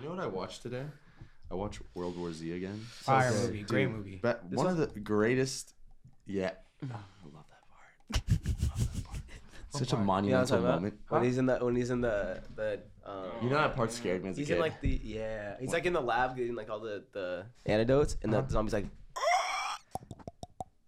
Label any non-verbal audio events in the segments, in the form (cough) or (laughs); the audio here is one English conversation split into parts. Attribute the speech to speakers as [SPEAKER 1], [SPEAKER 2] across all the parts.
[SPEAKER 1] You know what I watched today? I watched World War Z again.
[SPEAKER 2] Uh,
[SPEAKER 3] Fire movie, great movie.
[SPEAKER 1] But one of the greatest. Yeah. I love that part. Such a
[SPEAKER 4] that's what
[SPEAKER 1] monumental
[SPEAKER 4] I'm about.
[SPEAKER 1] moment.
[SPEAKER 4] When he's in the when he's in the the um,
[SPEAKER 1] You know that part scared me as a
[SPEAKER 4] he's
[SPEAKER 1] kid.
[SPEAKER 4] in like the yeah he's like in the lab getting like all the the antidotes and
[SPEAKER 5] Uh-huh.
[SPEAKER 4] the zombie's like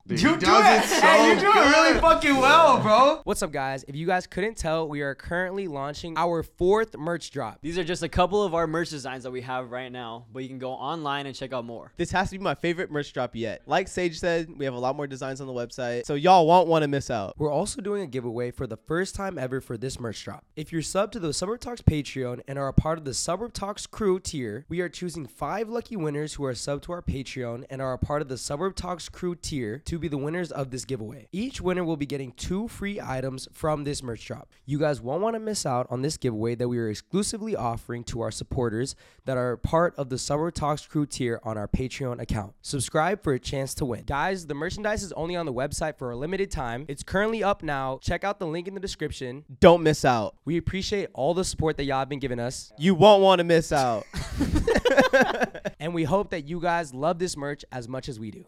[SPEAKER 1] Dude,
[SPEAKER 3] You
[SPEAKER 1] he
[SPEAKER 3] do
[SPEAKER 1] does
[SPEAKER 3] it. Hey, you do it really fucking well, bro.
[SPEAKER 2] What's up, guys? If you guys couldn't tell, we are currently launching our fourth merch drop.
[SPEAKER 6] These are just a couple of our merch designs that we have right now, but you can go online and check out more.
[SPEAKER 5] This has to be my favorite merch drop yet. Like Sage said, we have a lot more designs on the website, so y'all won't want to miss out.
[SPEAKER 2] We're also doing a giveaway for the first time ever for this merch drop. If you're sub to the Suburb Talks Patreon and are a part of the Suburb Talks crew tier, we are choosing five lucky winners who are sub to our Patreon and are a part of the Suburb Talks crew tier to be the winners of this giveaway. Each winner will be getting two free items from this merch drop. You guys won't want to miss out on this giveaway that we are exclusively offering to our supporters that are part of the Summer Talks crew tier on our Patreon account. Subscribe for a chance to win. Guys, the merchandise is only on the website for a limited time. It's currently up now. Check out the link in the description.
[SPEAKER 5] Don't miss out.
[SPEAKER 2] We appreciate all the support that y'all have been giving us,
[SPEAKER 5] You won't want to miss out.
[SPEAKER 2] (laughs)
[SPEAKER 5] (laughs)
[SPEAKER 2] and we hope that you guys love this merch as much as we do.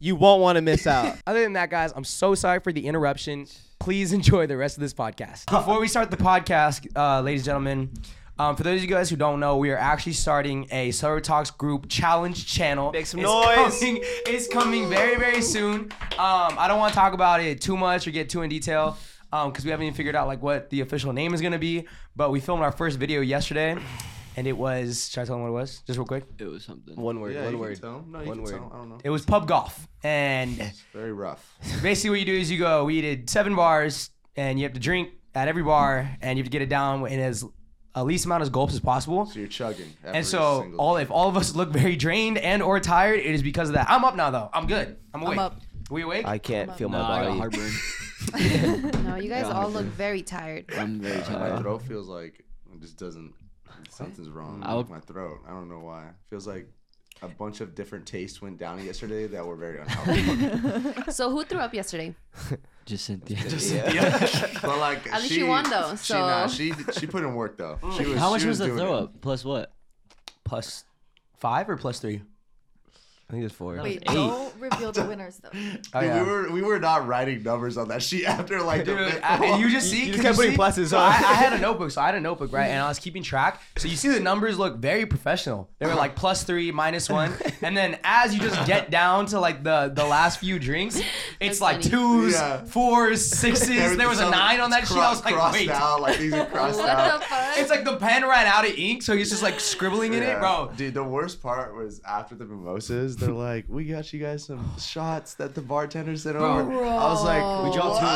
[SPEAKER 5] You won't want to miss out.
[SPEAKER 1] (laughs)
[SPEAKER 2] Other than that, guys, I'm so sorry for the interruption. Please (laughs) enjoy the rest of this podcast. Before we start the podcast, uh, ladies and gentlemen, um, for those of you guys who don't know, we are actually starting a Suburb Talks group challenge channel. Make
[SPEAKER 4] some
[SPEAKER 2] it's
[SPEAKER 4] noise.
[SPEAKER 2] Coming, it's coming very, very soon. Um, I don't want to talk about it too much or get too in detail because we haven't even figured out like what the official name is going to be. But we filmed our first video yesterday, and it was. Should I tell them what it was? Just real quick.
[SPEAKER 6] It was something.
[SPEAKER 4] one word
[SPEAKER 1] Yeah,
[SPEAKER 4] one
[SPEAKER 1] you
[SPEAKER 4] word
[SPEAKER 1] can tell. No, you
[SPEAKER 4] one
[SPEAKER 1] can
[SPEAKER 4] word
[SPEAKER 1] tell. I don't know.
[SPEAKER 2] It was pub golf, and.
[SPEAKER 1] Very rough.
[SPEAKER 2] basically what you do is you go we did seven bars and you have to drink at every bar and you have to get it down in as a least amount of gulps as possible
[SPEAKER 1] So you're chugging. every
[SPEAKER 2] and so
[SPEAKER 1] single
[SPEAKER 2] all
[SPEAKER 1] drink.
[SPEAKER 2] if all of us look very drained and or tired it is because of that i'm up now though i'm good i'm awake
[SPEAKER 7] up.
[SPEAKER 2] we awake
[SPEAKER 4] I can't feel my
[SPEAKER 6] Nah, I got
[SPEAKER 4] body
[SPEAKER 6] heartburn.
[SPEAKER 7] No, you guys all look very tired.
[SPEAKER 6] I'm very
[SPEAKER 1] my
[SPEAKER 6] tired.
[SPEAKER 1] throat feels like it just doesn't. Something's wrong
[SPEAKER 6] I
[SPEAKER 1] with
[SPEAKER 6] would-
[SPEAKER 1] my throat. I don't know why. Feels like a bunch of different tastes went down yesterday that were very unhealthy.
[SPEAKER 7] So who threw up yesterday?
[SPEAKER 6] Just Cynthia.
[SPEAKER 1] but like,
[SPEAKER 7] At least
[SPEAKER 1] she,
[SPEAKER 7] she won, though,
[SPEAKER 1] She, nah,
[SPEAKER 7] so-
[SPEAKER 1] she she put in work though. She
[SPEAKER 2] Mm.
[SPEAKER 1] was,
[SPEAKER 6] How
[SPEAKER 1] she
[SPEAKER 6] much was the
[SPEAKER 1] doing
[SPEAKER 6] throw
[SPEAKER 1] it.
[SPEAKER 6] up? Plus what?
[SPEAKER 2] plus five or plus three
[SPEAKER 4] I think it's four
[SPEAKER 7] (laughs) Wait,
[SPEAKER 6] Eight.
[SPEAKER 7] don't reveal the winners
[SPEAKER 2] (laughs)
[SPEAKER 7] though.
[SPEAKER 2] oh
[SPEAKER 1] Dude,
[SPEAKER 2] yeah
[SPEAKER 1] We were we were not writing numbers on that sheet (laughs) after like
[SPEAKER 2] Dude,
[SPEAKER 1] the fifth
[SPEAKER 2] I-
[SPEAKER 1] one.
[SPEAKER 2] and you just see
[SPEAKER 5] you
[SPEAKER 2] could
[SPEAKER 5] just kept putting
[SPEAKER 2] see-
[SPEAKER 5] pluses
[SPEAKER 2] so
[SPEAKER 5] on.
[SPEAKER 2] I, I
[SPEAKER 1] (laughs)
[SPEAKER 2] had a notebook, so I had a notebook, right? And I was keeping track. So you see the numbers look very professional. They were like plus three, minus
[SPEAKER 1] (laughs)
[SPEAKER 2] one, and then as you just get down to like the the last few drinks, it's
[SPEAKER 7] That's
[SPEAKER 2] like
[SPEAKER 7] funny.
[SPEAKER 2] twos,
[SPEAKER 1] Yeah.
[SPEAKER 2] fours, sixes.
[SPEAKER 1] Everything-
[SPEAKER 2] There was a
[SPEAKER 1] some-
[SPEAKER 2] nine on that
[SPEAKER 1] it's
[SPEAKER 2] sheet.
[SPEAKER 1] cro-
[SPEAKER 2] I was like,
[SPEAKER 1] crossed
[SPEAKER 2] wait.
[SPEAKER 1] out, like
[SPEAKER 2] (laughs)
[SPEAKER 1] these are crossed
[SPEAKER 7] What
[SPEAKER 1] out.
[SPEAKER 7] the fuck?
[SPEAKER 2] It's like the pen ran out of ink, so he's just like scribbling in it,
[SPEAKER 1] Yeah.
[SPEAKER 2] bro.
[SPEAKER 1] Dude, the worst part was after the mimosas, they're like, "We got you guys
[SPEAKER 2] (sighs)
[SPEAKER 1] some shots that the bartender sent over." I was like, um,
[SPEAKER 7] Bro. We
[SPEAKER 1] dropped two.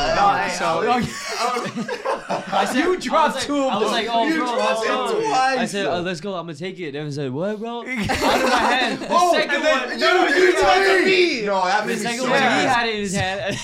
[SPEAKER 1] (laughs)
[SPEAKER 2] Oh, (laughs) I said, you dropped two of
[SPEAKER 6] I was
[SPEAKER 2] them.
[SPEAKER 6] like, oh,
[SPEAKER 1] You
[SPEAKER 6] bro,
[SPEAKER 1] dropped
[SPEAKER 6] let's
[SPEAKER 1] it
[SPEAKER 6] go.
[SPEAKER 1] twice.
[SPEAKER 6] I said, oh, let's go. I'm gonna take it. Evan said, what,
[SPEAKER 2] (laughs)
[SPEAKER 6] bro?
[SPEAKER 2] out of my hand. The
[SPEAKER 1] Oh,
[SPEAKER 2] second
[SPEAKER 1] and then-
[SPEAKER 2] one,
[SPEAKER 1] no, you
[SPEAKER 2] (laughs) dropped
[SPEAKER 1] told me. No, that
[SPEAKER 6] The
[SPEAKER 1] made me
[SPEAKER 6] second
[SPEAKER 1] so
[SPEAKER 6] one, he
[SPEAKER 1] mad.
[SPEAKER 6] had it in his hand.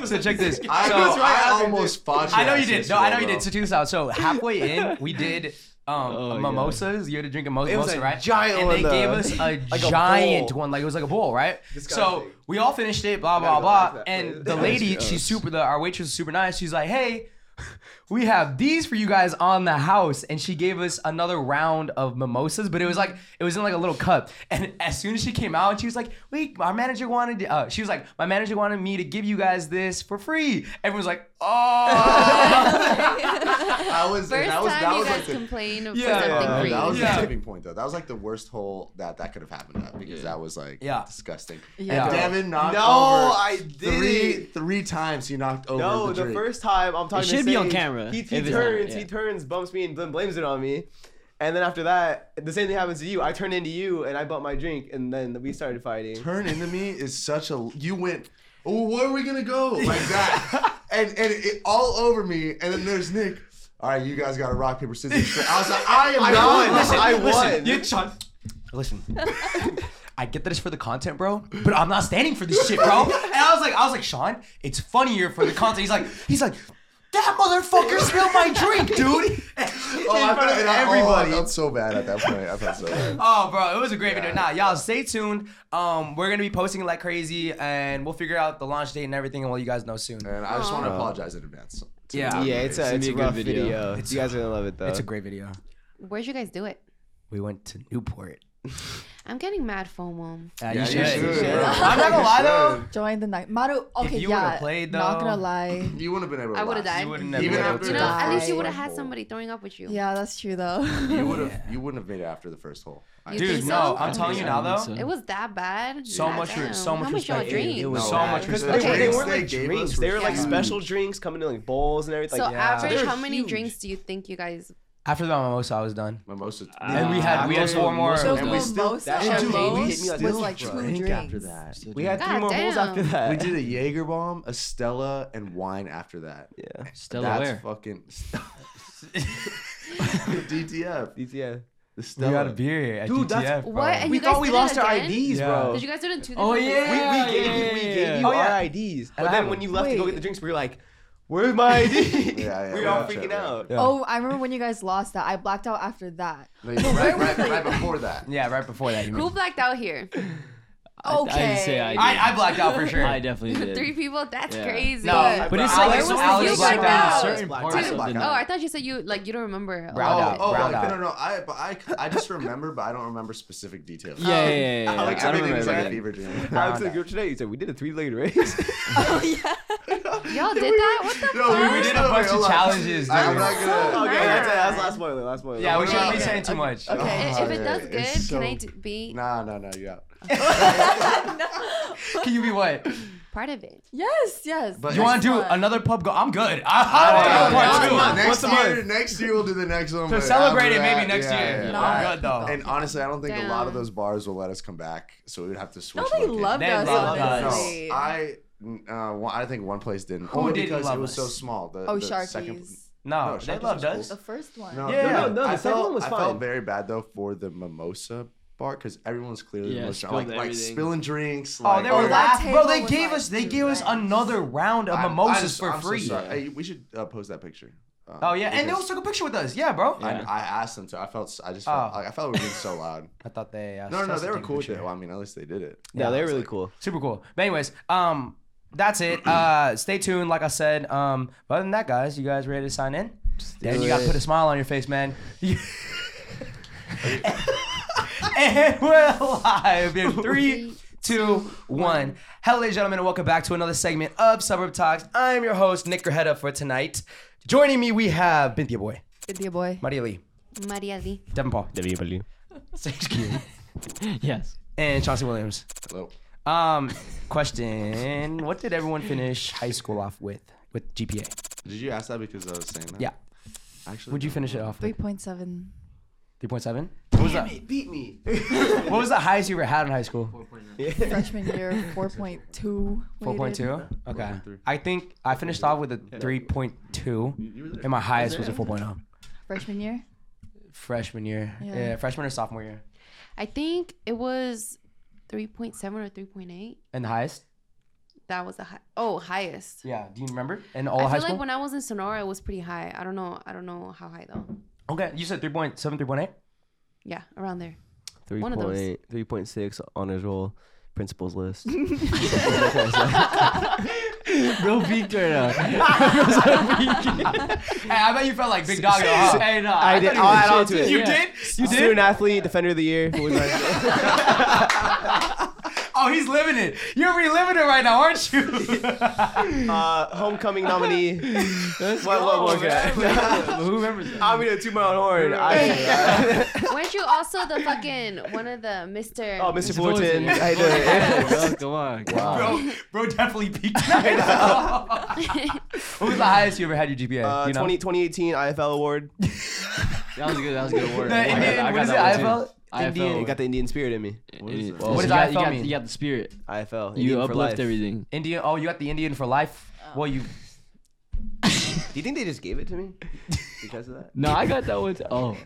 [SPEAKER 6] (laughs)
[SPEAKER 2] So check this.
[SPEAKER 1] I
[SPEAKER 2] So
[SPEAKER 1] was right.
[SPEAKER 2] I-
[SPEAKER 1] I almost fought you.
[SPEAKER 2] I know you
[SPEAKER 1] guys
[SPEAKER 2] did. No, I know you
[SPEAKER 1] yesterday,
[SPEAKER 2] did. So check this out. So halfway in, we did
[SPEAKER 4] (laughs)
[SPEAKER 2] um,
[SPEAKER 6] Oh, yeah.
[SPEAKER 2] mimosas. You had to drink a mo-
[SPEAKER 4] was
[SPEAKER 2] mimosa,
[SPEAKER 4] a
[SPEAKER 2] right?
[SPEAKER 4] giant
[SPEAKER 2] and
[SPEAKER 4] one,
[SPEAKER 2] they
[SPEAKER 4] though.
[SPEAKER 2] gave us a
[SPEAKER 4] (laughs) Like a
[SPEAKER 2] giant
[SPEAKER 4] bowl.
[SPEAKER 2] one, like it was like a bowl, right? So
[SPEAKER 4] Disgusting.
[SPEAKER 2] we all finished it, blah blah
[SPEAKER 4] gotta go back
[SPEAKER 2] blah.
[SPEAKER 4] to that
[SPEAKER 2] And
[SPEAKER 4] place.
[SPEAKER 2] the lady, she's super. The, our waitress is super nice. She's like, hey. (laughs) We have these for you guys on the house, and she gave us another round of mimosas, but it was like it was in like a little cup. And as soon as she came out, she was like, "Wait, our manager wanted." Uh, she was like, "My manager wanted me to give you guys this for free." Everyone's like, "Oh!"
[SPEAKER 1] I was.
[SPEAKER 7] First
[SPEAKER 1] that was,
[SPEAKER 7] time
[SPEAKER 1] that
[SPEAKER 7] you
[SPEAKER 1] was
[SPEAKER 7] guys
[SPEAKER 1] like the-
[SPEAKER 7] complain for
[SPEAKER 2] Yeah,
[SPEAKER 7] something
[SPEAKER 1] Uh,
[SPEAKER 2] yeah,
[SPEAKER 7] free.
[SPEAKER 1] that was
[SPEAKER 2] Yeah.
[SPEAKER 1] the tipping point, though. That was like the worst hole that that could have happened at because that was like
[SPEAKER 2] Yeah.
[SPEAKER 1] disgusting.
[SPEAKER 7] Yeah.
[SPEAKER 1] And Devin knocked
[SPEAKER 4] No,
[SPEAKER 1] over
[SPEAKER 4] I
[SPEAKER 1] three
[SPEAKER 4] didn't.
[SPEAKER 1] three times. He knocked over
[SPEAKER 4] no
[SPEAKER 1] the,
[SPEAKER 4] the,
[SPEAKER 1] drink.
[SPEAKER 4] first time I'm talking
[SPEAKER 6] It
[SPEAKER 4] to
[SPEAKER 6] should be on
[SPEAKER 4] Sage,
[SPEAKER 6] camera,
[SPEAKER 4] he,
[SPEAKER 6] if
[SPEAKER 4] he
[SPEAKER 6] it's
[SPEAKER 4] turns
[SPEAKER 6] not,
[SPEAKER 4] he
[SPEAKER 6] yeah.
[SPEAKER 4] turns bumps me and then blames it on me and then after that the same thing happens to you I turn into you and I bump my drink and then we started fighting
[SPEAKER 1] turn into me is such a you went
[SPEAKER 2] (laughs)
[SPEAKER 1] oh where are we gonna go like that and and it all over me and then there's nick all right, you guys got to rock, paper, scissors. straight." I was like, I am (laughs) not.
[SPEAKER 4] I won.
[SPEAKER 2] Listen, you try-
[SPEAKER 1] (laughs)
[SPEAKER 2] Listen. I get this for the content, bro, but I'm not standing for this
[SPEAKER 1] (laughs)
[SPEAKER 2] shit, bro. And I was like, I was like, Sean, it's funnier for the content. He's like, he's like, that motherfucker spilled my drink, dude.
[SPEAKER 1] (laughs)
[SPEAKER 2] (laughs)
[SPEAKER 1] Oh, I
[SPEAKER 2] In front
[SPEAKER 1] felt-
[SPEAKER 2] of
[SPEAKER 1] and I- oh,
[SPEAKER 2] everybody.
[SPEAKER 1] I felt so bad at that point. I felt so bad.
[SPEAKER 2] Oh, bro, it was a great video. Nah, y'all stay tuned. Um, we're gonna be posting like crazy, and we'll figure out the launch date and everything, and we'll let you guys know soon.
[SPEAKER 1] And I just want to apologize in advance. to
[SPEAKER 2] Yeah.
[SPEAKER 1] everybody.
[SPEAKER 4] Yeah, it's a,
[SPEAKER 8] gonna
[SPEAKER 4] it's
[SPEAKER 8] be
[SPEAKER 4] a
[SPEAKER 8] a good
[SPEAKER 4] rough
[SPEAKER 8] video.
[SPEAKER 4] video.
[SPEAKER 2] It's-
[SPEAKER 4] You guys are gonna love it though.
[SPEAKER 2] It's a great video.
[SPEAKER 7] Where'd you guys do it?
[SPEAKER 2] We went to Newport.
[SPEAKER 7] I'm getting mad FOMO.
[SPEAKER 2] Uh,
[SPEAKER 1] Yeah, you should, bro.
[SPEAKER 2] I'm not gonna lie though.
[SPEAKER 9] Join the night. Maru, okay,
[SPEAKER 2] you would've
[SPEAKER 9] yeah.
[SPEAKER 2] played,
[SPEAKER 9] Not
[SPEAKER 2] though-
[SPEAKER 9] gonna lie.
[SPEAKER 1] You wouldn't have been able to
[SPEAKER 7] I would've
[SPEAKER 1] laugh.
[SPEAKER 7] died.
[SPEAKER 2] You wouldn't
[SPEAKER 1] Even
[SPEAKER 2] have
[SPEAKER 1] after
[SPEAKER 7] You
[SPEAKER 1] the
[SPEAKER 7] know, at least you
[SPEAKER 9] Die.
[SPEAKER 7] would have had somebody throwing up with you.
[SPEAKER 9] Yeah, that's
[SPEAKER 2] (laughs)
[SPEAKER 9] true (laughs) though.
[SPEAKER 1] (laughs) You would
[SPEAKER 7] (laughs)
[SPEAKER 1] have. You wouldn't have made it after the first hole. I-
[SPEAKER 7] You
[SPEAKER 2] Dude,
[SPEAKER 7] think
[SPEAKER 2] no,
[SPEAKER 7] so?
[SPEAKER 2] I'm telling you now though.
[SPEAKER 7] It was that bad.
[SPEAKER 2] So
[SPEAKER 7] God
[SPEAKER 2] much re-
[SPEAKER 7] damn.
[SPEAKER 2] so much
[SPEAKER 7] How much y'all
[SPEAKER 2] respect.
[SPEAKER 7] drink?
[SPEAKER 2] It was
[SPEAKER 1] No,
[SPEAKER 2] so
[SPEAKER 1] man.
[SPEAKER 2] much
[SPEAKER 1] Because
[SPEAKER 2] respect.
[SPEAKER 1] the
[SPEAKER 4] They,
[SPEAKER 7] Okay,
[SPEAKER 4] they
[SPEAKER 1] drinks
[SPEAKER 4] weren't like
[SPEAKER 1] gave us
[SPEAKER 4] drinks.
[SPEAKER 1] were
[SPEAKER 4] They were like
[SPEAKER 7] huge.
[SPEAKER 4] special drinks coming in like bowls and everything.
[SPEAKER 7] so
[SPEAKER 4] like,
[SPEAKER 2] yeah.
[SPEAKER 7] average,
[SPEAKER 4] They're
[SPEAKER 7] how many
[SPEAKER 4] huge.
[SPEAKER 7] drinks do you think you guys?
[SPEAKER 2] After the mimosa, I was done.
[SPEAKER 1] Mimosa.
[SPEAKER 2] and we
[SPEAKER 6] Ah,
[SPEAKER 2] had we had four more.
[SPEAKER 9] Those
[SPEAKER 1] And we
[SPEAKER 9] little
[SPEAKER 1] still-
[SPEAKER 9] mimosa
[SPEAKER 4] that
[SPEAKER 9] and
[SPEAKER 4] shit made me
[SPEAKER 9] those
[SPEAKER 4] hit me like
[SPEAKER 9] was
[SPEAKER 4] this,
[SPEAKER 9] like
[SPEAKER 4] bro.
[SPEAKER 9] two
[SPEAKER 1] Drink
[SPEAKER 9] drinks.
[SPEAKER 1] after that.
[SPEAKER 4] we had three
[SPEAKER 7] God
[SPEAKER 4] more bowls
[SPEAKER 7] damn.
[SPEAKER 4] after that.
[SPEAKER 1] We did
[SPEAKER 7] (laughs)
[SPEAKER 1] a Jaeger bomb, a Stella, and wine after that.
[SPEAKER 4] Yeah.
[SPEAKER 6] Stella
[SPEAKER 1] That's
[SPEAKER 6] where?
[SPEAKER 1] fucking (laughs) DTF.
[SPEAKER 4] Yeah.
[SPEAKER 1] The Stella.
[SPEAKER 2] We got a beer at
[SPEAKER 4] Dude, that's-
[SPEAKER 2] DTF, bro.
[SPEAKER 7] What? And
[SPEAKER 4] We
[SPEAKER 7] you guys
[SPEAKER 4] thought we
[SPEAKER 7] did it
[SPEAKER 4] lost our
[SPEAKER 7] again?
[SPEAKER 4] IDs,
[SPEAKER 2] Yeah.
[SPEAKER 4] bro.
[SPEAKER 7] Did you guys do it in two different
[SPEAKER 6] Oh
[SPEAKER 4] We, we
[SPEAKER 6] yeah.
[SPEAKER 4] gave you, we gave you
[SPEAKER 2] Oh, yeah.
[SPEAKER 4] our IDs, but
[SPEAKER 2] I have
[SPEAKER 4] then when you left to go
[SPEAKER 9] Wait.
[SPEAKER 4] get the drinks, we were like, "Where's my ID?"
[SPEAKER 1] Yeah, yeah,
[SPEAKER 4] we
[SPEAKER 1] we
[SPEAKER 4] were all
[SPEAKER 1] all checked,
[SPEAKER 4] freaking
[SPEAKER 1] yeah.
[SPEAKER 4] out.
[SPEAKER 2] Yeah.
[SPEAKER 9] Oh, I remember when you guys lost that. I blacked out after that.
[SPEAKER 1] No, you- right, right, right before that.
[SPEAKER 2] Yeah, right before that. You
[SPEAKER 7] Who
[SPEAKER 2] mean.
[SPEAKER 7] blacked out here?
[SPEAKER 6] I didn't say
[SPEAKER 9] Okay.
[SPEAKER 6] I did.
[SPEAKER 2] I, I blacked out for sure.
[SPEAKER 6] I definitely did.
[SPEAKER 7] (laughs) Three people? That's
[SPEAKER 6] Yeah.
[SPEAKER 7] crazy.
[SPEAKER 2] No,
[SPEAKER 6] But it's
[SPEAKER 2] Bro,
[SPEAKER 6] like
[SPEAKER 2] Alex-
[SPEAKER 6] so
[SPEAKER 2] Alex
[SPEAKER 6] you
[SPEAKER 7] blacked
[SPEAKER 6] blacked
[SPEAKER 7] out.
[SPEAKER 6] out certain
[SPEAKER 4] Blacked
[SPEAKER 6] parts
[SPEAKER 4] out.
[SPEAKER 6] of the
[SPEAKER 1] Blacked
[SPEAKER 7] Oh,
[SPEAKER 1] out.
[SPEAKER 6] night.
[SPEAKER 7] I thought you said you like you don't remember. a
[SPEAKER 2] Brown
[SPEAKER 7] lot.
[SPEAKER 2] out.
[SPEAKER 1] Oh,
[SPEAKER 2] Brown
[SPEAKER 1] like,
[SPEAKER 2] out.
[SPEAKER 1] no, no, no. I, but I, I just remember, but I don't remember specific details.
[SPEAKER 6] Yeah, yeah, yeah, yeah, yeah.
[SPEAKER 1] Alex,
[SPEAKER 6] I don't
[SPEAKER 1] everything was
[SPEAKER 6] remember
[SPEAKER 1] like a
[SPEAKER 6] that.
[SPEAKER 1] fever dream.
[SPEAKER 4] Alex in the group today, you said we did a three-legged race.
[SPEAKER 1] (laughs)
[SPEAKER 7] Y'all did that? What the?
[SPEAKER 1] No,
[SPEAKER 2] We did a bunch of challenges, dude.
[SPEAKER 1] I'm not gonna.
[SPEAKER 4] okay, that's, that's last spoiler. Last spoiler.
[SPEAKER 2] Yeah, we
[SPEAKER 4] What
[SPEAKER 2] shouldn't
[SPEAKER 4] about-
[SPEAKER 2] be saying
[SPEAKER 1] (laughs)
[SPEAKER 2] too much.
[SPEAKER 9] Okay.
[SPEAKER 7] If- if it
[SPEAKER 1] yeah,
[SPEAKER 7] does
[SPEAKER 1] it's
[SPEAKER 7] good,
[SPEAKER 1] so-
[SPEAKER 7] can I d- be
[SPEAKER 1] Nah, nah, nah. You out.
[SPEAKER 2] Can you
[SPEAKER 1] (laughs)
[SPEAKER 2] be what?
[SPEAKER 7] part of it?
[SPEAKER 9] Yes, yes.
[SPEAKER 1] But
[SPEAKER 2] You want to do
[SPEAKER 9] fun.
[SPEAKER 2] another pub go? I'm good. I,
[SPEAKER 1] Once
[SPEAKER 2] I
[SPEAKER 1] a
[SPEAKER 2] don't
[SPEAKER 1] month.
[SPEAKER 2] want to do
[SPEAKER 1] Next
[SPEAKER 2] Once a
[SPEAKER 1] year,
[SPEAKER 2] month.
[SPEAKER 1] next year we'll do the next one.
[SPEAKER 2] So
[SPEAKER 1] but
[SPEAKER 2] celebrate
[SPEAKER 1] after
[SPEAKER 2] it maybe
[SPEAKER 1] that,
[SPEAKER 2] next
[SPEAKER 1] yeah,
[SPEAKER 2] year.
[SPEAKER 1] yeah,
[SPEAKER 9] No,
[SPEAKER 1] yeah.
[SPEAKER 2] I'm good though.
[SPEAKER 1] And honestly, I don't think a lot of
[SPEAKER 7] Damn.
[SPEAKER 1] those bars will let us come back, so we would have to switch.
[SPEAKER 9] No, they
[SPEAKER 1] location.
[SPEAKER 9] loved
[SPEAKER 2] They
[SPEAKER 9] us.
[SPEAKER 2] loved us.
[SPEAKER 9] honestly.
[SPEAKER 1] No, I, uh, one- I think one place didn't.
[SPEAKER 2] Who
[SPEAKER 1] Only
[SPEAKER 2] didn't
[SPEAKER 1] because
[SPEAKER 2] love
[SPEAKER 1] it was so
[SPEAKER 2] us?
[SPEAKER 1] small. The,
[SPEAKER 9] oh,
[SPEAKER 1] the second-
[SPEAKER 9] Sharkies.
[SPEAKER 2] No,
[SPEAKER 1] No,
[SPEAKER 2] they
[SPEAKER 1] Sharky's
[SPEAKER 2] loved
[SPEAKER 1] was
[SPEAKER 2] us.
[SPEAKER 9] The first one.
[SPEAKER 1] No,
[SPEAKER 2] Yeah.
[SPEAKER 1] no,
[SPEAKER 2] No,
[SPEAKER 4] no, the
[SPEAKER 1] I
[SPEAKER 4] second
[SPEAKER 1] felt,
[SPEAKER 4] one was
[SPEAKER 1] I felt
[SPEAKER 4] fine.
[SPEAKER 1] very bad though for the mimosa bar because everyone was clearly
[SPEAKER 6] Yeah,
[SPEAKER 1] emotional, like,
[SPEAKER 6] spilled
[SPEAKER 1] like
[SPEAKER 6] everything.
[SPEAKER 1] spilling drinks.
[SPEAKER 2] Oh,
[SPEAKER 1] like,
[SPEAKER 2] they were
[SPEAKER 9] that
[SPEAKER 2] laughing, bro.
[SPEAKER 9] table
[SPEAKER 2] They
[SPEAKER 9] was
[SPEAKER 2] gave
[SPEAKER 9] like
[SPEAKER 2] us, they
[SPEAKER 9] two
[SPEAKER 2] gave us
[SPEAKER 9] friends.
[SPEAKER 2] another round of
[SPEAKER 1] I'm-
[SPEAKER 2] mimosas
[SPEAKER 1] I just-
[SPEAKER 2] for
[SPEAKER 1] I'm so
[SPEAKER 2] free.
[SPEAKER 1] sorry. Hey, we should uh, post that picture. Um,
[SPEAKER 2] Oh yeah, and they
[SPEAKER 1] because
[SPEAKER 2] also took a picture with us. Yeah, bro.
[SPEAKER 1] I, I asked them to. I felt. s- I just felt.
[SPEAKER 2] Oh.
[SPEAKER 1] Like, I felt we were being so loud.
[SPEAKER 2] (laughs) I thought they. Uh,
[SPEAKER 1] No, no, no,
[SPEAKER 2] suggested
[SPEAKER 1] they were
[SPEAKER 2] taking a
[SPEAKER 1] cool with
[SPEAKER 2] picture.
[SPEAKER 1] it. Well, I mean, at least they did it.
[SPEAKER 4] No, they were really cool.
[SPEAKER 2] Super cool. But anyways, um, that's it. (clears throat) Uh, stay tuned. Like I said, um, but other than that, guys, you guys ready to sign in? Then you gotta put a smile on your face, (laughs) man. You- and we're live (laughs) in three, two, one. Hello, ladies and gentlemen, and welcome back to another segment of Suburb Talks. I'm your host Nick Grajeda for tonight. Joining me, we have Bintia Boy,
[SPEAKER 9] Cynthia boy.
[SPEAKER 2] Maria Lee,
[SPEAKER 7] Maria Lee.
[SPEAKER 2] Devin (laughs) Paul, Excuse me.
[SPEAKER 6] Yes.
[SPEAKER 2] and Chauncey Williams.
[SPEAKER 1] Hello.
[SPEAKER 2] Um, question: What did everyone finish high school off with? With GPA?
[SPEAKER 1] Did you ask that because I was saying that?
[SPEAKER 2] Yeah.
[SPEAKER 1] Actually,
[SPEAKER 2] Would you finish it off? with?
[SPEAKER 9] 3.7.
[SPEAKER 2] Three point seven. What was that?
[SPEAKER 4] Beat me.
[SPEAKER 2] (laughs) What was the highest you ever had in high school?
[SPEAKER 9] Freshman
[SPEAKER 2] (laughs)
[SPEAKER 9] year, 4.2.
[SPEAKER 2] Four point two. Okay. I think I finished off with a three point two, and my highest was a four point oh.
[SPEAKER 9] Freshman year?
[SPEAKER 2] Freshman year.
[SPEAKER 9] Yeah.
[SPEAKER 2] Yeah, freshman or sophomore year.
[SPEAKER 7] I think it was 3.7 or 3.8.
[SPEAKER 2] And the highest?
[SPEAKER 7] That was the high- oh highest.
[SPEAKER 2] Yeah. Do you remember? In all
[SPEAKER 7] I
[SPEAKER 2] high
[SPEAKER 7] feel
[SPEAKER 2] school?
[SPEAKER 7] like when I was in Sonora, it was pretty high. I don't know. I don't know how high though.
[SPEAKER 2] okay. You said three point seven, three point eight. (laughs)
[SPEAKER 7] Yeah,
[SPEAKER 6] (laughs)
[SPEAKER 7] around there. One of those.
[SPEAKER 4] 3.8, 3.6 honors roll,
[SPEAKER 2] (laughs)
[SPEAKER 4] principals list. (laughs)
[SPEAKER 8] Real peaked
[SPEAKER 2] (laughs)
[SPEAKER 8] right now.
[SPEAKER 2] Hey, I bet you felt like big dog. though,
[SPEAKER 4] (laughs)
[SPEAKER 2] huh? Hey, no,
[SPEAKER 4] I did.
[SPEAKER 2] thought
[SPEAKER 4] I'll
[SPEAKER 2] you-
[SPEAKER 4] add on to it.
[SPEAKER 2] You
[SPEAKER 4] Yeah.
[SPEAKER 2] did? You did?
[SPEAKER 4] Student athlete, defender of the year. What was that?
[SPEAKER 2] Oh, he's living it. You're reliving it right now, aren't (laughs) you?
[SPEAKER 4] uh,
[SPEAKER 2] (laughs)
[SPEAKER 4] homecoming nominee. what, what, what, (laughs)
[SPEAKER 6] Who remembers that?
[SPEAKER 2] Uh,
[SPEAKER 4] I'm gonna toot my
[SPEAKER 2] (laughs)
[SPEAKER 4] own horn. I, uh,
[SPEAKER 7] Weren't you also the fucking one of the Mister? (laughs)
[SPEAKER 4] oh, Mr. Fullerton.
[SPEAKER 6] Fullerton.
[SPEAKER 2] (laughs)
[SPEAKER 4] I did.
[SPEAKER 6] Well, Come on. come on.
[SPEAKER 2] bro, bro definitely peaked. (laughs) what
[SPEAKER 7] Oh,
[SPEAKER 2] was the highest you ever had your GPA?
[SPEAKER 4] Uh,
[SPEAKER 2] you know?
[SPEAKER 4] 20, 2018 IFL award.
[SPEAKER 6] That was a good. That was a good word.
[SPEAKER 2] The
[SPEAKER 6] I got-
[SPEAKER 2] Indian-
[SPEAKER 6] I got
[SPEAKER 2] what is it?
[SPEAKER 6] that one,
[SPEAKER 2] IFL?
[SPEAKER 6] too. IFL.
[SPEAKER 4] It got the Indian spirit in me.
[SPEAKER 6] What is,
[SPEAKER 1] What
[SPEAKER 2] does
[SPEAKER 6] you got,
[SPEAKER 2] IFL
[SPEAKER 6] you got,
[SPEAKER 2] mean?
[SPEAKER 6] You got the spirit.
[SPEAKER 4] IFL.
[SPEAKER 6] You
[SPEAKER 4] Indian for life.
[SPEAKER 6] uplift everything.
[SPEAKER 9] Oh.
[SPEAKER 2] Indian. Oh, you got the Indian for life. Well, you.
[SPEAKER 4] Do you think they just gave it to me (laughs) because of
[SPEAKER 2] (laughs)
[SPEAKER 4] that?
[SPEAKER 6] No, I got that one. T- oh.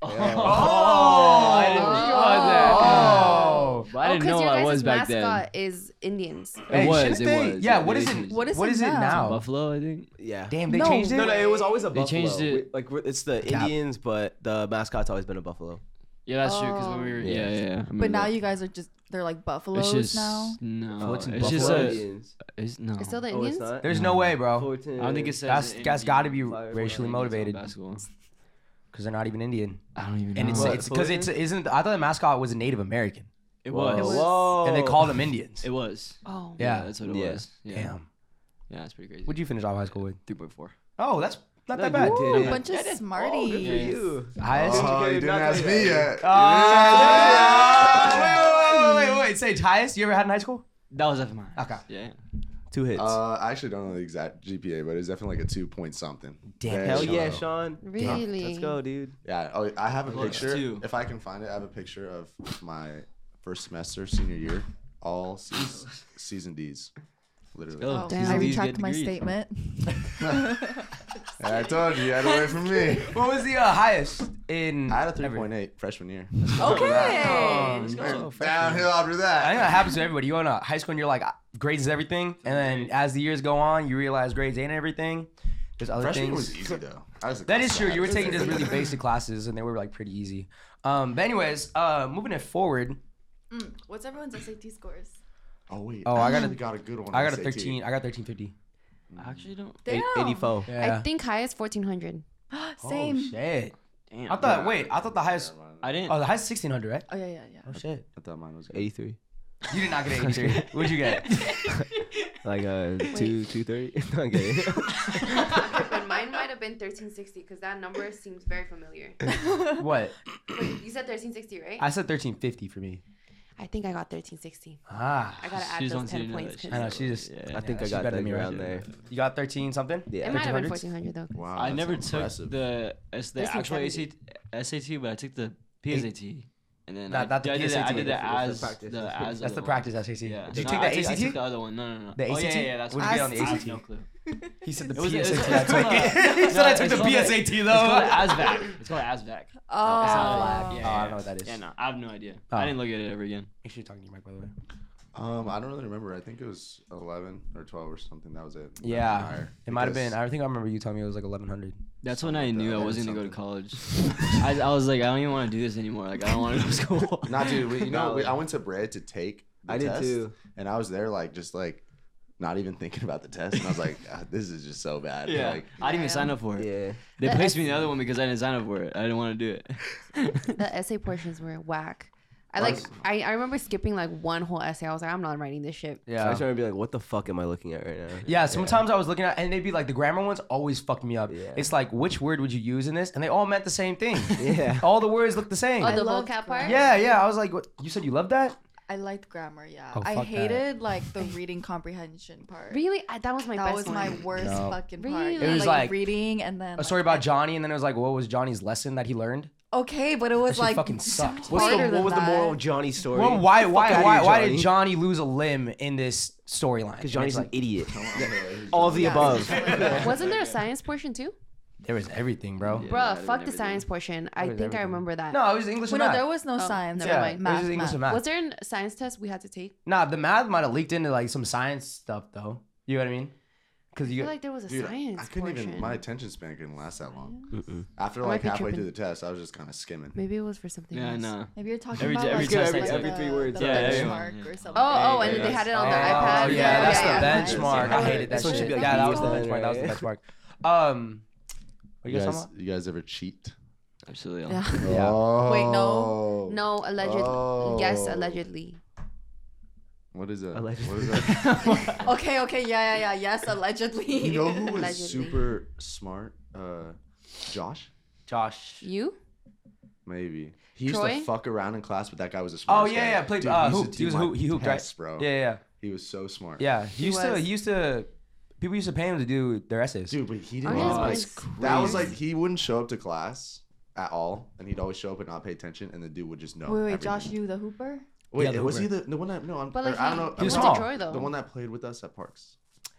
[SPEAKER 10] Oh,
[SPEAKER 6] I didn't realize that.
[SPEAKER 10] Oh.
[SPEAKER 6] But (laughs) I didn't know
[SPEAKER 7] your
[SPEAKER 6] I
[SPEAKER 7] guys'
[SPEAKER 6] was back
[SPEAKER 7] mascot is Indians.
[SPEAKER 6] then. It was. It
[SPEAKER 10] they,
[SPEAKER 6] was.
[SPEAKER 10] Yeah,
[SPEAKER 6] They
[SPEAKER 10] what is
[SPEAKER 6] changed
[SPEAKER 10] it?
[SPEAKER 9] What is
[SPEAKER 10] what
[SPEAKER 9] it
[SPEAKER 10] is it
[SPEAKER 9] now?
[SPEAKER 10] now?
[SPEAKER 6] Buffalo, I think.
[SPEAKER 4] Yeah.
[SPEAKER 10] Damn, they
[SPEAKER 9] No
[SPEAKER 10] changed it.
[SPEAKER 4] No, no, it was always a
[SPEAKER 6] They
[SPEAKER 4] buffalo.
[SPEAKER 6] changed it.
[SPEAKER 4] We- like we're- it's the Indians, but the mascot's always been a buffalo.
[SPEAKER 6] Yeah, that's true. Because when we were,
[SPEAKER 4] Yeah.
[SPEAKER 6] yeah, yeah. yeah. I
[SPEAKER 2] Mm.
[SPEAKER 9] But now
[SPEAKER 6] remember.
[SPEAKER 9] you guys are just they're like buffaloes
[SPEAKER 6] It's just
[SPEAKER 9] now.
[SPEAKER 6] no.
[SPEAKER 10] Fullerton
[SPEAKER 6] Oh, it's just
[SPEAKER 10] Buffalo
[SPEAKER 6] a.
[SPEAKER 4] Indians.
[SPEAKER 6] It's no.
[SPEAKER 7] It's still the
[SPEAKER 4] Oh, it's
[SPEAKER 7] Indians.
[SPEAKER 4] not.
[SPEAKER 10] There's no way, bro.
[SPEAKER 4] Fullerton.
[SPEAKER 6] I don't think it says.
[SPEAKER 2] That's
[SPEAKER 6] it in
[SPEAKER 2] that's
[SPEAKER 6] Indian
[SPEAKER 2] got to be
[SPEAKER 4] Fire-
[SPEAKER 2] racially
[SPEAKER 6] Fire-
[SPEAKER 2] motivated
[SPEAKER 6] Basketball.
[SPEAKER 2] because they're not even Indian.
[SPEAKER 6] I don't even know.
[SPEAKER 2] And it's
[SPEAKER 4] What,
[SPEAKER 2] it's because it's
[SPEAKER 4] Fullerton?
[SPEAKER 2] isn't. I thought the mascot was a Native American,
[SPEAKER 6] it was.
[SPEAKER 4] Whoa.
[SPEAKER 6] It was.
[SPEAKER 4] Whoa.
[SPEAKER 2] and they called them Indians.
[SPEAKER 6] It was.
[SPEAKER 7] Oh.
[SPEAKER 2] Oh.
[SPEAKER 6] Yeah,
[SPEAKER 2] Yeah.
[SPEAKER 6] that's what it
[SPEAKER 4] Yeah.
[SPEAKER 6] was. Yeah.
[SPEAKER 2] Damn.
[SPEAKER 6] Yeah, that's pretty crazy.
[SPEAKER 2] What'd you finish off high school with?
[SPEAKER 6] Three point four.
[SPEAKER 2] Oh, that's not that
[SPEAKER 4] No, you
[SPEAKER 2] bad.
[SPEAKER 4] didn't.
[SPEAKER 9] What a bunch of smarties.
[SPEAKER 4] Good for
[SPEAKER 6] Yeah.
[SPEAKER 4] you.
[SPEAKER 2] (laughs) Highest.
[SPEAKER 1] Oh, you
[SPEAKER 4] Dude,
[SPEAKER 1] didn't
[SPEAKER 4] not
[SPEAKER 1] ask
[SPEAKER 4] that
[SPEAKER 1] me
[SPEAKER 4] bad.
[SPEAKER 1] yet.
[SPEAKER 2] Oh, Ah! Wait, wait, wait, wait, wait, wait. Sage, highest you ever had in high school?
[SPEAKER 6] That was F mine.
[SPEAKER 2] Okay.
[SPEAKER 6] Yeah.
[SPEAKER 4] Two hits.
[SPEAKER 1] Uh, I actually don't know the exact GPA, but it's definitely like a two point something.
[SPEAKER 2] Damn.
[SPEAKER 1] Very
[SPEAKER 4] Hell
[SPEAKER 1] shallow.
[SPEAKER 4] yeah, Sean.
[SPEAKER 7] Really?
[SPEAKER 4] Let's go, dude.
[SPEAKER 1] Yeah, oh, I have a
[SPEAKER 6] Close
[SPEAKER 1] picture.
[SPEAKER 6] to.
[SPEAKER 1] If I can find it, I have a picture of my first semester, senior year, all
[SPEAKER 2] (laughs)
[SPEAKER 1] seas season D's. Literally.
[SPEAKER 6] Go.
[SPEAKER 9] Oh,
[SPEAKER 7] Damn.
[SPEAKER 9] I
[SPEAKER 7] These
[SPEAKER 6] dudes get
[SPEAKER 9] retract my
[SPEAKER 6] degrees.
[SPEAKER 9] statement.
[SPEAKER 1] And I told you, you had to wait
[SPEAKER 2] (laughs)
[SPEAKER 1] for me.
[SPEAKER 2] What was the uh, highest in?
[SPEAKER 1] I had a 3.8 freshman year.
[SPEAKER 9] Okay.
[SPEAKER 1] Downhill after
[SPEAKER 2] Um, I think
[SPEAKER 1] that.
[SPEAKER 2] that happens to everybody. You go into high school and you're like, "Ah, grades is everything, and then as the years go on, you realize grades ain't everything. There's other
[SPEAKER 1] Freshman year
[SPEAKER 2] things.
[SPEAKER 1] was easy, though. I was a
[SPEAKER 2] That
[SPEAKER 1] class
[SPEAKER 2] is true. You were
[SPEAKER 1] guy.
[SPEAKER 2] taking just
[SPEAKER 1] (laughs)
[SPEAKER 2] really basic classes, and they were like pretty easy. Um, but anyways, uh, moving it forward,
[SPEAKER 9] What's everyone's SAT scores?
[SPEAKER 1] Oh, wait.
[SPEAKER 2] Oh, I got a-
[SPEAKER 1] actually got a good one.
[SPEAKER 2] I
[SPEAKER 1] on
[SPEAKER 2] got a
[SPEAKER 1] SAT.
[SPEAKER 2] thirteen. I got thirteen fifty.
[SPEAKER 6] I actually don't.
[SPEAKER 9] Damn.
[SPEAKER 4] 84.
[SPEAKER 2] Yeah.
[SPEAKER 7] I think highest 1400.
[SPEAKER 9] (gasps) Same.
[SPEAKER 2] Oh shit.
[SPEAKER 6] Damn.
[SPEAKER 2] I thought. Wait. I thought the highest.
[SPEAKER 6] I didn't.
[SPEAKER 2] Oh, the highest sixteen hundred, right?
[SPEAKER 9] Oh yeah, yeah, yeah.
[SPEAKER 2] Oh shit.
[SPEAKER 1] I thought mine was good.
[SPEAKER 4] 83.
[SPEAKER 2] You did not get an eighty-three. What'd you get?
[SPEAKER 4] Like uh, two, two (laughs) thirty. okay.
[SPEAKER 7] but mine might have been 1360 because that number seems
[SPEAKER 1] (clears throat)
[SPEAKER 7] very familiar.
[SPEAKER 2] What?
[SPEAKER 7] Wait, you said 1360, right?
[SPEAKER 2] I said thirteen fifty for me.
[SPEAKER 7] I think I got 1360.
[SPEAKER 2] Ah.
[SPEAKER 7] I gotta add
[SPEAKER 6] She's on
[SPEAKER 7] those
[SPEAKER 6] to
[SPEAKER 7] 10
[SPEAKER 6] another.
[SPEAKER 7] points.
[SPEAKER 2] I
[SPEAKER 6] She's
[SPEAKER 7] 'cause-
[SPEAKER 2] know. She just.
[SPEAKER 6] Yeah,
[SPEAKER 4] I think I
[SPEAKER 2] she's
[SPEAKER 4] got
[SPEAKER 2] better than
[SPEAKER 4] like
[SPEAKER 2] me, right?
[SPEAKER 4] around there.
[SPEAKER 2] You got thirteen something.
[SPEAKER 7] It
[SPEAKER 4] Yeah.
[SPEAKER 7] might have been
[SPEAKER 2] 1300s?
[SPEAKER 7] 1400 though.
[SPEAKER 1] Wow.
[SPEAKER 6] I
[SPEAKER 1] that's
[SPEAKER 6] never
[SPEAKER 1] impressive.
[SPEAKER 6] took the as the
[SPEAKER 7] That's
[SPEAKER 6] actual
[SPEAKER 7] insanity.
[SPEAKER 6] SAT, SAT, but I took the PSAT, and then
[SPEAKER 2] Not-
[SPEAKER 6] I,
[SPEAKER 2] not the
[SPEAKER 6] I did that. I
[SPEAKER 2] PSAT.
[SPEAKER 6] did that
[SPEAKER 4] That's
[SPEAKER 6] as
[SPEAKER 4] the practice.
[SPEAKER 6] the as
[SPEAKER 2] That's
[SPEAKER 6] other
[SPEAKER 2] the
[SPEAKER 6] one.
[SPEAKER 2] practice SAT.
[SPEAKER 6] Yeah.
[SPEAKER 2] Did you take
[SPEAKER 6] No, I,
[SPEAKER 2] the
[SPEAKER 6] took- I took
[SPEAKER 2] ACT?
[SPEAKER 6] the other one. No, no, no.
[SPEAKER 2] The
[SPEAKER 6] oh, yeah,
[SPEAKER 2] ACT?
[SPEAKER 6] yeah, yeah. That's
[SPEAKER 2] What
[SPEAKER 6] what
[SPEAKER 2] did you get
[SPEAKER 6] I
[SPEAKER 2] on the
[SPEAKER 6] have
[SPEAKER 2] ACT?
[SPEAKER 6] no clue.
[SPEAKER 2] He said the
[SPEAKER 6] It was- it was-
[SPEAKER 2] PSAT.
[SPEAKER 6] it's
[SPEAKER 2] I took.
[SPEAKER 6] called a-
[SPEAKER 2] He said I
[SPEAKER 6] no,
[SPEAKER 2] took
[SPEAKER 6] it's
[SPEAKER 2] the
[SPEAKER 6] called a-
[SPEAKER 2] PSAT
[SPEAKER 6] It's called
[SPEAKER 2] though.
[SPEAKER 6] ASVAC. It's called ASVAC.
[SPEAKER 9] Oh.
[SPEAKER 6] It's not a lab. Yeah,
[SPEAKER 2] Oh, I
[SPEAKER 6] yeah,
[SPEAKER 2] don't know what that is.
[SPEAKER 6] Yeah, no, I have no idea.
[SPEAKER 2] Oh.
[SPEAKER 6] I didn't look at it ever again.
[SPEAKER 2] Make sure you're talking to your mic, by the way.
[SPEAKER 1] Um, I don't really remember. I think it was 11 or 12 or something. That was it.
[SPEAKER 2] Yeah,
[SPEAKER 1] Higher.
[SPEAKER 2] it might have been.
[SPEAKER 1] Because-
[SPEAKER 2] I think I remember you telling me it was like 1100.
[SPEAKER 6] That's when I knew I
[SPEAKER 1] that.
[SPEAKER 6] wasn't gonna go to
[SPEAKER 1] Something.
[SPEAKER 6] college. I, I was like, I don't even want to do this anymore. Like, I don't want to go to school.
[SPEAKER 1] (laughs) Nah, dude. We, you know, we,
[SPEAKER 4] Valid.
[SPEAKER 1] I went to Bread to take. The
[SPEAKER 4] I did
[SPEAKER 1] test,
[SPEAKER 4] too.
[SPEAKER 1] And I was there, like, just like, not even thinking about the test. And I was like, (laughs) ah, this is just so bad.
[SPEAKER 6] Yeah,
[SPEAKER 1] Like,
[SPEAKER 6] I didn't even sign up for it.
[SPEAKER 4] Yeah.
[SPEAKER 6] They
[SPEAKER 7] The
[SPEAKER 6] placed me
[SPEAKER 7] S-
[SPEAKER 6] in the other one because I didn't sign up for it. I didn't want to do it.
[SPEAKER 7] The essay portions were whack. I like I, I remember skipping like one whole essay. I was like, I'm not writing this shit.
[SPEAKER 4] So I was trying to be like, what the fuck am I looking at right now?
[SPEAKER 2] Yeah, sometimes I was looking at and they'd be like the grammar ones always fucked me up.
[SPEAKER 4] Yeah.
[SPEAKER 2] It's like which word would you use in this? And they all meant the same thing.
[SPEAKER 4] (laughs) Yeah.
[SPEAKER 2] (laughs) all the words look the same.
[SPEAKER 7] Oh, the
[SPEAKER 9] loved
[SPEAKER 7] vocab part?
[SPEAKER 2] yeah, yeah. I was like, what? you said you love that?
[SPEAKER 9] I liked grammar. Yeah.
[SPEAKER 2] Oh,
[SPEAKER 9] I
[SPEAKER 2] fuck that.
[SPEAKER 9] hated like the reading comprehension part.
[SPEAKER 7] Really? I, that was my
[SPEAKER 9] That
[SPEAKER 7] best
[SPEAKER 9] was
[SPEAKER 7] one. (laughs)
[SPEAKER 9] my worst
[SPEAKER 2] No.
[SPEAKER 9] fucking part.
[SPEAKER 7] Really?
[SPEAKER 2] It was like- oh,
[SPEAKER 9] reading and then
[SPEAKER 2] A story about Johnny, and then it was like, what was Johnny's lesson that he learned?
[SPEAKER 9] Okay, but it
[SPEAKER 2] That
[SPEAKER 9] was
[SPEAKER 2] shit
[SPEAKER 9] like (laughs)
[SPEAKER 2] fucking sucked.
[SPEAKER 4] What's the,
[SPEAKER 9] harder
[SPEAKER 4] what
[SPEAKER 9] than
[SPEAKER 4] was the moral
[SPEAKER 9] that.
[SPEAKER 4] of Johnny's story?
[SPEAKER 2] Well, why, why,
[SPEAKER 4] outta
[SPEAKER 2] why,
[SPEAKER 4] here,
[SPEAKER 2] why did
[SPEAKER 4] Johnny.
[SPEAKER 2] Johnny lose a limb in this storyline? And
[SPEAKER 4] Because
[SPEAKER 2] it's
[SPEAKER 4] Johnny's an
[SPEAKER 2] like,
[SPEAKER 4] idiot. All the
[SPEAKER 9] Yeah.
[SPEAKER 4] above.
[SPEAKER 7] Wasn't there a science portion too?
[SPEAKER 2] there was everything, bro.
[SPEAKER 6] Yeah,
[SPEAKER 7] Bruh,
[SPEAKER 6] that'd been
[SPEAKER 7] fuck the
[SPEAKER 6] everything.
[SPEAKER 7] science portion. I think I remember that.
[SPEAKER 2] No, it was English
[SPEAKER 9] Well,
[SPEAKER 2] and
[SPEAKER 9] no,
[SPEAKER 2] math.
[SPEAKER 9] there was no
[SPEAKER 7] Oh,
[SPEAKER 9] science.
[SPEAKER 7] never
[SPEAKER 9] but
[SPEAKER 7] mind.
[SPEAKER 2] It was just English and math.
[SPEAKER 7] Was there a science test we had to take?
[SPEAKER 2] nah, the math might have leaked into like some science stuff though. You know what I mean? Because
[SPEAKER 7] I
[SPEAKER 2] you
[SPEAKER 7] feel like there was a
[SPEAKER 1] Dude,
[SPEAKER 7] science
[SPEAKER 1] I couldn't
[SPEAKER 7] portion.
[SPEAKER 1] even. My attention span couldn't last that long. After
[SPEAKER 7] I might
[SPEAKER 1] like
[SPEAKER 7] be
[SPEAKER 1] halfway
[SPEAKER 7] tripping.
[SPEAKER 1] through the test, I was just kind of skimming.
[SPEAKER 7] Maybe it was for something
[SPEAKER 6] yeah,
[SPEAKER 7] else.
[SPEAKER 6] no.
[SPEAKER 9] Maybe you're talking
[SPEAKER 6] Every-
[SPEAKER 9] about
[SPEAKER 6] every
[SPEAKER 9] like,
[SPEAKER 6] test,
[SPEAKER 9] the-
[SPEAKER 6] every-
[SPEAKER 4] every
[SPEAKER 9] the-
[SPEAKER 4] three words.
[SPEAKER 9] The
[SPEAKER 6] Yeah, yeah,
[SPEAKER 9] benchmark
[SPEAKER 4] yeah.
[SPEAKER 9] or something.
[SPEAKER 7] Oh,
[SPEAKER 6] yeah,
[SPEAKER 7] oh, and then they
[SPEAKER 6] yeah.
[SPEAKER 7] had it on
[SPEAKER 2] Oh,
[SPEAKER 7] the iPad.
[SPEAKER 2] Yeah, that's
[SPEAKER 9] yeah, yeah.
[SPEAKER 2] the benchmark. I
[SPEAKER 9] Yeah.
[SPEAKER 2] hated that
[SPEAKER 4] This one should
[SPEAKER 2] shit.
[SPEAKER 4] be like
[SPEAKER 2] yeah, that was the
[SPEAKER 4] Beatles.
[SPEAKER 2] benchmark. That was the benchmark. Um, what you
[SPEAKER 1] You
[SPEAKER 2] guys
[SPEAKER 1] guys,
[SPEAKER 2] talking
[SPEAKER 1] you guys ever (laughs) cheat?
[SPEAKER 6] Absolutely. not.
[SPEAKER 9] Yeah.
[SPEAKER 2] Yeah.
[SPEAKER 9] Wait, no.
[SPEAKER 1] Oh.
[SPEAKER 7] No, allegedly. Yes,
[SPEAKER 2] Oh.
[SPEAKER 7] allegedly.
[SPEAKER 1] What is that?
[SPEAKER 4] Allegedly.
[SPEAKER 1] What is
[SPEAKER 7] (laughs)
[SPEAKER 11] (laughs)
[SPEAKER 1] that?
[SPEAKER 9] Okay, okay, yeah, yeah, yeah. Yes, allegedly.
[SPEAKER 1] you know who was
[SPEAKER 7] Allegedly.
[SPEAKER 1] super smart? Uh, Josh.
[SPEAKER 2] Josh.
[SPEAKER 7] You?
[SPEAKER 1] Maybe he used
[SPEAKER 7] Troy?
[SPEAKER 1] to fuck around in class with that guy was a smart.
[SPEAKER 2] Oh yeah, yeah. Played uh, hoop. He was a hoop. He hooped, right?
[SPEAKER 1] bro.
[SPEAKER 2] Yeah, yeah,
[SPEAKER 1] he was so smart.
[SPEAKER 2] yeah. He,
[SPEAKER 7] He
[SPEAKER 2] used to.
[SPEAKER 7] was.
[SPEAKER 2] He used to. People used to pay him to do their essays.
[SPEAKER 1] dude, but he didn't.
[SPEAKER 7] Aren't his
[SPEAKER 1] like-
[SPEAKER 7] ones-
[SPEAKER 1] that was like he wouldn't show up to class at all, and he'd always show up and not pay attention, and the dude would just know.
[SPEAKER 9] (laughs) Wait, wait,
[SPEAKER 1] everything.
[SPEAKER 9] Josh, you the hooper?
[SPEAKER 1] Wait,
[SPEAKER 2] Yeah, the
[SPEAKER 1] was he
[SPEAKER 2] Hooper.
[SPEAKER 1] the the one that no? I'm,
[SPEAKER 7] But, like,
[SPEAKER 1] or I don't
[SPEAKER 7] he-
[SPEAKER 1] know.
[SPEAKER 7] he
[SPEAKER 2] was
[SPEAKER 1] I'm-
[SPEAKER 2] to
[SPEAKER 7] Troy, though.
[SPEAKER 1] The one that played with us at Parks.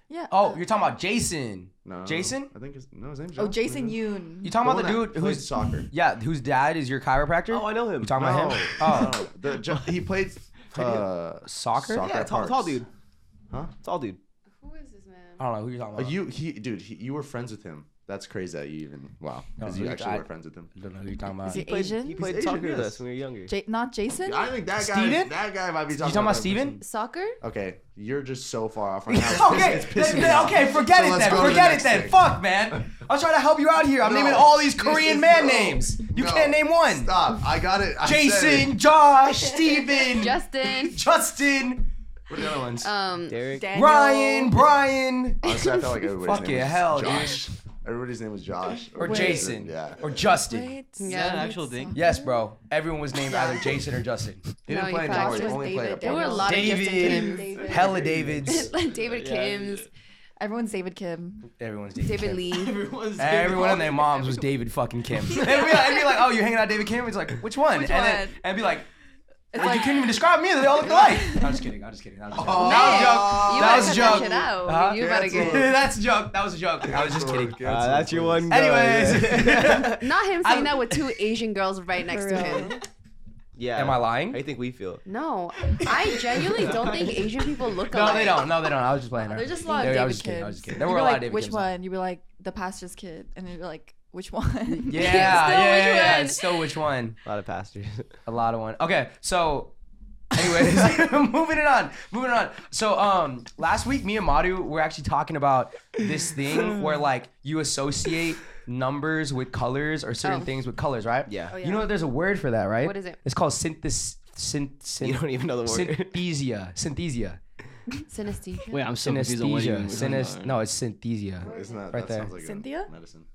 [SPEAKER 9] Yeah.
[SPEAKER 2] Oh, you're talking about Jason.
[SPEAKER 1] No.
[SPEAKER 2] Jason?
[SPEAKER 1] I think his, no, his name's
[SPEAKER 9] Oh, Jason Yoon.
[SPEAKER 2] You talking
[SPEAKER 1] The
[SPEAKER 2] about the
[SPEAKER 1] one that
[SPEAKER 2] dude
[SPEAKER 1] plays
[SPEAKER 2] who's
[SPEAKER 1] soccer.
[SPEAKER 2] Yeah, whose dad is your chiropractor? Oh, I know him. You talking about him?
[SPEAKER 1] No,
[SPEAKER 2] Oh,
[SPEAKER 1] no, Uh, the ju- he (laughs) played uh,
[SPEAKER 2] Soccer?
[SPEAKER 1] Soccer
[SPEAKER 2] Yeah,
[SPEAKER 1] at
[SPEAKER 2] tall-
[SPEAKER 1] Parks.
[SPEAKER 2] tall dude.
[SPEAKER 1] Huh?
[SPEAKER 4] Tall dude.
[SPEAKER 7] Who is this man?
[SPEAKER 2] I don't know who you're talking
[SPEAKER 1] Uh, you he dude he, you were friends with him. That's crazy that you even wow because
[SPEAKER 2] No,
[SPEAKER 1] you
[SPEAKER 2] I-
[SPEAKER 1] actually were friends with him.
[SPEAKER 2] I don't know who you're talking
[SPEAKER 9] Is
[SPEAKER 2] about.
[SPEAKER 9] he, Asian?
[SPEAKER 4] He played
[SPEAKER 1] Asian,
[SPEAKER 4] soccer with
[SPEAKER 1] yes.
[SPEAKER 4] us when we were younger.
[SPEAKER 9] Ja- not Jason.
[SPEAKER 1] I think that guy
[SPEAKER 2] Steven?
[SPEAKER 1] that guy might be
[SPEAKER 2] You
[SPEAKER 1] talking,
[SPEAKER 2] talking about
[SPEAKER 1] that
[SPEAKER 2] Steven?
[SPEAKER 9] Soccer?
[SPEAKER 1] person. Okay, you're just so far off right now. It's-
[SPEAKER 2] (laughs) Okay,
[SPEAKER 1] it's pissing
[SPEAKER 2] then-
[SPEAKER 1] me
[SPEAKER 2] then-
[SPEAKER 1] off.
[SPEAKER 2] okay, forget
[SPEAKER 1] So
[SPEAKER 2] it
[SPEAKER 1] let's
[SPEAKER 2] then.
[SPEAKER 1] go to the
[SPEAKER 2] Forget it
[SPEAKER 1] next
[SPEAKER 2] then.
[SPEAKER 1] thing.
[SPEAKER 2] Fuck, man. I'm trying to help you out here. I'm
[SPEAKER 1] No,
[SPEAKER 2] naming all these
[SPEAKER 1] this
[SPEAKER 2] Korean
[SPEAKER 1] is-
[SPEAKER 2] man
[SPEAKER 1] no,
[SPEAKER 2] names. You
[SPEAKER 1] no.
[SPEAKER 2] can't name one.
[SPEAKER 1] Stop! I got it. I said
[SPEAKER 2] Jason,
[SPEAKER 1] it.
[SPEAKER 2] Josh, Steven, (laughs)
[SPEAKER 7] Justin.
[SPEAKER 2] Justin,
[SPEAKER 1] What are the other ones?
[SPEAKER 7] Um,
[SPEAKER 4] Derek.
[SPEAKER 9] Daniel.
[SPEAKER 2] Ryan, Brian,
[SPEAKER 1] Honestly, I felt like everybody's
[SPEAKER 2] Fuck
[SPEAKER 1] name
[SPEAKER 2] yeah,
[SPEAKER 1] was
[SPEAKER 2] hell, dude.
[SPEAKER 1] Josh. Everybody's name was Josh
[SPEAKER 2] or Jason,
[SPEAKER 1] Yeah.
[SPEAKER 2] or Justin.
[SPEAKER 9] Wait,
[SPEAKER 7] Yeah,
[SPEAKER 11] that
[SPEAKER 7] an
[SPEAKER 11] an actual thing?
[SPEAKER 2] Yes, bro. Everyone was named either Jason or Justin.
[SPEAKER 1] He
[SPEAKER 7] No,
[SPEAKER 1] didn't
[SPEAKER 7] you
[SPEAKER 1] play in
[SPEAKER 7] facts.
[SPEAKER 1] Josh. He
[SPEAKER 7] It was
[SPEAKER 1] only played at
[SPEAKER 9] There were a
[SPEAKER 1] Parks.
[SPEAKER 9] lot of Justin
[SPEAKER 2] David,
[SPEAKER 9] Kims.
[SPEAKER 2] hella (laughs)
[SPEAKER 7] (laughs)
[SPEAKER 2] Davids.
[SPEAKER 7] David Kim's,
[SPEAKER 9] Everyone's David Kim.
[SPEAKER 2] Everyone's (laughs)
[SPEAKER 7] David Lee.
[SPEAKER 11] Everyone's
[SPEAKER 2] Everyone and their moms was David fucking (laughs) Kim. and be, like, it'd be like, oh, you're hanging out with David Kim. It's like, which one?
[SPEAKER 9] Which
[SPEAKER 2] and then
[SPEAKER 9] one?
[SPEAKER 2] and be like,
[SPEAKER 9] It's
[SPEAKER 2] "Well, you
[SPEAKER 9] like-
[SPEAKER 2] couldn't even describe me. They all look (laughs) alike. I'm just kidding. I'm just kidding. That was a
[SPEAKER 1] Oh,
[SPEAKER 2] joke. that was a joke.
[SPEAKER 7] You better cut that shit out.
[SPEAKER 2] Huh?
[SPEAKER 7] You better
[SPEAKER 1] Cancel.
[SPEAKER 7] get-
[SPEAKER 2] (laughs) That's a joke. That was a joke. I was just kidding.
[SPEAKER 4] Uh, that's your one. guy,
[SPEAKER 2] (laughs) Anyways,
[SPEAKER 4] yeah.
[SPEAKER 7] Not him saying
[SPEAKER 2] I'm-
[SPEAKER 7] that with two Asian
[SPEAKER 2] (laughs)
[SPEAKER 7] girls right next to him.
[SPEAKER 4] (laughs) Yeah.
[SPEAKER 2] am I
[SPEAKER 4] How
[SPEAKER 2] lying?
[SPEAKER 4] do you think we feel?
[SPEAKER 7] No, I genuinely don't
[SPEAKER 2] (laughs)
[SPEAKER 7] think Asian people look
[SPEAKER 2] No,
[SPEAKER 7] alike.
[SPEAKER 2] they don't. No, they don't. I was just playing. her.
[SPEAKER 9] There's just a lot
[SPEAKER 2] Yeah,
[SPEAKER 9] of
[SPEAKER 2] I
[SPEAKER 9] David
[SPEAKER 2] was just kidding. I was just
[SPEAKER 9] Kims.
[SPEAKER 2] kidding. There
[SPEAKER 9] You'd
[SPEAKER 2] were
[SPEAKER 9] be
[SPEAKER 2] a lot
[SPEAKER 9] like,
[SPEAKER 2] of David
[SPEAKER 9] Which
[SPEAKER 2] Kims.
[SPEAKER 9] one? You'd be like, the pastor's kid. And then you'd be like, which one? (laughs)
[SPEAKER 2] Yeah, yeah,
[SPEAKER 7] (laughs) which
[SPEAKER 2] yeah, yeah.
[SPEAKER 7] one?
[SPEAKER 2] It's Still, which one?
[SPEAKER 4] A lot of pastors. (laughs)
[SPEAKER 2] A lot of one. Okay, so, anyways, (laughs) moving it on, moving it on. So, um, last week me and Madu were actually talking about this thing
[SPEAKER 7] (laughs)
[SPEAKER 2] where like you associate numbers with colors or certain
[SPEAKER 7] Oh.
[SPEAKER 2] things with colors, right?
[SPEAKER 4] Yeah. Oh,
[SPEAKER 2] You
[SPEAKER 7] yeah.
[SPEAKER 2] know, there's a word for that, right?
[SPEAKER 7] What is it?
[SPEAKER 2] It's called synthes. Synth, synth,
[SPEAKER 4] You don't even know the word.
[SPEAKER 2] Synthesia. Synthesia.
[SPEAKER 7] Synesthesia.
[SPEAKER 11] Wait, I'm so confused on what you
[SPEAKER 2] Synesthesia.
[SPEAKER 11] mean.
[SPEAKER 2] Synes- no, it's synthesia.
[SPEAKER 1] Isn't that,
[SPEAKER 2] Right
[SPEAKER 1] that
[SPEAKER 2] there.
[SPEAKER 1] sounds like a
[SPEAKER 9] Cynthia?
[SPEAKER 1] medicine?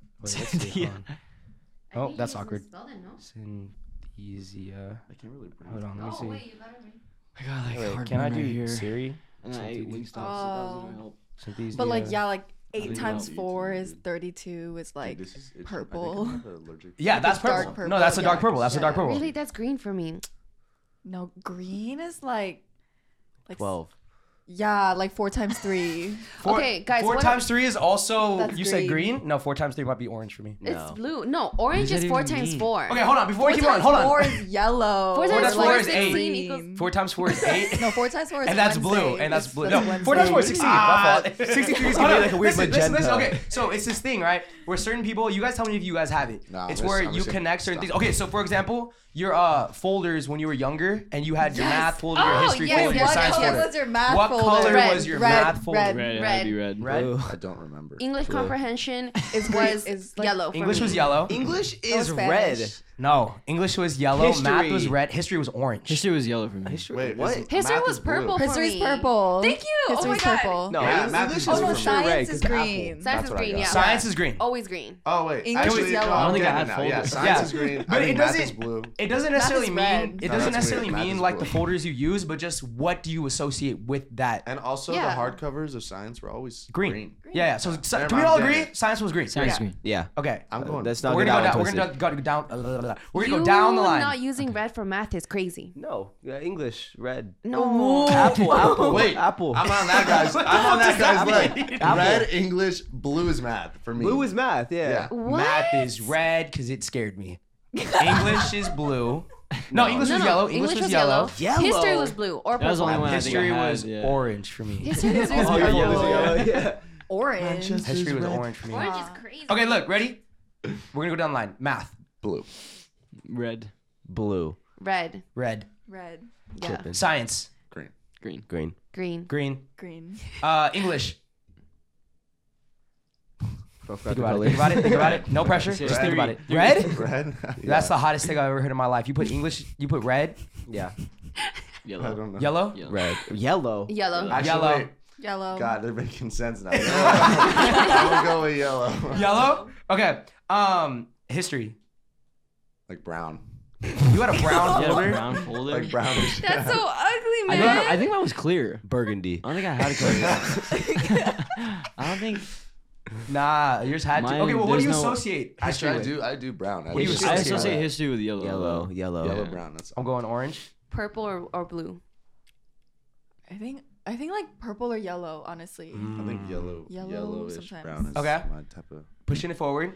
[SPEAKER 2] Oh, that's awkward.
[SPEAKER 7] Spelled it, no?
[SPEAKER 2] Synthesia.
[SPEAKER 1] I can't really breathe.
[SPEAKER 2] Hold on, let me see.
[SPEAKER 7] you gotta read.
[SPEAKER 11] I got like hard
[SPEAKER 2] Can I
[SPEAKER 11] memory
[SPEAKER 2] do
[SPEAKER 11] here.
[SPEAKER 2] Siri?
[SPEAKER 11] And I ate Wingstop, so that was gonna
[SPEAKER 9] Oh.
[SPEAKER 11] help.
[SPEAKER 2] Synthesia.
[SPEAKER 9] But like, yeah, like
[SPEAKER 1] think
[SPEAKER 9] eight
[SPEAKER 1] I'll
[SPEAKER 9] times
[SPEAKER 1] eat
[SPEAKER 9] four
[SPEAKER 1] it,
[SPEAKER 9] is
[SPEAKER 1] dude.
[SPEAKER 9] thirty-two. Is like
[SPEAKER 1] Dude, this is itchy.
[SPEAKER 9] purple.
[SPEAKER 1] I think I have allergic.
[SPEAKER 2] Yeah, that's
[SPEAKER 9] dark
[SPEAKER 2] purple.
[SPEAKER 9] purple,
[SPEAKER 2] No, that's a dark
[SPEAKER 9] yeah.
[SPEAKER 2] purple. That's a dark
[SPEAKER 9] Yeah.
[SPEAKER 2] purple.
[SPEAKER 7] Really, that's green for me.
[SPEAKER 9] no green is like like s-
[SPEAKER 4] Twelve.
[SPEAKER 9] Yeah, like four
[SPEAKER 2] (laughs)
[SPEAKER 9] times three.
[SPEAKER 2] Four,
[SPEAKER 7] Okay, guys,
[SPEAKER 2] Four
[SPEAKER 7] what-
[SPEAKER 2] times three is also.
[SPEAKER 9] That's
[SPEAKER 2] you said
[SPEAKER 9] green.
[SPEAKER 2] green. No, four times three might be orange for me.
[SPEAKER 7] It's blue. No, orange
[SPEAKER 11] does
[SPEAKER 7] is
[SPEAKER 11] that
[SPEAKER 7] four
[SPEAKER 11] even
[SPEAKER 7] times
[SPEAKER 11] mean?
[SPEAKER 7] four.
[SPEAKER 2] Okay, hold on. Before we keep on,
[SPEAKER 9] times
[SPEAKER 2] hold on.
[SPEAKER 9] Four is yellow.
[SPEAKER 7] Four
[SPEAKER 9] or,
[SPEAKER 7] times
[SPEAKER 2] four
[SPEAKER 9] like,
[SPEAKER 2] is eight.
[SPEAKER 9] green.
[SPEAKER 2] (laughs)
[SPEAKER 7] equals-
[SPEAKER 2] Four times (laughs) four is eight.
[SPEAKER 9] (laughs) No, four times four is
[SPEAKER 2] And that's
[SPEAKER 9] Wednesday.
[SPEAKER 2] blue. And that's
[SPEAKER 9] It's-
[SPEAKER 2] blue.
[SPEAKER 9] that's
[SPEAKER 2] no, four times
[SPEAKER 9] Wednesday.
[SPEAKER 2] four is 16.
[SPEAKER 4] Ah,
[SPEAKER 2] my fault.
[SPEAKER 4] 63 is
[SPEAKER 2] Hold
[SPEAKER 4] gonna be
[SPEAKER 2] on,
[SPEAKER 4] like a weird
[SPEAKER 2] listen, listen, listen,
[SPEAKER 4] magenta.
[SPEAKER 2] Okay, so it's this thing, right? Where certain people, you guys tell me if you guys have it.
[SPEAKER 1] Nah,
[SPEAKER 2] it's
[SPEAKER 1] I'm
[SPEAKER 2] where
[SPEAKER 1] just- I'm
[SPEAKER 2] you
[SPEAKER 1] just saying-
[SPEAKER 2] connect certain
[SPEAKER 1] stop.
[SPEAKER 2] things. Okay, so for example, your uh, folders when you were younger and you had your
[SPEAKER 7] Yes.
[SPEAKER 2] math folder, your
[SPEAKER 7] Oh,
[SPEAKER 2] history
[SPEAKER 7] yes,
[SPEAKER 2] folder, your
[SPEAKER 7] yes,
[SPEAKER 9] What
[SPEAKER 2] science
[SPEAKER 7] yes,
[SPEAKER 9] color
[SPEAKER 2] folder.
[SPEAKER 7] yes.
[SPEAKER 9] was your math
[SPEAKER 2] what
[SPEAKER 9] folder?
[SPEAKER 2] color
[SPEAKER 7] Red,
[SPEAKER 2] was your
[SPEAKER 9] red,
[SPEAKER 2] math folder?
[SPEAKER 9] red.
[SPEAKER 11] Red, red.
[SPEAKER 7] Oh, Red.
[SPEAKER 11] be red.
[SPEAKER 2] Red?
[SPEAKER 1] I don't remember.
[SPEAKER 7] English comprehension is was is
[SPEAKER 9] is like-
[SPEAKER 7] yellow. For
[SPEAKER 2] English
[SPEAKER 7] me.
[SPEAKER 2] was yellow.
[SPEAKER 4] English
[SPEAKER 9] was
[SPEAKER 4] is
[SPEAKER 9] Spanish.
[SPEAKER 4] red.
[SPEAKER 2] No, English was yellow, math was
[SPEAKER 4] History.
[SPEAKER 2] red, history was orange.
[SPEAKER 11] History was yellow for me. History.
[SPEAKER 1] Wait,
[SPEAKER 4] What?
[SPEAKER 1] is-
[SPEAKER 7] History
[SPEAKER 1] math
[SPEAKER 7] was
[SPEAKER 1] is blue.
[SPEAKER 7] purple. for
[SPEAKER 9] History's
[SPEAKER 7] me.
[SPEAKER 9] purple.
[SPEAKER 7] Thank you.
[SPEAKER 9] History's
[SPEAKER 7] oh my
[SPEAKER 9] purple.
[SPEAKER 4] No,
[SPEAKER 1] Yeah,
[SPEAKER 4] English
[SPEAKER 1] math
[SPEAKER 4] is
[SPEAKER 1] is
[SPEAKER 9] Oh,
[SPEAKER 1] blue
[SPEAKER 9] no,
[SPEAKER 1] for me.
[SPEAKER 9] science is green.
[SPEAKER 7] Science
[SPEAKER 1] That's
[SPEAKER 7] is
[SPEAKER 1] what I
[SPEAKER 7] green.
[SPEAKER 1] got.
[SPEAKER 7] Yeah.
[SPEAKER 2] Science is green.
[SPEAKER 7] always green.
[SPEAKER 1] Oh wait,
[SPEAKER 9] English
[SPEAKER 1] actually,
[SPEAKER 9] is yellow.
[SPEAKER 1] no,
[SPEAKER 11] I don't
[SPEAKER 1] I'm
[SPEAKER 11] think I
[SPEAKER 1] getting
[SPEAKER 11] had
[SPEAKER 1] it now. Yeah,
[SPEAKER 11] folders.
[SPEAKER 1] science
[SPEAKER 2] Yeah.
[SPEAKER 1] is
[SPEAKER 2] (laughs)
[SPEAKER 1] green.
[SPEAKER 2] But
[SPEAKER 1] I
[SPEAKER 2] it
[SPEAKER 1] think math is
[SPEAKER 2] doesn't.
[SPEAKER 1] blue.
[SPEAKER 2] It doesn't
[SPEAKER 9] Math is
[SPEAKER 2] necessarily
[SPEAKER 9] red.
[SPEAKER 2] mean. It
[SPEAKER 1] No,
[SPEAKER 2] doesn't
[SPEAKER 1] that's
[SPEAKER 2] necessarily
[SPEAKER 1] weird. Math
[SPEAKER 2] mean
[SPEAKER 1] is
[SPEAKER 2] like the
[SPEAKER 1] blue.
[SPEAKER 2] folders you use, but just what do you associate with that?
[SPEAKER 1] And also the
[SPEAKER 7] Yeah.
[SPEAKER 1] hardcovers of science were always
[SPEAKER 2] Green.
[SPEAKER 1] green.
[SPEAKER 2] Yeah, yeah. So, so-
[SPEAKER 1] Never
[SPEAKER 2] can we
[SPEAKER 1] mind,
[SPEAKER 2] all
[SPEAKER 1] damn
[SPEAKER 2] agree?
[SPEAKER 1] it.
[SPEAKER 2] Science was green.
[SPEAKER 11] Science green.
[SPEAKER 4] Yeah.
[SPEAKER 2] Okay.
[SPEAKER 1] I'm going.
[SPEAKER 4] That's not
[SPEAKER 2] we're
[SPEAKER 4] good.
[SPEAKER 2] gonna go down. We're
[SPEAKER 4] twisted.
[SPEAKER 2] gonna go, go down. uh, blah, blah, blah. We're gonna
[SPEAKER 7] you
[SPEAKER 2] go down the
[SPEAKER 7] were
[SPEAKER 2] line.
[SPEAKER 7] not using red for math is crazy.
[SPEAKER 4] No, yeah, English red. (laughs)
[SPEAKER 7] No.
[SPEAKER 4] Apple, apple,
[SPEAKER 1] Wait,
[SPEAKER 4] apple.
[SPEAKER 1] I'm on
[SPEAKER 2] (laughs)
[SPEAKER 1] that guy's. I'm on that guy's leg.
[SPEAKER 4] Apple.
[SPEAKER 1] Red English, blue is math for me.
[SPEAKER 4] Blue is math. Yeah.
[SPEAKER 7] What?
[SPEAKER 2] Math is red because it scared me. English is blue. No, English
[SPEAKER 7] no,
[SPEAKER 2] was
[SPEAKER 7] no.
[SPEAKER 2] yellow. English, was, yellow.
[SPEAKER 7] History was blue or
[SPEAKER 11] That was the only
[SPEAKER 7] purple.
[SPEAKER 11] one I think I
[SPEAKER 2] History
[SPEAKER 11] had,
[SPEAKER 2] was
[SPEAKER 11] yeah.
[SPEAKER 2] orange for me. (laughs)
[SPEAKER 7] History was
[SPEAKER 4] Oh,
[SPEAKER 7] purple.
[SPEAKER 4] yellow,
[SPEAKER 1] Yellow.
[SPEAKER 4] yellow, yeah.
[SPEAKER 9] Orange.
[SPEAKER 2] History was orange for me.
[SPEAKER 7] Orange is crazy.
[SPEAKER 2] Okay, look, ready? We're gonna go down the line. Math,
[SPEAKER 1] blue.
[SPEAKER 11] Red.
[SPEAKER 4] Blue,
[SPEAKER 7] Red.
[SPEAKER 2] red.
[SPEAKER 9] Red.
[SPEAKER 7] Yeah.
[SPEAKER 2] Science,
[SPEAKER 1] Green.
[SPEAKER 11] Green.
[SPEAKER 4] green.
[SPEAKER 7] Green.
[SPEAKER 2] green.
[SPEAKER 9] Green.
[SPEAKER 2] Uh, English.
[SPEAKER 1] Think
[SPEAKER 2] Think about it. Think about it. Think about it. No pressure. Just think about it.
[SPEAKER 1] (laughs)
[SPEAKER 2] Red?
[SPEAKER 1] Red.
[SPEAKER 2] (laughs) That's the hottest thing I've ever heard in my life. You put English, you put red,
[SPEAKER 4] Yeah.
[SPEAKER 1] I
[SPEAKER 11] Yellow.
[SPEAKER 1] don't know.
[SPEAKER 2] yellow.
[SPEAKER 11] Yellow.
[SPEAKER 4] (laughs) Red. Yellow.
[SPEAKER 7] Yellow.
[SPEAKER 1] Actually,
[SPEAKER 2] Yellow.
[SPEAKER 1] wait.
[SPEAKER 9] Yellow.
[SPEAKER 1] God, they're making sense
[SPEAKER 2] (laughs)
[SPEAKER 1] now. (laughs) I'm gonna go with yellow. (laughs)
[SPEAKER 2] Yellow? Okay. Um, history.
[SPEAKER 1] Like brown.
[SPEAKER 2] You had a brown
[SPEAKER 11] Yeah,
[SPEAKER 2] folder.
[SPEAKER 11] brown folder.
[SPEAKER 1] Like brownish.
[SPEAKER 9] That's so ugly,
[SPEAKER 11] I
[SPEAKER 9] man.
[SPEAKER 11] think, I think mine was clear.
[SPEAKER 4] Burgundy.
[SPEAKER 11] I don't think I had a
[SPEAKER 1] (laughs)
[SPEAKER 11] color. (laughs) I don't think.
[SPEAKER 2] Nah, yours had to.
[SPEAKER 11] Mine-
[SPEAKER 2] Okay, well, what do
[SPEAKER 11] there's
[SPEAKER 2] you
[SPEAKER 11] no-
[SPEAKER 2] associate history
[SPEAKER 1] (laughs) Actually, I
[SPEAKER 2] with?
[SPEAKER 1] do. I do brown.
[SPEAKER 2] do you
[SPEAKER 1] just-
[SPEAKER 11] I
[SPEAKER 2] associate
[SPEAKER 11] associate
[SPEAKER 2] with?
[SPEAKER 11] history with yellow.
[SPEAKER 4] Yellow. Yellow.
[SPEAKER 1] Yellow, brown. That's
[SPEAKER 2] I'm going orange.
[SPEAKER 7] Purple or, or blue.
[SPEAKER 9] I think I think like purple or yellow, honestly.
[SPEAKER 1] I think yellow,
[SPEAKER 9] Yellow
[SPEAKER 1] yellowish
[SPEAKER 9] sometimes.
[SPEAKER 1] brown is
[SPEAKER 2] Okay.
[SPEAKER 1] my type of.
[SPEAKER 2] Pushing it forward.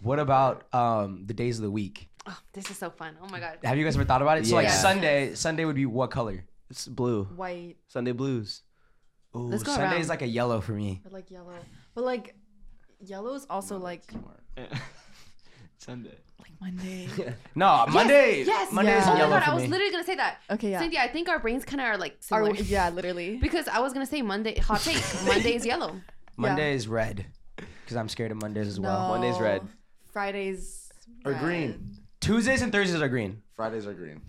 [SPEAKER 2] What about um, the days of the week?
[SPEAKER 7] Oh, this is so fun. Oh
[SPEAKER 2] (laughs)
[SPEAKER 7] my god.
[SPEAKER 2] Have you guys ever thought about it? So like
[SPEAKER 8] Yeah.
[SPEAKER 2] Sunday, Sunday would be what color?
[SPEAKER 8] It's blue.
[SPEAKER 9] White
[SPEAKER 8] Sunday blues.
[SPEAKER 2] Ooh,
[SPEAKER 7] Let's go
[SPEAKER 2] Sunday
[SPEAKER 7] around.
[SPEAKER 2] is like a yellow for me.
[SPEAKER 9] or like yellow. But like yellow is also like
[SPEAKER 11] (laughs) Sunday.
[SPEAKER 9] like Monday.
[SPEAKER 2] No, Monday.
[SPEAKER 7] Yes.
[SPEAKER 2] Monday is
[SPEAKER 7] Oh
[SPEAKER 2] yellow
[SPEAKER 7] my god.
[SPEAKER 2] for
[SPEAKER 7] I was
[SPEAKER 2] me.
[SPEAKER 7] literally gonna say that.
[SPEAKER 9] Okay, yeah.
[SPEAKER 7] Cynthia, I think our brains kind of are like
[SPEAKER 9] Or,
[SPEAKER 7] similar.
[SPEAKER 9] yeah, literally.
[SPEAKER 7] (laughs) Because I was gonna say Monday. Hot take. Monday is yellow.
[SPEAKER 2] Monday is red because I'm scared of Mondays as well.
[SPEAKER 8] Monday's red.
[SPEAKER 9] Fridays
[SPEAKER 1] Or
[SPEAKER 9] red.
[SPEAKER 1] green.
[SPEAKER 2] Tuesdays and Thursdays are green.
[SPEAKER 1] Fridays are green.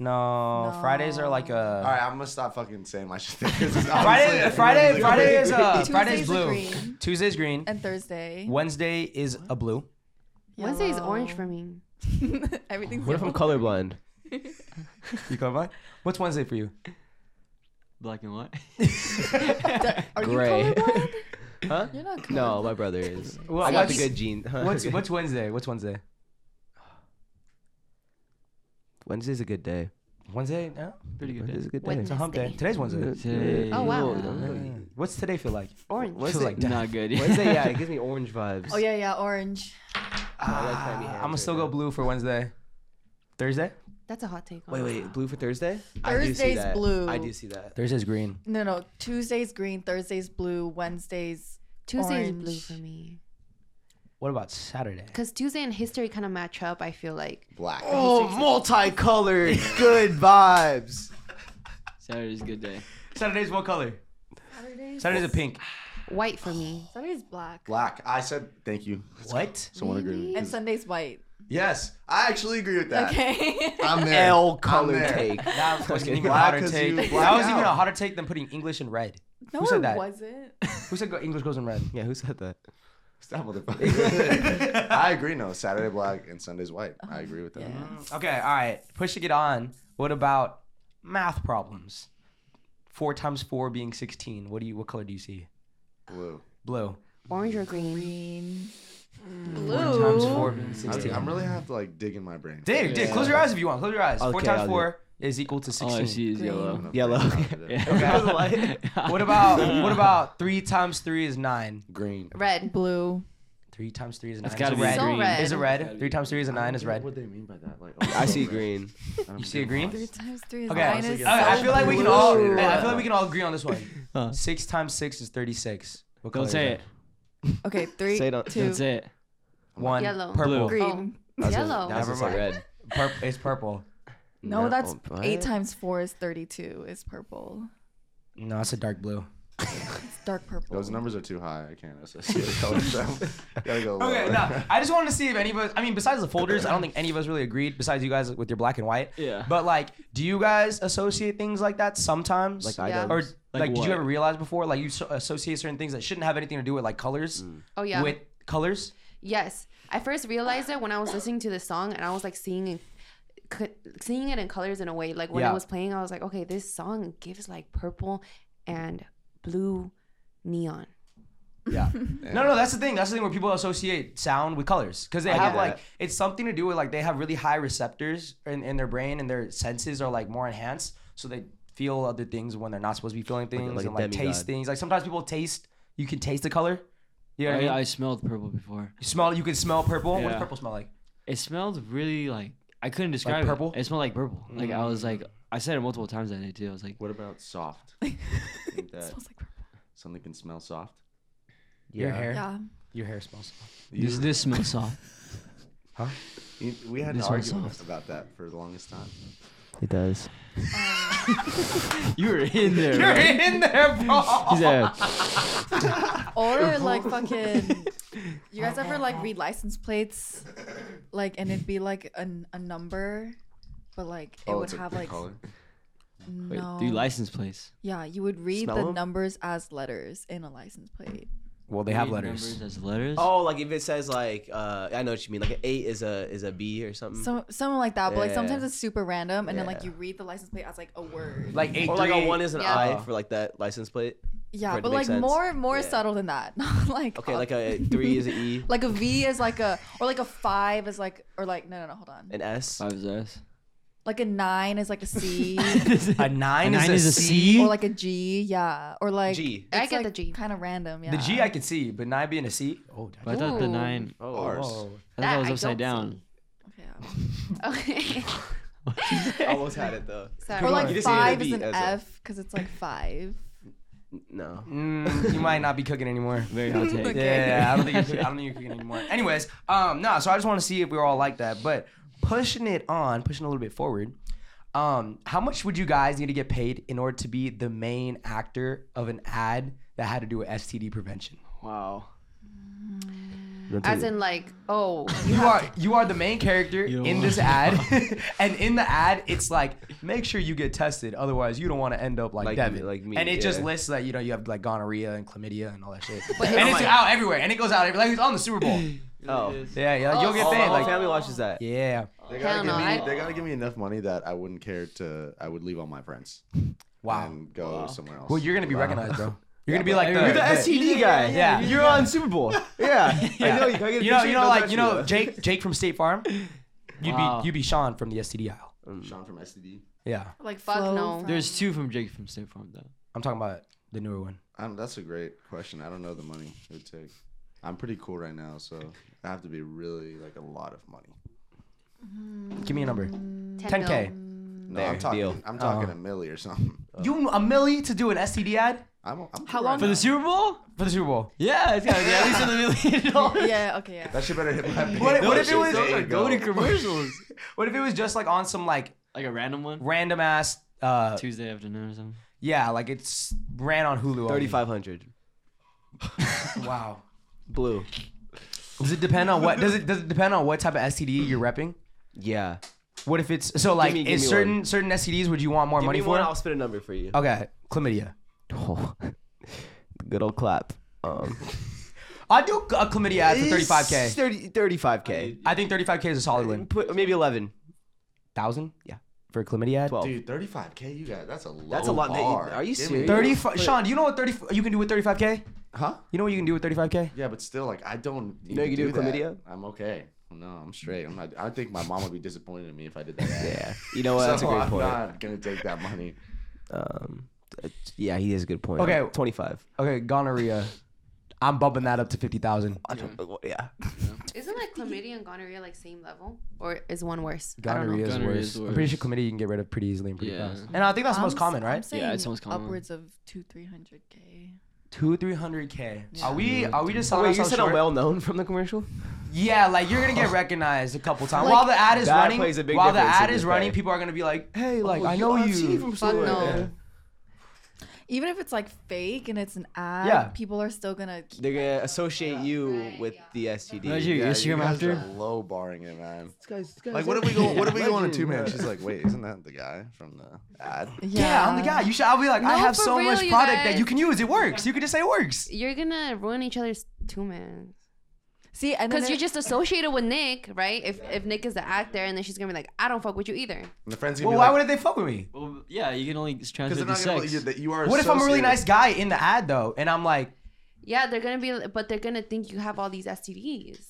[SPEAKER 2] No, Fridays are like a.
[SPEAKER 1] All right, I'm gonna stop fucking saying my shit. 'cause it's
[SPEAKER 2] Friday,
[SPEAKER 1] obviously-
[SPEAKER 2] Friday, Friday is uh,
[SPEAKER 9] Tuesday's
[SPEAKER 2] Friday's
[SPEAKER 9] a
[SPEAKER 2] blue.
[SPEAKER 9] green.
[SPEAKER 2] Tuesday's green.
[SPEAKER 9] And Thursday.
[SPEAKER 2] Wednesday is a blue.
[SPEAKER 7] Wednesday is
[SPEAKER 9] yellow.
[SPEAKER 7] orange for me.
[SPEAKER 9] (laughs) Everything's
[SPEAKER 8] What if I'm
[SPEAKER 9] yellow.
[SPEAKER 8] colorblind?
[SPEAKER 2] You colorblind? What's Wednesday for you?
[SPEAKER 11] Black and white.
[SPEAKER 9] (laughs)
[SPEAKER 11] (laughs)
[SPEAKER 9] Are
[SPEAKER 8] Gray.
[SPEAKER 9] you colorblind?
[SPEAKER 4] (laughs)
[SPEAKER 8] Huh?
[SPEAKER 9] You're not colorblind.
[SPEAKER 8] No, my brother is.
[SPEAKER 2] Well,
[SPEAKER 8] I got the
[SPEAKER 2] what's-
[SPEAKER 8] good
[SPEAKER 4] (laughs)
[SPEAKER 8] genes. huh?
[SPEAKER 2] What's What's Wednesday? What's Wednesday?
[SPEAKER 8] Wednesday's a good day.
[SPEAKER 2] Wednesday? No,
[SPEAKER 11] Pretty good.
[SPEAKER 8] Wednesday's a
[SPEAKER 11] (laughs) Day.
[SPEAKER 8] good day.
[SPEAKER 2] it's a hump day. Today's Wednesday.
[SPEAKER 11] Today,
[SPEAKER 7] Oh, wow.
[SPEAKER 2] Yeah. What's today feel (laughs) like?
[SPEAKER 7] Orange.
[SPEAKER 2] Feels like death.
[SPEAKER 11] not good.
[SPEAKER 8] Wednesday,
[SPEAKER 11] (laughs)
[SPEAKER 8] yeah, it gives me orange vibes.
[SPEAKER 9] Oh yeah, yeah, orange.
[SPEAKER 8] Ah,
[SPEAKER 2] I'm gonna still go blue for Wednesday. Thursday?
[SPEAKER 7] That's a hot take.
[SPEAKER 8] Wait, wait, blue for Thursday? I do see
[SPEAKER 9] Thursday's
[SPEAKER 8] that.
[SPEAKER 9] blue.
[SPEAKER 8] I do see that.
[SPEAKER 2] Thursday's green.
[SPEAKER 9] No, no. Tuesday's green, Thursday's blue, Wednesday's
[SPEAKER 7] Tuesday
[SPEAKER 9] orange.
[SPEAKER 7] is blue for me.
[SPEAKER 2] What about Saturday?
[SPEAKER 7] Cause Tuesday and history kind of match up. I feel like.
[SPEAKER 1] Black.
[SPEAKER 8] Oh,
[SPEAKER 2] (laughs)
[SPEAKER 8] multicolored, good vibes.
[SPEAKER 11] Saturday's a good day.
[SPEAKER 2] Saturday's what color?
[SPEAKER 9] Saturday's,
[SPEAKER 2] Saturday's a pink.
[SPEAKER 7] White for
[SPEAKER 9] (gasps)
[SPEAKER 7] me.
[SPEAKER 9] Saturday's black.
[SPEAKER 1] Black. I said thank you.
[SPEAKER 2] What?
[SPEAKER 1] Someone agreed. with me.
[SPEAKER 9] And Sunday's white.
[SPEAKER 1] Yes, I actually agree with that.
[SPEAKER 9] (laughs) Okay.
[SPEAKER 1] I'm there.
[SPEAKER 8] L
[SPEAKER 1] I'm
[SPEAKER 8] color
[SPEAKER 1] there.
[SPEAKER 8] take.
[SPEAKER 4] (laughs)
[SPEAKER 2] That was fucking even a
[SPEAKER 1] Black
[SPEAKER 2] hotter
[SPEAKER 1] 'cause
[SPEAKER 2] take.
[SPEAKER 1] you
[SPEAKER 2] That
[SPEAKER 1] black
[SPEAKER 2] was even a
[SPEAKER 1] out.
[SPEAKER 2] hotter take than putting English in red.
[SPEAKER 9] no,
[SPEAKER 2] Who said
[SPEAKER 9] it
[SPEAKER 2] that?
[SPEAKER 9] wasn't.
[SPEAKER 2] Who said go- English goes in red?
[SPEAKER 8] Yeah, who said that?
[SPEAKER 1] (laughs) Stop, motherfucker. I agree. No, Saturday black and Sunday's white.
[SPEAKER 9] Uh-huh.
[SPEAKER 1] I agree with that.
[SPEAKER 2] Okay, all right. Pushing it on. What about math problems? Four times four being sixteen. What do you? What color do you see?
[SPEAKER 1] Blue.
[SPEAKER 2] Blue.
[SPEAKER 7] Orange or green.
[SPEAKER 2] Four times four being
[SPEAKER 1] I,
[SPEAKER 2] sixteen.
[SPEAKER 1] am really have to like dig in my brain.
[SPEAKER 2] Dig, dig. Close your eyes if you want. Close your eyes. four
[SPEAKER 8] Okay,
[SPEAKER 2] times
[SPEAKER 8] I'll do
[SPEAKER 2] four is equal to
[SPEAKER 11] All I
[SPEAKER 2] sixteen.
[SPEAKER 11] see Oh, is yellow.
[SPEAKER 8] Yellow.
[SPEAKER 11] (laughs)
[SPEAKER 2] what
[SPEAKER 6] (laughs)
[SPEAKER 2] about what about three times three is nine?
[SPEAKER 1] green?
[SPEAKER 7] Red.
[SPEAKER 9] Blue.
[SPEAKER 2] Three times three is nine.
[SPEAKER 11] gotta
[SPEAKER 2] It's a
[SPEAKER 11] be
[SPEAKER 2] red.
[SPEAKER 7] So
[SPEAKER 11] green.
[SPEAKER 7] red.
[SPEAKER 2] Is it red? Three times three is a nine. Is red.
[SPEAKER 1] What do they mean by that? Like, oh,
[SPEAKER 8] I see green.
[SPEAKER 2] You see a green?
[SPEAKER 9] Three times three is
[SPEAKER 2] Okay.
[SPEAKER 9] nine.
[SPEAKER 2] Okay,
[SPEAKER 9] Is
[SPEAKER 2] I
[SPEAKER 9] so
[SPEAKER 2] feel like we can
[SPEAKER 9] blue.
[SPEAKER 2] all.
[SPEAKER 1] Blue.
[SPEAKER 2] I feel like we can all agree on this
[SPEAKER 11] Huh.
[SPEAKER 2] one. Six times six is thirty-six. What color
[SPEAKER 11] Don't
[SPEAKER 2] is
[SPEAKER 11] say
[SPEAKER 2] that?
[SPEAKER 11] it.
[SPEAKER 9] Okay, three,
[SPEAKER 8] Say don't-
[SPEAKER 9] two,
[SPEAKER 11] Don't say it.
[SPEAKER 2] One
[SPEAKER 7] Yellow.
[SPEAKER 2] purple.
[SPEAKER 11] Blue.
[SPEAKER 9] green.
[SPEAKER 7] Oh, yellow.
[SPEAKER 8] That was
[SPEAKER 2] mind.
[SPEAKER 8] red.
[SPEAKER 2] Purp- it's purple.
[SPEAKER 9] No,
[SPEAKER 8] No,
[SPEAKER 9] that's
[SPEAKER 8] what?
[SPEAKER 9] eight times four is thirty-two. Is purple.
[SPEAKER 2] No, it's a dark blue.
[SPEAKER 9] It's dark purple.
[SPEAKER 1] Those numbers are too high. I can't associate colors. So (laughs) gotta go lower.
[SPEAKER 2] (laughs) Okay, no. I just wanted to see if any of us. I mean, besides the folders, I don't think any of us really agreed. Besides you guys with your black and white.
[SPEAKER 11] Yeah.
[SPEAKER 2] But like, do you guys associate things like that sometimes?
[SPEAKER 8] Like
[SPEAKER 2] I
[SPEAKER 7] Yeah.
[SPEAKER 8] items.
[SPEAKER 2] or like,
[SPEAKER 11] Like
[SPEAKER 2] did
[SPEAKER 11] what?
[SPEAKER 2] you ever realize before like you so- associate certain things that shouldn't have anything to do with like colors
[SPEAKER 7] Oh yeah.
[SPEAKER 2] with colors?
[SPEAKER 7] Yes, I first realized it when I was listening to this song and I was like seeing, c- seeing it in colors in a way. Like when
[SPEAKER 2] Yeah.
[SPEAKER 7] it was playing, I was like, okay, this song gives like purple and blue neon. (laughs)
[SPEAKER 2] Yeah. No, no, that's the thing. That's the thing where people associate sound with colors because they have
[SPEAKER 8] get
[SPEAKER 2] like
[SPEAKER 8] that.
[SPEAKER 2] it's something to do with like they have really high receptors in, in their brain and their senses are like more enhanced, so they feel other things when they're not supposed to be feeling things
[SPEAKER 8] like a
[SPEAKER 2] and like taste
[SPEAKER 8] demigod.
[SPEAKER 2] things. Like sometimes people taste, you can taste the color. You know what I
[SPEAKER 11] I,
[SPEAKER 2] mean?
[SPEAKER 11] I smelled purple before.
[SPEAKER 2] you smell, you can smell purple. What does
[SPEAKER 11] Yeah.
[SPEAKER 2] purple smell like?
[SPEAKER 11] It smelled really like I couldn't describe it.
[SPEAKER 2] purple?
[SPEAKER 11] It. smelled like purple. Like I was like I said it multiple times that day too. I was like,
[SPEAKER 1] (laughs) What about soft? Think that
[SPEAKER 9] Smells like purple.
[SPEAKER 1] something can smell soft.
[SPEAKER 2] Your hair.
[SPEAKER 9] Yeah.
[SPEAKER 2] Your hair smells.
[SPEAKER 11] this this smells soft.
[SPEAKER 1] You- We had
[SPEAKER 11] This
[SPEAKER 1] an
[SPEAKER 11] one's
[SPEAKER 1] argument
[SPEAKER 11] soft.
[SPEAKER 1] about that for the longest time.
[SPEAKER 8] It does.
[SPEAKER 11] You were in there.
[SPEAKER 2] You're
[SPEAKER 11] bro.
[SPEAKER 2] in there, bro.
[SPEAKER 11] He's there.
[SPEAKER 9] Or like fucking. You guys ever like read license plates, like and it'd be like a, a number, but like it
[SPEAKER 1] Oh,
[SPEAKER 9] would
[SPEAKER 1] it's a
[SPEAKER 9] have
[SPEAKER 1] good
[SPEAKER 9] like
[SPEAKER 1] color.
[SPEAKER 11] Wait,
[SPEAKER 9] no.
[SPEAKER 11] do you license plates?
[SPEAKER 9] yeah, you would read
[SPEAKER 8] Smell
[SPEAKER 9] the
[SPEAKER 8] 'em?
[SPEAKER 9] numbers as letters in a license plate.
[SPEAKER 2] Well, they have
[SPEAKER 11] Read
[SPEAKER 2] letters.
[SPEAKER 11] Numbers as letters.
[SPEAKER 8] Oh, like if it says like uh, I know what you mean. Like an eight is a is a B or something.
[SPEAKER 9] Some something like that, but like sometimes
[SPEAKER 8] Mm. Yeah.
[SPEAKER 9] it's super random, and then like
[SPEAKER 8] Yeah.
[SPEAKER 9] you read the license plate as like a word.
[SPEAKER 2] Like eight.
[SPEAKER 8] or like a
[SPEAKER 2] three.
[SPEAKER 8] one is an
[SPEAKER 7] Yeah.
[SPEAKER 8] I for like that license plate. for
[SPEAKER 9] yeah,
[SPEAKER 8] it to
[SPEAKER 9] but
[SPEAKER 8] make
[SPEAKER 9] like
[SPEAKER 8] sense.
[SPEAKER 9] more more
[SPEAKER 8] Yeah.
[SPEAKER 9] subtle than that. (laughs) Not like
[SPEAKER 8] Okay, like
[SPEAKER 9] (laughs)
[SPEAKER 8] a three is an E,
[SPEAKER 9] Uh, like a V is like a or like a five is like or like no no no hold on
[SPEAKER 8] an S.
[SPEAKER 11] Five is S.
[SPEAKER 9] Like a nine is
[SPEAKER 8] (laughs)
[SPEAKER 9] like a C.
[SPEAKER 2] A nine,
[SPEAKER 6] A
[SPEAKER 2] is,
[SPEAKER 6] nine
[SPEAKER 2] a
[SPEAKER 6] is a
[SPEAKER 2] C.
[SPEAKER 9] Or like a G, yeah. Or like
[SPEAKER 2] G.
[SPEAKER 9] I get the G. Kind of random, yeah.
[SPEAKER 2] The G I could see, but nine being a C. Oh,
[SPEAKER 6] But I thought the nine.
[SPEAKER 2] Oh.
[SPEAKER 6] I
[SPEAKER 2] Bars.
[SPEAKER 6] thought
[SPEAKER 7] That
[SPEAKER 6] that was
[SPEAKER 7] I
[SPEAKER 6] upside
[SPEAKER 7] don't
[SPEAKER 6] down.
[SPEAKER 8] (laughs)
[SPEAKER 7] Okay.
[SPEAKER 4] Almost had it though.
[SPEAKER 7] Sorry.
[SPEAKER 9] Or like
[SPEAKER 4] You just needed a
[SPEAKER 9] five is
[SPEAKER 4] beat
[SPEAKER 9] an
[SPEAKER 4] as a-
[SPEAKER 9] F because it's like
[SPEAKER 8] (laughs)
[SPEAKER 9] five.
[SPEAKER 4] No.
[SPEAKER 2] Mm, you might not be cooking anymore.
[SPEAKER 6] Very hot
[SPEAKER 2] (laughs)
[SPEAKER 6] take.
[SPEAKER 2] Yeah, yeah, I don't think you're, coo- I don't think you're cooking anymore. Anyways, um, no. So I just want to see if we were all like that. But pushing it on, pushing a little bit forward. Um, how much would you guys need to get paid in order to be the main actor of an ad that had to do with STD prevention?
[SPEAKER 6] Wow.
[SPEAKER 7] As in like, oh,
[SPEAKER 2] You are you are the main character
[SPEAKER 6] don't
[SPEAKER 2] in this
[SPEAKER 4] (laughs)
[SPEAKER 2] ad, (laughs) and in the ad, it's like make sure you get tested, otherwise you don't want to end up like,
[SPEAKER 4] Like
[SPEAKER 2] Devin.
[SPEAKER 4] me- like me,
[SPEAKER 2] and it just
[SPEAKER 4] yeah.
[SPEAKER 2] lists that you know you have like gonorrhea and chlamydia and all that shit,
[SPEAKER 7] But
[SPEAKER 2] and
[SPEAKER 7] it's-
[SPEAKER 2] it's out everywhere, and it goes out everywhere. Like it's on the Super
[SPEAKER 4] (laughs)
[SPEAKER 2] Bowl.
[SPEAKER 4] Oh.
[SPEAKER 2] Yeah, yeah, like, you'll get
[SPEAKER 4] All-
[SPEAKER 2] paid.
[SPEAKER 4] all
[SPEAKER 2] Like
[SPEAKER 4] family watches that.
[SPEAKER 2] yeah,
[SPEAKER 1] They
[SPEAKER 7] Hell
[SPEAKER 1] gotta, give
[SPEAKER 7] no,
[SPEAKER 1] me,
[SPEAKER 7] I-
[SPEAKER 1] they gotta give me enough money that I wouldn't care to. I would leave all my friends
[SPEAKER 2] wow.
[SPEAKER 4] Um,
[SPEAKER 1] and go somewhere else.
[SPEAKER 2] Well, you're gonna be recognized,
[SPEAKER 4] (laughs)
[SPEAKER 2] bro. You're gonna be like the,
[SPEAKER 4] You're the STD
[SPEAKER 2] (laughs)
[SPEAKER 4] guy.
[SPEAKER 2] Yeah.
[SPEAKER 4] You're on Super Bowl.
[SPEAKER 2] (laughs)
[SPEAKER 4] Yeah. I know you. Can I get a
[SPEAKER 2] You know,
[SPEAKER 4] picture?
[SPEAKER 2] you know,
[SPEAKER 4] No,
[SPEAKER 2] like
[SPEAKER 4] touch
[SPEAKER 2] you
[SPEAKER 4] me,
[SPEAKER 2] know,
[SPEAKER 4] though.
[SPEAKER 2] Jake, Jake from State Farm. You'd
[SPEAKER 6] Wow.
[SPEAKER 2] be you'd be Sean from the STD aisle.
[SPEAKER 1] Um, Sean from STD.
[SPEAKER 2] Yeah,
[SPEAKER 9] Like
[SPEAKER 7] Fuck
[SPEAKER 9] flow
[SPEAKER 7] no.
[SPEAKER 9] from-
[SPEAKER 6] There's two from Jake from State Farm though.
[SPEAKER 2] I'm talking about the newer one.
[SPEAKER 1] Um, that's a great question. I don't know the money it would take. I'm pretty cool right now, so I have to be really like a lot of money.
[SPEAKER 2] Give me a number.
[SPEAKER 7] 10 mil.
[SPEAKER 2] 10k.
[SPEAKER 1] No,
[SPEAKER 4] There,
[SPEAKER 1] I'm talking.
[SPEAKER 4] deal.
[SPEAKER 1] I'm
[SPEAKER 2] Oh.
[SPEAKER 1] talking a milli or something.
[SPEAKER 2] You a milli to do an STD ad
[SPEAKER 1] I'm, I'm
[SPEAKER 4] (laughs)
[SPEAKER 9] How
[SPEAKER 1] cool Right
[SPEAKER 9] long-
[SPEAKER 6] Oh. For the
[SPEAKER 1] now.
[SPEAKER 6] Super Bowl?
[SPEAKER 2] for the Super Bowl?
[SPEAKER 6] Yeah, it's gotta be at least
[SPEAKER 2] (laughs)
[SPEAKER 6] a million dollars.
[SPEAKER 9] Yeah, okay, yeah.
[SPEAKER 1] That shit better hit my.
[SPEAKER 4] (laughs)
[SPEAKER 2] What,
[SPEAKER 1] bank.
[SPEAKER 2] what
[SPEAKER 1] That
[SPEAKER 2] if it
[SPEAKER 1] shit-
[SPEAKER 2] was?
[SPEAKER 1] there you
[SPEAKER 6] Go to
[SPEAKER 1] go.
[SPEAKER 6] commercials.
[SPEAKER 2] (laughs) What if it was just like on some like
[SPEAKER 6] like a random one.
[SPEAKER 2] random ass? Uh,
[SPEAKER 6] Tuesday afternoon or something.
[SPEAKER 2] yeah, like it's ran on Hulu. only.
[SPEAKER 4] 3500
[SPEAKER 2] Wow.
[SPEAKER 4] blue.
[SPEAKER 2] Does it depend on what? Does it does it depend on what type of STD you're repping?
[SPEAKER 4] Yeah.
[SPEAKER 2] What if it's so like
[SPEAKER 4] me- give
[SPEAKER 2] is
[SPEAKER 4] me
[SPEAKER 2] certain
[SPEAKER 4] one.
[SPEAKER 2] certain STDs would you want more
[SPEAKER 4] Give
[SPEAKER 2] money
[SPEAKER 4] me
[SPEAKER 2] for?
[SPEAKER 4] one. I'll spit a number for you.
[SPEAKER 2] Okay, chlamydia.
[SPEAKER 4] Oh. Good old clap. Um,
[SPEAKER 2] I'll do a chlamydia ad for 35k.
[SPEAKER 4] 30, 35k.
[SPEAKER 2] I think 35k is a solid one.
[SPEAKER 4] Put maybe 11.
[SPEAKER 2] Thousand? Yeah. For a chlamydia ad?
[SPEAKER 4] 12.
[SPEAKER 1] Dude, 35k. You got that's a low.
[SPEAKER 4] That's a lot. They-
[SPEAKER 1] Bar.
[SPEAKER 4] are you
[SPEAKER 1] Give me-
[SPEAKER 4] serious?
[SPEAKER 2] 35. Sean, do you know what 30 you can do with 35k?
[SPEAKER 1] Huh?
[SPEAKER 2] You know what you can do with 35k?
[SPEAKER 1] Yeah, but still, like I don't.
[SPEAKER 4] know
[SPEAKER 1] even
[SPEAKER 4] you can do
[SPEAKER 1] that.
[SPEAKER 4] chlamydia?
[SPEAKER 1] I'm okay. No, I'm straight. I'm not. I think my mom would be disappointed in me if I
[SPEAKER 4] (laughs)
[SPEAKER 1] did that. (laughs) Yeah,
[SPEAKER 4] You know what? That's a
[SPEAKER 1] so
[SPEAKER 4] great
[SPEAKER 1] I'm
[SPEAKER 4] point.
[SPEAKER 1] not gonna take that money.
[SPEAKER 4] Um, uh, yeah, he is a good point.
[SPEAKER 2] Okay.
[SPEAKER 4] Um, 25.
[SPEAKER 2] Okay, gonorrhea. I'm bumping that up to 50,000.
[SPEAKER 4] I don't- oh, Yeah.
[SPEAKER 7] Isn't like chlamydia and gonorrhea like same level, or is one worse?
[SPEAKER 2] Gonorrhea is
[SPEAKER 6] Gonorrhea
[SPEAKER 2] worse.
[SPEAKER 6] is
[SPEAKER 2] I'm pretty sure
[SPEAKER 6] worse.
[SPEAKER 2] chlamydia you can get rid of pretty easily and pretty
[SPEAKER 6] Yeah.
[SPEAKER 2] fast. And I think that's the most
[SPEAKER 9] I'm
[SPEAKER 2] common,
[SPEAKER 9] s- I'm
[SPEAKER 2] right?
[SPEAKER 6] Yeah, it's
[SPEAKER 9] saying
[SPEAKER 6] almost common.
[SPEAKER 9] Upwards of two, three hundred k.
[SPEAKER 2] Two, three hundred k. Are we? Are we just selling
[SPEAKER 4] Oh, Wait, you
[SPEAKER 2] ourselves
[SPEAKER 4] said
[SPEAKER 2] short?
[SPEAKER 4] I'm well known from the commercial?
[SPEAKER 2] Yeah, like you're
[SPEAKER 4] (laughs)
[SPEAKER 2] gonna get recognized a couple times while the ad is
[SPEAKER 4] That
[SPEAKER 2] running.
[SPEAKER 4] plays a big
[SPEAKER 2] while the
[SPEAKER 4] difference in
[SPEAKER 2] ad
[SPEAKER 4] the
[SPEAKER 2] is running,
[SPEAKER 4] pay.
[SPEAKER 2] people are gonna be like, "Hey,
[SPEAKER 6] Oh,
[SPEAKER 2] like
[SPEAKER 4] Oh,
[SPEAKER 2] I know you."
[SPEAKER 7] Fuck no.
[SPEAKER 9] Even if it's like fake and it's an ad,
[SPEAKER 2] Yeah.
[SPEAKER 9] people are still gonna.
[SPEAKER 4] They're gonna associate you with the
[SPEAKER 6] How's
[SPEAKER 4] STD.
[SPEAKER 6] your
[SPEAKER 1] Yeah, you
[SPEAKER 6] Instagram
[SPEAKER 1] guys
[SPEAKER 6] after?
[SPEAKER 1] are low barring it, man.
[SPEAKER 4] Guys,
[SPEAKER 1] Like, what if we go? What if we go on a two man? She's like, wait, isn't that the guy from the ad?
[SPEAKER 9] Yeah,
[SPEAKER 2] Yeah. I'm the guy. You should. I'll be like, I
[SPEAKER 7] No,
[SPEAKER 2] have
[SPEAKER 7] for
[SPEAKER 2] so
[SPEAKER 7] real,
[SPEAKER 2] much
[SPEAKER 7] you
[SPEAKER 2] product that
[SPEAKER 7] guys.
[SPEAKER 2] you can use. It works. You can just say it works.
[SPEAKER 7] You're gonna ruin each other's two man.
[SPEAKER 9] See, and then
[SPEAKER 7] Because you're
[SPEAKER 9] it-
[SPEAKER 7] just associated with Nick, right? If if Nick is the actor, and then she's gonna be like, I don't fuck with you either.
[SPEAKER 1] And the friend's gonna
[SPEAKER 2] Well,
[SPEAKER 1] be
[SPEAKER 2] why
[SPEAKER 1] like,
[SPEAKER 2] wouldn't they fuck with me?
[SPEAKER 6] Well, yeah, you can only transfer
[SPEAKER 1] because they're
[SPEAKER 6] the
[SPEAKER 1] not gonna believe
[SPEAKER 6] sex.
[SPEAKER 1] you that you are.
[SPEAKER 2] What if I'm a really
[SPEAKER 1] associated-
[SPEAKER 2] nice guy in the ad though, and I'm like,
[SPEAKER 7] Yeah, they're gonna be, but they're gonna think you have all these STDs.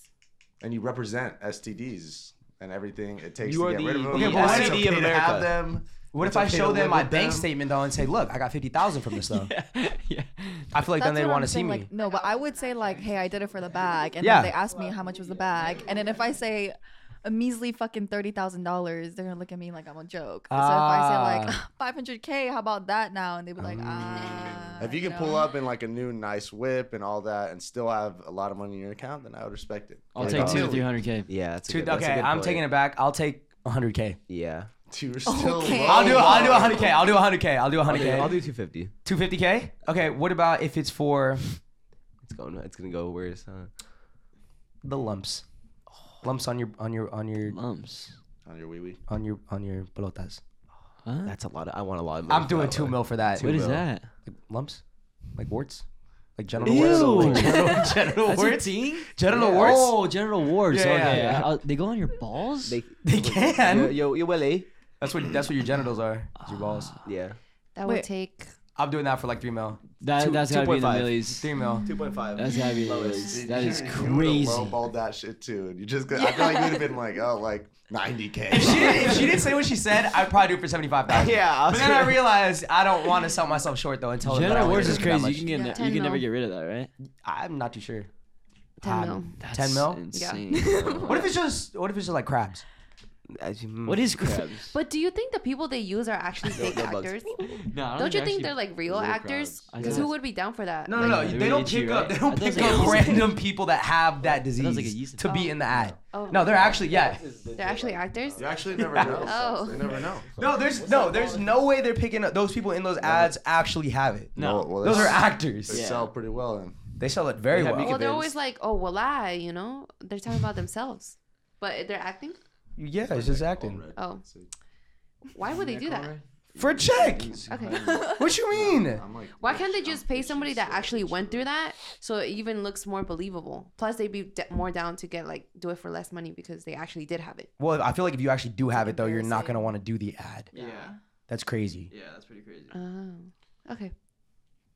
[SPEAKER 1] and you represent STDs and everything it takes
[SPEAKER 4] You
[SPEAKER 1] to
[SPEAKER 4] are
[SPEAKER 1] get
[SPEAKER 4] the-
[SPEAKER 1] rid of them?
[SPEAKER 4] Okay,
[SPEAKER 2] but what if-
[SPEAKER 1] it's
[SPEAKER 4] STD of
[SPEAKER 1] okay to have
[SPEAKER 4] America.
[SPEAKER 1] them?
[SPEAKER 2] what
[SPEAKER 1] It's
[SPEAKER 2] if I
[SPEAKER 1] okay to
[SPEAKER 2] show
[SPEAKER 1] live
[SPEAKER 2] them my
[SPEAKER 1] with
[SPEAKER 2] bank
[SPEAKER 1] them?
[SPEAKER 2] statement though and say, "Look, I got fifty thousand from this though."
[SPEAKER 6] (laughs) yeah.
[SPEAKER 2] I feel like then
[SPEAKER 9] that's
[SPEAKER 2] they
[SPEAKER 9] what
[SPEAKER 2] want
[SPEAKER 9] I'm
[SPEAKER 2] to see
[SPEAKER 9] saying,
[SPEAKER 2] me.
[SPEAKER 9] Like, no, but I would say like, hey, I did it for the bag, and
[SPEAKER 2] Yeah.
[SPEAKER 9] then they ask me how much was the bag, and then if I say a measly fucking thirty thousand dollars, they're gonna look at me like I'm a joke. So if I say like (laughs)
[SPEAKER 2] Ah. Mm.
[SPEAKER 9] five hundred k, how about that now? And they'd be like, ah.
[SPEAKER 1] If you can
[SPEAKER 9] know.
[SPEAKER 1] pull up in like a new nice whip and all that, and still have a lot of money in your account, then I would respect it.
[SPEAKER 6] I'll
[SPEAKER 1] Like,
[SPEAKER 6] take
[SPEAKER 1] I'm
[SPEAKER 6] two to
[SPEAKER 1] really-
[SPEAKER 6] three hundred k.
[SPEAKER 4] (laughs) Yeah, that's a
[SPEAKER 2] Two-
[SPEAKER 4] good, that's a
[SPEAKER 2] okay,
[SPEAKER 4] good
[SPEAKER 2] I'm
[SPEAKER 4] point.
[SPEAKER 2] taking it back. I'll take hundred k.
[SPEAKER 4] Yeah.
[SPEAKER 1] Dude, (laughs) you're still
[SPEAKER 9] Okay.
[SPEAKER 1] low.
[SPEAKER 2] I'll do. I'll do hundred k. I'll do hundred k. I'll do hundred k.
[SPEAKER 4] I'll do 250.
[SPEAKER 2] Two fifty k. Okay. What about if it's for
[SPEAKER 4] It's going. It's uh, gonna go worse. Huh?
[SPEAKER 2] the lumps? Lumps on your on your on your
[SPEAKER 6] Lumps.
[SPEAKER 1] on your wee wee.
[SPEAKER 2] on your on your pelotas.
[SPEAKER 6] Huh?
[SPEAKER 4] That's a lot. Of, I want a lot of. money
[SPEAKER 2] I'm
[SPEAKER 4] for
[SPEAKER 2] doing
[SPEAKER 4] that
[SPEAKER 2] two
[SPEAKER 4] one.
[SPEAKER 2] mil for that.
[SPEAKER 6] What is that?
[SPEAKER 2] Like lumps? Like warts? Like genital warts? Like
[SPEAKER 4] (laughs)
[SPEAKER 2] genital, genital
[SPEAKER 6] That's
[SPEAKER 2] warts?
[SPEAKER 6] a thing?
[SPEAKER 2] Genital warts?
[SPEAKER 6] Oh, genital warts.
[SPEAKER 2] Yeah,
[SPEAKER 6] okay.
[SPEAKER 2] yeah.
[SPEAKER 6] Uh, they go on your balls.
[SPEAKER 4] They,
[SPEAKER 2] They
[SPEAKER 4] yo,
[SPEAKER 2] can.
[SPEAKER 4] yo, yo, Willie.
[SPEAKER 2] That's what that's what your genitals are. is Your balls.
[SPEAKER 4] Yeah.
[SPEAKER 7] That
[SPEAKER 9] Wait.
[SPEAKER 7] would take
[SPEAKER 2] I'm doing that for like three mil.
[SPEAKER 6] That- that's gotta be in the
[SPEAKER 2] 2.5.
[SPEAKER 6] millies.
[SPEAKER 2] Three mil.
[SPEAKER 6] Two point five. That's gotta be in the millies. That is
[SPEAKER 12] You would
[SPEAKER 6] crazy.
[SPEAKER 12] have lowballed that shit too, and you
[SPEAKER 7] (laughs)
[SPEAKER 12] just. Got, I feel like you would have been like, oh, like ninety k.
[SPEAKER 2] If she, didn't, if she didn't say what she said, I'd probably do it for seventy five thousand.
[SPEAKER 12] Yeah, I
[SPEAKER 2] But
[SPEAKER 12] was
[SPEAKER 2] then I
[SPEAKER 12] gonna-
[SPEAKER 2] realized I don't want to sell myself short though until.
[SPEAKER 6] General Awards is crazy. You
[SPEAKER 9] can
[SPEAKER 6] get Yeah, ne- you 10 can never mil. get
[SPEAKER 2] rid of that, right? I'm not too sure.
[SPEAKER 6] 10
[SPEAKER 2] Um,
[SPEAKER 6] mil.
[SPEAKER 2] Ten mil.
[SPEAKER 6] That's Yeah. insane, bro.
[SPEAKER 2] what if it's just? What if it's just like crabs?
[SPEAKER 6] What is crabs?
[SPEAKER 7] But do you think the people they use are actually fake
[SPEAKER 2] no bugs.
[SPEAKER 7] actors?
[SPEAKER 6] No, I
[SPEAKER 7] don't
[SPEAKER 6] don't
[SPEAKER 7] you
[SPEAKER 6] think
[SPEAKER 7] think
[SPEAKER 6] actually
[SPEAKER 7] they're like
[SPEAKER 6] real
[SPEAKER 7] real actors?
[SPEAKER 6] crabs. I
[SPEAKER 7] Because
[SPEAKER 6] know.
[SPEAKER 7] who would be down for that?
[SPEAKER 2] No, no, no.
[SPEAKER 6] Like,
[SPEAKER 2] They don't
[SPEAKER 6] itchy,
[SPEAKER 2] pick
[SPEAKER 6] right?
[SPEAKER 2] up. They don't
[SPEAKER 6] That
[SPEAKER 2] pick
[SPEAKER 6] doesn't
[SPEAKER 2] up
[SPEAKER 6] exist.
[SPEAKER 2] random people that
[SPEAKER 6] (laughs)
[SPEAKER 2] have that disease to be in the ad. No, they're actually yeah.
[SPEAKER 7] Oh. They're actually actors. You
[SPEAKER 12] actually
[SPEAKER 2] never know.
[SPEAKER 7] Oh,
[SPEAKER 12] You never know.
[SPEAKER 2] No, there's no, there's no way they're picking up. Those people in those ads actually have it.
[SPEAKER 12] No. Well, well,
[SPEAKER 2] those are
[SPEAKER 12] that's-
[SPEAKER 2] actors.
[SPEAKER 12] they Yeah. sell pretty well. Then.
[SPEAKER 2] They sell it very
[SPEAKER 12] They have
[SPEAKER 2] well.
[SPEAKER 12] me
[SPEAKER 7] well, they're always like, oh, well, I, you know, they're talking about themselves, but they're acting.
[SPEAKER 2] yeah, it's just acting.
[SPEAKER 7] Oh, why would they do that?
[SPEAKER 2] For a check.
[SPEAKER 7] Okay.
[SPEAKER 12] (laughs)
[SPEAKER 2] what you (laughs) mean?
[SPEAKER 7] Why can't they just pay somebody that actually went through that so it even looks more believable? Plus, they'd be d- more down to get like do it for less money because they actually did have it.
[SPEAKER 2] Well, I feel like if you actually do have it though, you're not gonna want to do the ad.
[SPEAKER 7] Yeah.
[SPEAKER 2] That's crazy.
[SPEAKER 6] Yeah, that's pretty crazy.
[SPEAKER 7] Oh, okay.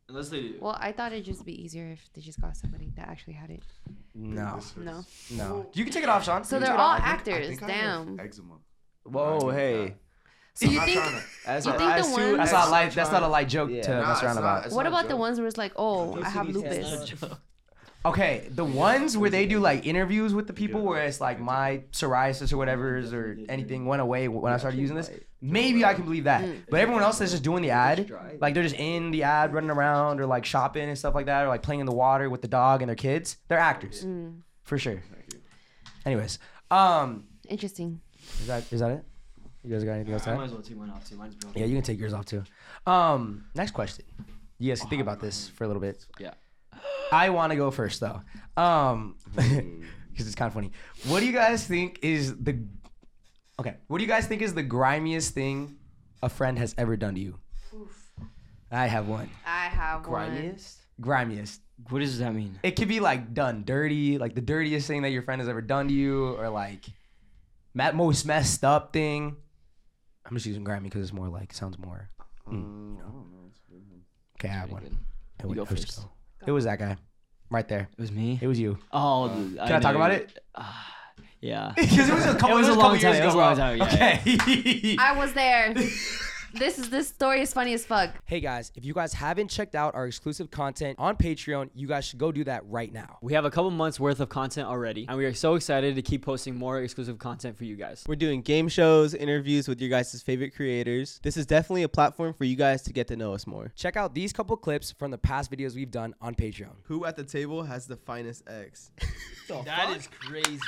[SPEAKER 6] Unless they do.
[SPEAKER 7] Well, I thought it'd just be easier if they just got somebody that actually had it.
[SPEAKER 2] No.
[SPEAKER 7] No.
[SPEAKER 2] No. You can take it off, Sean.
[SPEAKER 7] So
[SPEAKER 2] You can
[SPEAKER 7] they're
[SPEAKER 2] take it
[SPEAKER 7] all
[SPEAKER 2] off.
[SPEAKER 7] actors. Damn.
[SPEAKER 12] Eczema.
[SPEAKER 13] Whoa, hey.
[SPEAKER 7] So you think?
[SPEAKER 13] That's
[SPEAKER 7] you
[SPEAKER 13] not-
[SPEAKER 7] think
[SPEAKER 13] I
[SPEAKER 7] the
[SPEAKER 13] assume-
[SPEAKER 7] ones?
[SPEAKER 2] That's not a light. That's not a light joke to
[SPEAKER 13] Yeah.
[SPEAKER 2] mess around about.
[SPEAKER 7] What about the ones where it's like, oh, I have lupus?
[SPEAKER 2] Okay, the ones where they do like interviews with the people where it's like my psoriasis or whatever's or anything went away when I started using this. Maybe I can believe that.
[SPEAKER 7] Mm.
[SPEAKER 2] But everyone else that's just doing the ad, like they're just in the ad running around or like shopping and stuff like that or like playing in the water with the dog and their kids, they're actors.
[SPEAKER 7] Mm.
[SPEAKER 2] For sure. Anyways, um
[SPEAKER 7] Interesting.
[SPEAKER 2] is that is that it? You guys got anything else to
[SPEAKER 6] I might
[SPEAKER 2] add?
[SPEAKER 6] as well take mine off too. Mine's broken.
[SPEAKER 2] Yeah, you can take yours off too. Um, next question. You guys can think about this for a little bit.
[SPEAKER 6] Yeah.
[SPEAKER 2] I want to go first though, um, (laughs) because it's kind of funny. What do you guys think is the okay? What do you guys think is the grimiest thing a friend has ever done to you? I have one.
[SPEAKER 7] I have
[SPEAKER 2] Grimiest.
[SPEAKER 6] What does that mean?
[SPEAKER 2] It could be like done dirty, like the dirtiest thing that your friend has ever done to you, or like ma- most messed up thing. I'm just using grimy because it's more like sounds more.
[SPEAKER 12] Mm, I don't know. It's a good one.
[SPEAKER 2] Okay, I have one. I
[SPEAKER 6] You
[SPEAKER 2] would-
[SPEAKER 6] go
[SPEAKER 2] I would
[SPEAKER 6] first.
[SPEAKER 2] go. It was that guy, right there. It
[SPEAKER 6] was me.
[SPEAKER 2] It was you.
[SPEAKER 6] Oh,
[SPEAKER 2] Can I, talk about it?
[SPEAKER 6] Yeah.
[SPEAKER 2] 'Cause it
[SPEAKER 6] (laughs)
[SPEAKER 2] was a couple-
[SPEAKER 6] It was
[SPEAKER 2] it was a
[SPEAKER 6] a
[SPEAKER 2] couple
[SPEAKER 6] long
[SPEAKER 2] years
[SPEAKER 6] time. It was
[SPEAKER 2] ago,
[SPEAKER 6] a long
[SPEAKER 2] bro.
[SPEAKER 6] time. Yeah.
[SPEAKER 2] Okay.
[SPEAKER 7] I was there. this is this story is funny as fuck.
[SPEAKER 5] Hey guys, if you guys haven't checked out our exclusive content on Patreon, you guys should go do that right now.
[SPEAKER 9] We have a couple months worth of content already, and we are so excited to keep posting more exclusive content for you guys.
[SPEAKER 4] We're doing game shows, interviews with your guys' favorite creators. This is definitely a platform for you guys to get to know us more.
[SPEAKER 5] Check out these couple clips from the past videos we've done on Patreon.
[SPEAKER 4] Who at the table has the finest ex?
[SPEAKER 6] That is crazy.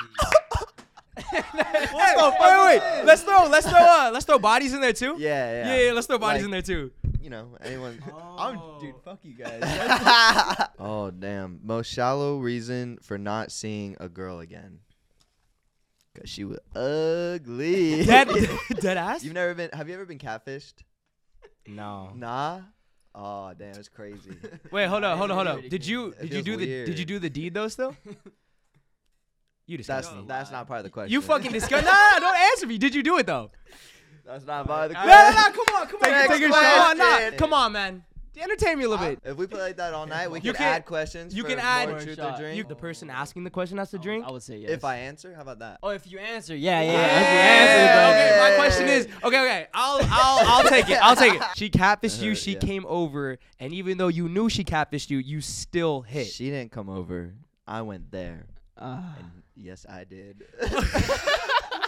[SPEAKER 5] Let's throw, wait, wait, let's throw, let's throw, uh, let's throw bodies in there too.
[SPEAKER 4] Yeah, yeah.
[SPEAKER 5] yeah, let's throw bodies
[SPEAKER 4] Like,
[SPEAKER 5] in
[SPEAKER 2] (laughs)
[SPEAKER 5] there too.
[SPEAKER 4] You know, anyone. I'm, dude, fuck you guys.
[SPEAKER 1] Oh damn! Most shallow reason for not seeing a girl again. Cause she was ugly. (laughs)
[SPEAKER 5] Dead- (laughs) dead ass.
[SPEAKER 1] You've never been. Have you ever been catfished?
[SPEAKER 5] No.
[SPEAKER 1] Nah. Oh damn, it's crazy.
[SPEAKER 5] Wait, hold up, hold up, hold up.
[SPEAKER 1] Pretty
[SPEAKER 5] Did you
[SPEAKER 1] crazy. It
[SPEAKER 5] did you
[SPEAKER 1] feels
[SPEAKER 5] do the did you
[SPEAKER 1] weird.
[SPEAKER 5] do the deed
[SPEAKER 1] (laughs)
[SPEAKER 5] though still? You
[SPEAKER 1] That's
[SPEAKER 5] disgust me.
[SPEAKER 1] that's not part of the question. (laughs)
[SPEAKER 5] You fucking disgust. Nah, don't answer me. Did you do it though?
[SPEAKER 1] That's not part of the
[SPEAKER 5] No,
[SPEAKER 1] question.
[SPEAKER 5] no, no. Come on, come
[SPEAKER 1] Take
[SPEAKER 5] on.
[SPEAKER 1] your
[SPEAKER 5] Take your
[SPEAKER 1] question.
[SPEAKER 5] shot. Oh, nah, Come on, man. Entertain me a little bit.
[SPEAKER 1] If we play like that all night, we
[SPEAKER 5] You
[SPEAKER 1] can
[SPEAKER 5] can-
[SPEAKER 1] add questions.
[SPEAKER 5] You
[SPEAKER 1] for
[SPEAKER 5] can
[SPEAKER 1] more
[SPEAKER 5] add
[SPEAKER 1] truth or drink.
[SPEAKER 5] You, the person asking the question has to drink.
[SPEAKER 6] I would say
[SPEAKER 1] If I answer, how about that?
[SPEAKER 6] Oh, if you answer, yeah, yeah.
[SPEAKER 5] Okay, my question is okay, okay. I'll I'll I'll take it.
[SPEAKER 1] (laughs)
[SPEAKER 5] I'll take it. She catfished
[SPEAKER 1] Uh-huh,
[SPEAKER 5] you. She came over, and even though you knew she catfished you, you still hit.
[SPEAKER 1] She didn't come over. I went there.
[SPEAKER 6] Ah.
[SPEAKER 1] and yes, I did.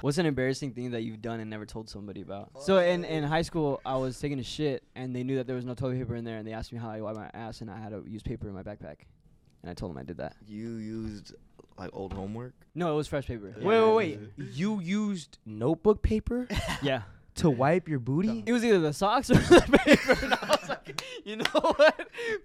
[SPEAKER 6] What's an embarrassing thing that you've done and never told somebody about? So in, in high school, I was taking a shit, and they knew that there was no toilet paper in there, and they asked me how I wiped my ass, and I had to use paper in my backpack, and I told them I did that.
[SPEAKER 1] you used like old homework.
[SPEAKER 6] No, it was fresh paper.
[SPEAKER 5] Wait, wait, wait. You used notebook paper
[SPEAKER 6] Yeah.
[SPEAKER 5] to wipe your booty?
[SPEAKER 6] (laughs) It was either the socks or (laughs) the paper, and I was like, you know (laughs) what?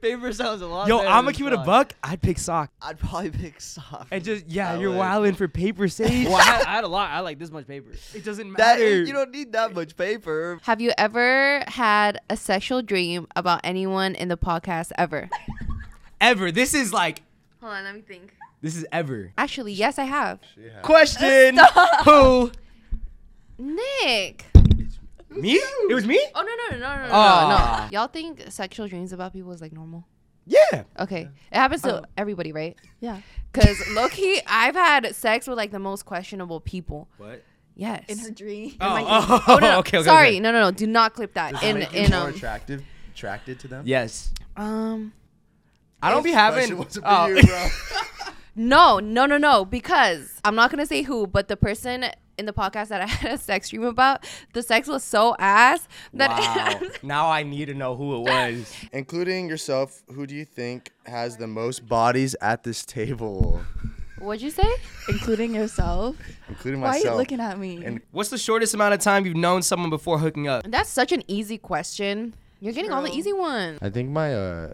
[SPEAKER 6] Paper sounds a lot.
[SPEAKER 5] Yo,
[SPEAKER 6] better
[SPEAKER 5] I'm gonna
[SPEAKER 6] than
[SPEAKER 5] keep it a
[SPEAKER 6] socks."
[SPEAKER 5] buck. I'd pick sock.
[SPEAKER 1] I'd probably pick soft.
[SPEAKER 5] And just yeah,
[SPEAKER 1] I
[SPEAKER 5] you're
[SPEAKER 1] would.
[SPEAKER 5] wilding
[SPEAKER 2] (laughs)
[SPEAKER 5] for paper sage.
[SPEAKER 6] Well, I had, I had a lot. I had like this much paper.
[SPEAKER 5] It doesn't
[SPEAKER 1] That
[SPEAKER 5] matter.
[SPEAKER 1] (laughs) you don't need that much paper.
[SPEAKER 7] Have you ever had a sexual dream about anyone in the podcast ever?
[SPEAKER 5] ever. This is like
[SPEAKER 7] Hold on, let me think.
[SPEAKER 5] this is ever.
[SPEAKER 7] Actually, yes, I have. (laughs)
[SPEAKER 5] Question. Who?
[SPEAKER 7] Nick.
[SPEAKER 2] Me? It was me?
[SPEAKER 7] Oh no no no no no, no, no.
[SPEAKER 2] Ah.
[SPEAKER 7] Y'all think sexual dreams about people is like normal?
[SPEAKER 2] Yeah.
[SPEAKER 7] Okay. It happens to everybody, right?
[SPEAKER 9] Yeah.
[SPEAKER 7] Cause
[SPEAKER 1] (laughs)
[SPEAKER 7] low key, I've had sex with like the most questionable people.
[SPEAKER 2] What?
[SPEAKER 7] Yes.
[SPEAKER 9] In her dream.
[SPEAKER 7] In my
[SPEAKER 2] Oh,
[SPEAKER 7] dream.
[SPEAKER 2] oh,
[SPEAKER 7] no, no.
[SPEAKER 2] okay, okay,
[SPEAKER 7] Sorry,
[SPEAKER 2] okay.
[SPEAKER 7] no, no, no. Do not clip that.
[SPEAKER 1] Does
[SPEAKER 7] In
[SPEAKER 1] it make
[SPEAKER 7] in
[SPEAKER 1] you more
[SPEAKER 7] um,
[SPEAKER 1] attractive, attracted to them?
[SPEAKER 14] Yes.
[SPEAKER 7] um.
[SPEAKER 14] I don't be
[SPEAKER 1] Question
[SPEAKER 14] having.
[SPEAKER 1] wasn't for
[SPEAKER 14] Oh.
[SPEAKER 1] you, bro.
[SPEAKER 7] No, no, no, no. Because I'm not gonna say who, but the person in the podcast that I (laughs) had a sex dream about, the sex was so ass that (laughs)
[SPEAKER 2] Wow. (laughs) now I need to know who it was.
[SPEAKER 1] Including yourself, who do you think has the most bodies at this table?
[SPEAKER 7] What'd you say?
[SPEAKER 1] (laughs)
[SPEAKER 9] Including yourself.
[SPEAKER 1] Including
[SPEAKER 9] Why are
[SPEAKER 1] Oh. myself.
[SPEAKER 9] you looking at me?
[SPEAKER 1] And-
[SPEAKER 2] What's the shortest amount of time you've known someone before hooking up?
[SPEAKER 7] that's such an easy question. You're getting all the easy ones.
[SPEAKER 1] I think my uh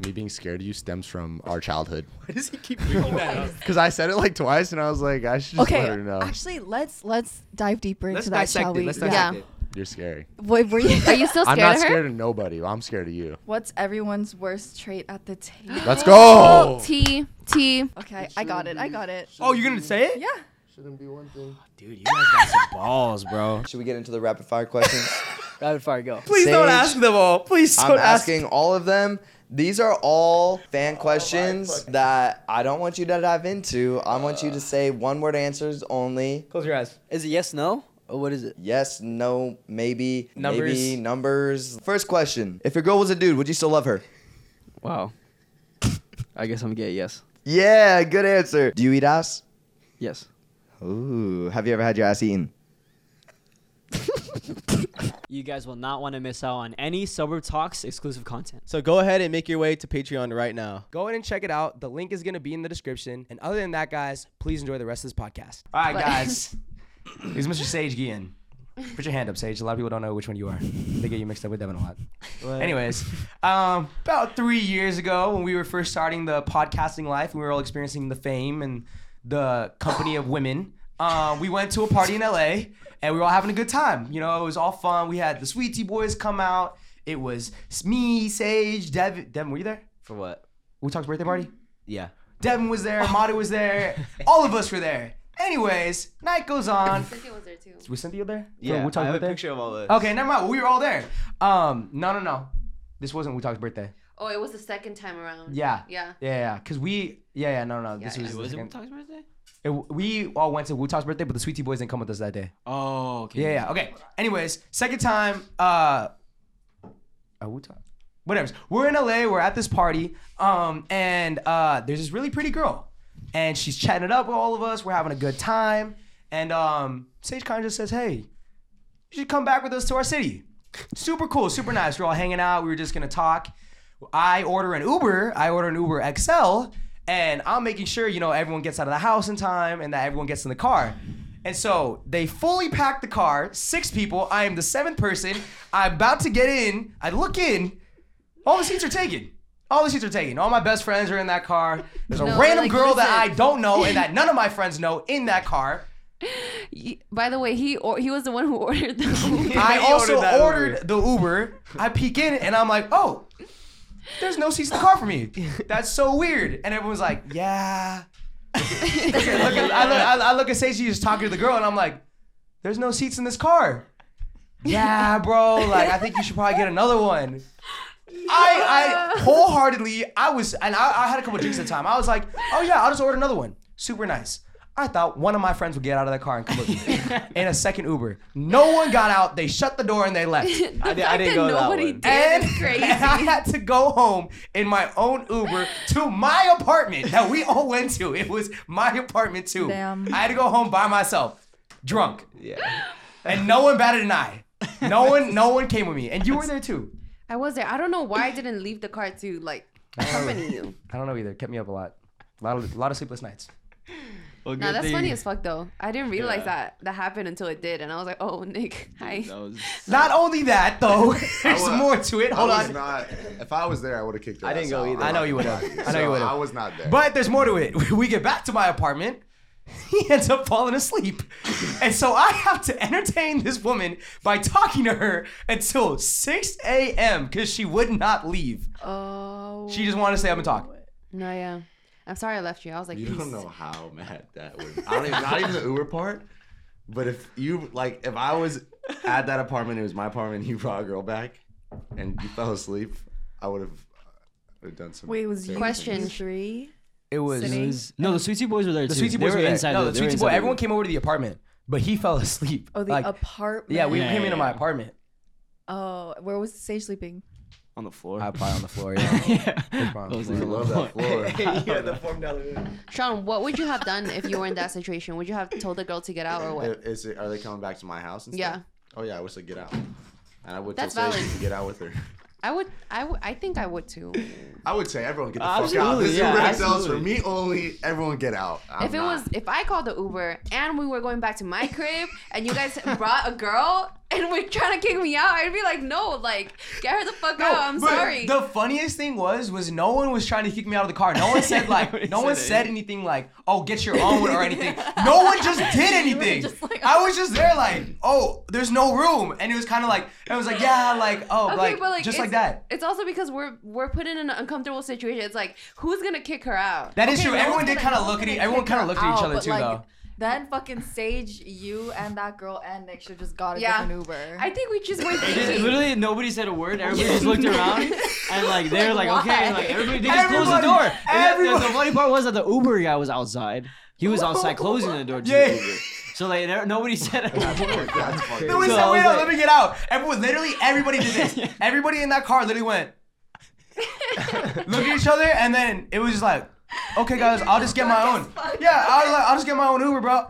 [SPEAKER 1] me being scared of you stems from our childhood.
[SPEAKER 2] (laughs) Why does he keep bringing that up?
[SPEAKER 1] Cause I said it like twice, and I was like, I should just
[SPEAKER 9] Okay.
[SPEAKER 1] let her know.
[SPEAKER 9] Actually, let's let's dive deeper
[SPEAKER 2] Let's
[SPEAKER 9] into that,
[SPEAKER 2] dissect
[SPEAKER 9] shall
[SPEAKER 2] it.
[SPEAKER 9] we?
[SPEAKER 2] Let's
[SPEAKER 9] yeah.
[SPEAKER 2] dissect it.
[SPEAKER 1] You're scary.
[SPEAKER 9] What were
[SPEAKER 2] (laughs)
[SPEAKER 9] you?
[SPEAKER 7] Are you still
[SPEAKER 1] I'm
[SPEAKER 7] scared
[SPEAKER 1] not
[SPEAKER 7] of her?
[SPEAKER 1] scared of nobody. I'm scared of you.
[SPEAKER 9] (laughs) What's everyone's worst trait at the table?
[SPEAKER 2] (gasps)
[SPEAKER 1] Let's go.
[SPEAKER 7] T T.
[SPEAKER 9] Okay, I got it. I got it.
[SPEAKER 2] Oh, you're gonna say it?
[SPEAKER 9] Yeah.
[SPEAKER 1] Shouldn't be one thing.
[SPEAKER 2] Dude, you guys got some balls, bro.
[SPEAKER 5] Should we get into the rapid fire questions?
[SPEAKER 15] Rapid fire, go.
[SPEAKER 2] Please don't
[SPEAKER 5] Sage,
[SPEAKER 2] ask them all. Please
[SPEAKER 5] I'm
[SPEAKER 2] don't ask.
[SPEAKER 5] asking all of them. These are all
[SPEAKER 1] Oh,
[SPEAKER 5] fan questions that I don't want you to dive into. I want you to say one word answers only.
[SPEAKER 2] Close your eyes.
[SPEAKER 15] Is it yes, no, or what is it?
[SPEAKER 5] Yes, no, maybe,
[SPEAKER 2] Numbers.
[SPEAKER 5] maybe, numbers. First question. If your girl was a dude, would you still love her?
[SPEAKER 15] Wow. I guess I'm gay. Yes.
[SPEAKER 5] Yeah, good answer. Do you eat ass?
[SPEAKER 15] Yes.
[SPEAKER 5] Ooh, have you ever had your ass eaten?
[SPEAKER 6] You guys will not want to miss out on any Sober Talks exclusive content.
[SPEAKER 4] (laughs) So go ahead and make your way to Patreon right now.
[SPEAKER 2] Go ahead and check it out. The link is gonna be in the description. And other than that, guys, please enjoy the rest of this podcast. All right,
[SPEAKER 7] But-
[SPEAKER 2] guys. Here's Mr. Sage Guillen. Put your hand up, Sage. A lot of people don't know which one you are. They get you mixed up with Devin a lot. Anyways, um, about three years ago, when we were first starting the podcasting life, we were all experiencing the fame and the company of women. Um, we went to a party in LA, and we were all having a good time. You know, it was all fun. We had the Sweet Tea Boys come out. It was me, Sage, Devin. Devin, were you there?
[SPEAKER 14] For what?
[SPEAKER 2] We talked birthday party.
[SPEAKER 14] Yeah.
[SPEAKER 2] Devin was there. Mata was there. All of us were there. Anyways, night goes on.
[SPEAKER 7] Cynthia was there too.
[SPEAKER 2] Was Cynthia there?
[SPEAKER 16] Yeah,
[SPEAKER 2] Wu
[SPEAKER 16] I
[SPEAKER 2] Tang's
[SPEAKER 16] have a
[SPEAKER 2] birthday?
[SPEAKER 16] picture of all this.
[SPEAKER 2] Okay, never mind. We were all there. Um, no, no, no. This wasn't Wu Tang's birthday.
[SPEAKER 7] Oh, it was the second time around.
[SPEAKER 2] Yeah.
[SPEAKER 7] Yeah.
[SPEAKER 2] Yeah, yeah. Cause we, yeah, yeah, no, no. This
[SPEAKER 7] Yeah,
[SPEAKER 2] was.
[SPEAKER 7] yeah.
[SPEAKER 2] the
[SPEAKER 6] Was it
[SPEAKER 2] second-
[SPEAKER 6] Talks birthday?
[SPEAKER 2] it- we all went to Wu Tang's birthday, but the Sweetie Boys didn't come with us that day.
[SPEAKER 6] Oh, okay.
[SPEAKER 2] Yeah, yeah. Okay. Anyways, second time, uh uh, Wu Tang. Whatever. We're in LA, we're at this party, um, and uh there's this really pretty girl. And she's chatting it up with all of us, we're having a good time. And um Sage kind of just says, Hey, you should come back with us to our city. Super cool, super nice. We're all hanging out, we were just gonna talk. I order an Uber, I order an Uber XL, and I'm making sure, you know, everyone gets out of the house in time and that everyone gets in the car. And so they fully packed the car, six people. I am the seventh person. I'm about to get in. I look in, all the seats are taken. All the seats are taken. All my best friends are in that car. There's a
[SPEAKER 7] No,
[SPEAKER 2] random
[SPEAKER 7] like,
[SPEAKER 2] girl that I
[SPEAKER 7] listen.
[SPEAKER 2] don't know and
[SPEAKER 7] (laughs)
[SPEAKER 2] that none of my friends know in that car.
[SPEAKER 7] Y- By the way, he or- he was the one who (laughs) ordered
[SPEAKER 14] (laughs)
[SPEAKER 7] the Uber.
[SPEAKER 2] I
[SPEAKER 14] He
[SPEAKER 2] also
[SPEAKER 14] ordered that
[SPEAKER 2] ordered the Uber. I peek in and I'm like, oh, there's no seats in the car for me. That's so weird. And everyone's like, yeah. (laughs) Look at- look at- I, look, I, I look at Stacey, she's talking to the girl, and I'm like, there's no seats in this car. Yeah, bro. Like, I think you should probably get another one. I, I wholeheartedly, I was, and I, I had a couple drinks at the time. I was like, oh yeah, I'll just order another one. Super nice. I thought one of my friends would get out of the car and come with
[SPEAKER 6] (laughs)
[SPEAKER 14] (laughs)
[SPEAKER 2] me in a second Uber. No one got out. They shut the door and they
[SPEAKER 9] (laughs)
[SPEAKER 2] left.
[SPEAKER 7] The
[SPEAKER 16] I, di- I
[SPEAKER 7] fact
[SPEAKER 16] didn't
[SPEAKER 7] that
[SPEAKER 16] go to that
[SPEAKER 7] nobody
[SPEAKER 16] one.
[SPEAKER 7] did
[SPEAKER 2] And,
[SPEAKER 7] is crazy.
[SPEAKER 2] and (laughs) I had to go home in my own Uber to my apartment that we all went to. It was my apartment too.
[SPEAKER 9] Damn.
[SPEAKER 2] I had to go home by myself, drunk. Yeah. And no one batted an eye.
[SPEAKER 5] (laughs)
[SPEAKER 2] No one, no one came with me. And you were there too.
[SPEAKER 7] I was there. I don't know why I didn't leave the car to like accompany you.
[SPEAKER 2] I don't know either. Kept me up a lot. A lot of, lot of sleepless nights.
[SPEAKER 15] Well,
[SPEAKER 7] No, that's funny as fuck though. I didn't realize that that happened until it did, and I was like, "Oh, (laughs) Nick, hi."
[SPEAKER 6] (laughs)
[SPEAKER 2] Not only that, though, (laughs) there's
[SPEAKER 1] wa-
[SPEAKER 2] more to it. Hold
[SPEAKER 1] I was
[SPEAKER 2] on.
[SPEAKER 1] not. If I was there, I would have kicked. Her
[SPEAKER 16] I didn't
[SPEAKER 1] ass
[SPEAKER 16] go
[SPEAKER 1] out.
[SPEAKER 16] either.
[SPEAKER 2] I know you would have. I know you
[SPEAKER 1] So
[SPEAKER 2] would
[SPEAKER 1] I
[SPEAKER 2] have.
[SPEAKER 1] was not there.
[SPEAKER 2] But there's more to it. (laughs) We get back to my apartment. (laughs) He ends up falling asleep. And so I have to entertain this woman by talking to her until 6 a.m. because she would not leave.
[SPEAKER 7] Oh.
[SPEAKER 2] She just wanted to stay up and talk.
[SPEAKER 7] No, yeah. I'm sorry I left you. I was like,
[SPEAKER 1] you
[SPEAKER 7] "Peace."
[SPEAKER 1] don't know how mad that would. I don't even. Not even the Uber part. But if you like, if I was at that apartment, it was my apartment. He brought a girl back, and you fell asleep. I would have, would have done some.
[SPEAKER 9] Wait, was you
[SPEAKER 1] terrible
[SPEAKER 9] you
[SPEAKER 1] things.
[SPEAKER 9] three?
[SPEAKER 5] It was,
[SPEAKER 9] Sitting?
[SPEAKER 6] no, the Sweetie Boys were there
[SPEAKER 5] the
[SPEAKER 6] too.
[SPEAKER 5] Sweetie
[SPEAKER 6] They
[SPEAKER 5] Boys
[SPEAKER 6] were
[SPEAKER 5] were there.
[SPEAKER 6] inside
[SPEAKER 5] No,
[SPEAKER 6] the-
[SPEAKER 5] the
[SPEAKER 6] they were
[SPEAKER 5] Sweetie
[SPEAKER 6] inside
[SPEAKER 5] Boy.
[SPEAKER 6] the-
[SPEAKER 5] Everyone came over to the apartment, but he fell asleep.
[SPEAKER 9] Oh, the
[SPEAKER 5] Like,
[SPEAKER 9] apartment.
[SPEAKER 5] Yeah, we came into my apartment.
[SPEAKER 9] Oh, where was Sage sleeping?
[SPEAKER 6] on the floor.
[SPEAKER 5] I probably on
[SPEAKER 2] (laughs)
[SPEAKER 5] the
[SPEAKER 6] (laughs)
[SPEAKER 5] floor. Yeah, I
[SPEAKER 1] love
[SPEAKER 7] (laughs)
[SPEAKER 1] that floor.
[SPEAKER 7] Sean, what would you have done if you were in (laughs) that situation? Would you have told the girl to get out or what?
[SPEAKER 1] Uh, Is it, are they coming back to my house? And
[SPEAKER 7] Yeah.
[SPEAKER 1] Stuff? Oh yeah, I wish they'd get out. And I would
[SPEAKER 7] That's
[SPEAKER 1] just say
[SPEAKER 7] valid.
[SPEAKER 1] she could get out with her.
[SPEAKER 7] I would. I would. I think I would too.
[SPEAKER 1] I would say everyone get the fuck out.
[SPEAKER 6] Absolutely,
[SPEAKER 1] This is
[SPEAKER 6] yeah,
[SPEAKER 1] Uber XL's for
[SPEAKER 6] absolutely.
[SPEAKER 1] me only. Everyone get out. I'm
[SPEAKER 7] if it
[SPEAKER 1] not. (laughs)
[SPEAKER 7] was, if I called the Uber and we were going back to my crib and you guys brought a girl and were trying to kick me out, I'd be like, no, like get her the fuck out. I'm
[SPEAKER 2] but
[SPEAKER 7] sorry.
[SPEAKER 2] The funniest thing was was no one was trying to kick me out of the car. No (laughs) one said like no one said anything like, "Oh, get your own" or anything. No one (laughs) just did anything. I was just there like, "Oh, there's no room." And it was kind of like I was like, "Yeah, like oh, like, just like
[SPEAKER 7] it's-
[SPEAKER 2] that."
[SPEAKER 7] It's also because we're we're put in an uncomfortable situation. It's like who's gonna kick her out?
[SPEAKER 2] That is
[SPEAKER 9] Okay,
[SPEAKER 2] true.
[SPEAKER 9] no
[SPEAKER 2] Everyone
[SPEAKER 9] one's
[SPEAKER 2] did
[SPEAKER 9] gonna-
[SPEAKER 2] kind of
[SPEAKER 9] no
[SPEAKER 2] look at
[SPEAKER 9] one's
[SPEAKER 2] each,
[SPEAKER 9] gonna
[SPEAKER 2] everyone
[SPEAKER 9] kick
[SPEAKER 2] kind
[SPEAKER 9] her
[SPEAKER 2] of looked at each
[SPEAKER 9] out,
[SPEAKER 2] other
[SPEAKER 9] but,
[SPEAKER 2] too
[SPEAKER 9] like,
[SPEAKER 2] though.
[SPEAKER 9] Then fucking Sage, you and that girl and Nick should just got a
[SPEAKER 7] Yeah.
[SPEAKER 9] different Uber.
[SPEAKER 7] I think we just went
[SPEAKER 6] It just- literally nobody said a word. Everybody just looked around
[SPEAKER 2] (laughs)
[SPEAKER 6] and like they were like,
[SPEAKER 7] Like,
[SPEAKER 6] okay,
[SPEAKER 7] why?
[SPEAKER 6] like everybody they just closed the
[SPEAKER 2] Everybody-
[SPEAKER 6] door. And the- the- The,
[SPEAKER 2] everybody-
[SPEAKER 6] funny part was that the Uber guy was outside. He was outside
[SPEAKER 2] (laughs)
[SPEAKER 6] closing the door to
[SPEAKER 2] Yeah.
[SPEAKER 6] the Uber. So like no- nobody said
[SPEAKER 2] (laughs)
[SPEAKER 6] a word.
[SPEAKER 7] (laughs)
[SPEAKER 2] No one
[SPEAKER 6] So
[SPEAKER 2] said,
[SPEAKER 6] I
[SPEAKER 2] "Wait,
[SPEAKER 6] was
[SPEAKER 2] no,
[SPEAKER 6] like-
[SPEAKER 2] let me get out." Everyone, literally, everybody did this.
[SPEAKER 6] (laughs)
[SPEAKER 2] Everybody in that car literally went, look at each other, and then it was just like, "Okay, guys, I'll just get my own." Yeah, I'll, like, I'll just get my own Uber, bro.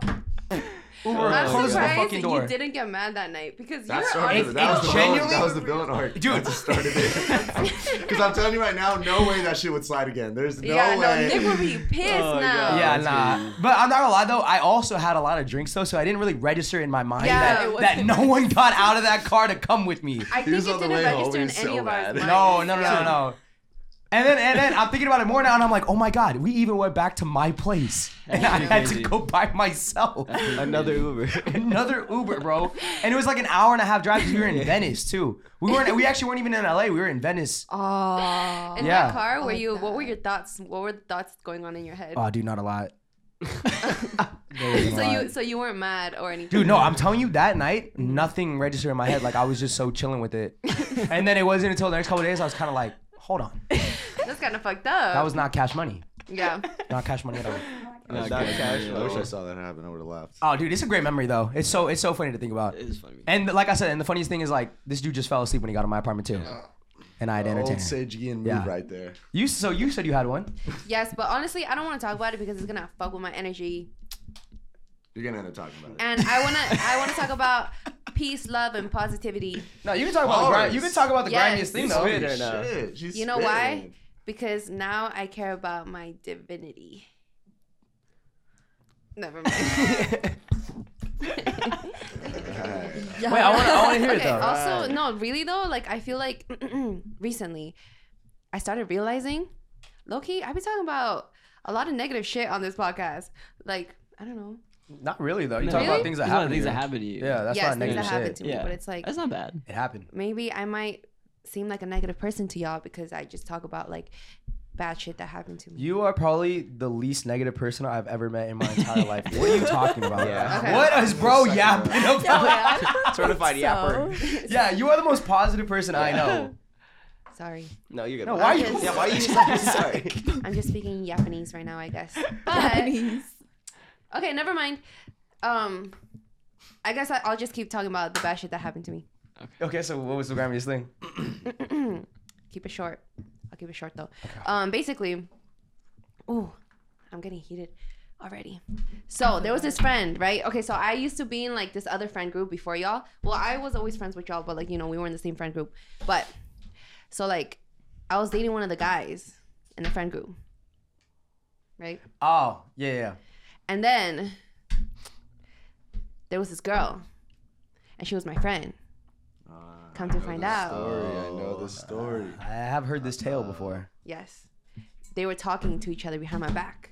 [SPEAKER 2] Uber,
[SPEAKER 7] I'm
[SPEAKER 2] close the
[SPEAKER 7] surprised
[SPEAKER 2] fucking door.
[SPEAKER 7] you didn't get mad that night because
[SPEAKER 1] That
[SPEAKER 7] you're
[SPEAKER 1] started.
[SPEAKER 7] honestly
[SPEAKER 1] it. That was, the villain,
[SPEAKER 2] genuinely-
[SPEAKER 1] that was the villain arc. Dude, that just started it. (laughs)
[SPEAKER 7] (laughs)
[SPEAKER 1] Because I'm telling you right now, no way that shit would slide again. There's no
[SPEAKER 7] yeah,
[SPEAKER 1] way.
[SPEAKER 7] no,
[SPEAKER 1] (laughs)
[SPEAKER 7] Nick would be pissed now.
[SPEAKER 2] yeah, nah. But I'm not gonna lie though. I also had a lot of drinks though, so I didn't really register in my mind
[SPEAKER 7] Yeah, it
[SPEAKER 2] that,
[SPEAKER 7] was-
[SPEAKER 2] that (laughs) no one got out of that car to come with me.
[SPEAKER 7] I think it didn't register in any of ours.
[SPEAKER 2] No, no, no, no, no. And then, and then I'm thinking about it more now, and I'm like, oh my god, we even went back to my place, and I had to go by myself.
[SPEAKER 8] Another Uber.
[SPEAKER 2] (laughs) Another Uber, bro. And it was like an hour and a half drive. 'cause We were in Venice too. We weren't. We actually weren't even in LA. We were in Venice.
[SPEAKER 9] Oh.
[SPEAKER 7] (laughs) In
[SPEAKER 2] Yeah.
[SPEAKER 7] that car, were you? What were your thoughts? What were the thoughts going on in your head?
[SPEAKER 2] Oh, dude, not a (laughs) lot.
[SPEAKER 7] so you, so you weren't mad or anything.
[SPEAKER 2] Dude, no, I'm telling you, that night, nothing registered in my head. Like I was just so chilling with
[SPEAKER 7] (laughs)
[SPEAKER 2] it. And then it wasn't until the next couple of days I was kind of like, hold on,
[SPEAKER 7] That's kind of fucked up.
[SPEAKER 2] that was not cash money.
[SPEAKER 7] Yeah.
[SPEAKER 2] Not cash money at all.
[SPEAKER 1] Not
[SPEAKER 2] Not
[SPEAKER 1] good.
[SPEAKER 2] cash
[SPEAKER 1] I wish I
[SPEAKER 2] flow.
[SPEAKER 1] saw that happen. I would have laughed.
[SPEAKER 2] Oh, dude, it's a great memory though. It's so it's so funny to think about. It is funny. And like I said, and the funniest thing is like this dude just fell asleep when he got in my apartment too, and I had
[SPEAKER 1] Old
[SPEAKER 2] entertained. him.
[SPEAKER 1] Sage Gian move
[SPEAKER 2] Yeah.
[SPEAKER 1] right there.
[SPEAKER 2] You so you said you had one.
[SPEAKER 7] (laughs) Yes, but honestly, I don't want to talk about it because it's gonna fuck with my energy.
[SPEAKER 1] You're gonna end up talking about it.
[SPEAKER 7] And I wanna, I wanna
[SPEAKER 2] (laughs)
[SPEAKER 7] talk about peace, love, and positivity.
[SPEAKER 2] No, you can talk about the grind.
[SPEAKER 1] Always.
[SPEAKER 2] You can talk about the
[SPEAKER 7] Yes.
[SPEAKER 2] grindiest thing
[SPEAKER 1] She's
[SPEAKER 2] though.
[SPEAKER 1] spitting right now. Shit, she's
[SPEAKER 7] you know
[SPEAKER 1] spitting.
[SPEAKER 7] why? Because now I care about my divinity. Never (laughs) mind.
[SPEAKER 2] Wait, I want to I want to hear it
[SPEAKER 7] okay,
[SPEAKER 2] though.
[SPEAKER 7] Also, no, really though, like I feel like (clears throat) recently I started realizing, Loki, I've been talking about a lot of negative shit on this podcast. Like, I don't know.
[SPEAKER 2] Not really though. You
[SPEAKER 6] No.
[SPEAKER 2] talk
[SPEAKER 6] Really?
[SPEAKER 2] about things that
[SPEAKER 6] These are
[SPEAKER 2] happen.
[SPEAKER 6] things that
[SPEAKER 2] you.
[SPEAKER 6] happen to you.
[SPEAKER 2] Yeah, that's
[SPEAKER 7] yes,
[SPEAKER 2] not
[SPEAKER 7] things
[SPEAKER 2] negative
[SPEAKER 7] that happened
[SPEAKER 2] shit.
[SPEAKER 7] to me,
[SPEAKER 6] Yeah.
[SPEAKER 7] but it's like
[SPEAKER 6] That's not bad.
[SPEAKER 2] It happened.
[SPEAKER 7] maybe I might seem like a negative person to y'all because I just talk about like bad shit that happened to me.
[SPEAKER 2] You are probably the least negative person I've ever met in my entire life. What are you talking about?
[SPEAKER 4] Yeah.
[SPEAKER 7] Okay.
[SPEAKER 2] What is bro yapping
[SPEAKER 7] Oh,
[SPEAKER 2] about? (laughs)
[SPEAKER 4] Certified yapper.
[SPEAKER 2] Yeah, you are the most positive person I know.
[SPEAKER 7] Sorry.
[SPEAKER 4] No, you're good.
[SPEAKER 2] No,
[SPEAKER 4] bro.
[SPEAKER 2] why are you?
[SPEAKER 7] Yes.
[SPEAKER 2] (laughs)
[SPEAKER 4] Yeah, why are you sorry? sorry?
[SPEAKER 7] I'm just speaking Japanese right now, I guess. But
[SPEAKER 9] Japanese.
[SPEAKER 7] okay, never mind. Um I guess I, I'll just keep talking about the bad shit that happened to me.
[SPEAKER 2] Okay, so what was the grimiest thing?
[SPEAKER 7] (clears throat) keep it short. I'll keep it short though. Um, basically, ooh, I'm getting heated already. So there was this friend, right? Okay, so I used to be in like this other friend group before y'all. Well, I was always friends with y'all, but like you know we were in the same friend group. But so like I was dating one of the guys in the friend group, right?
[SPEAKER 2] Oh, yeah, yeah.
[SPEAKER 7] And then there was this girl, and she was my friend. Come to find out,
[SPEAKER 1] Story. I know
[SPEAKER 2] Oh,
[SPEAKER 1] the story.
[SPEAKER 2] I have heard this tale before.
[SPEAKER 7] Yes. They were talking to each other behind my back.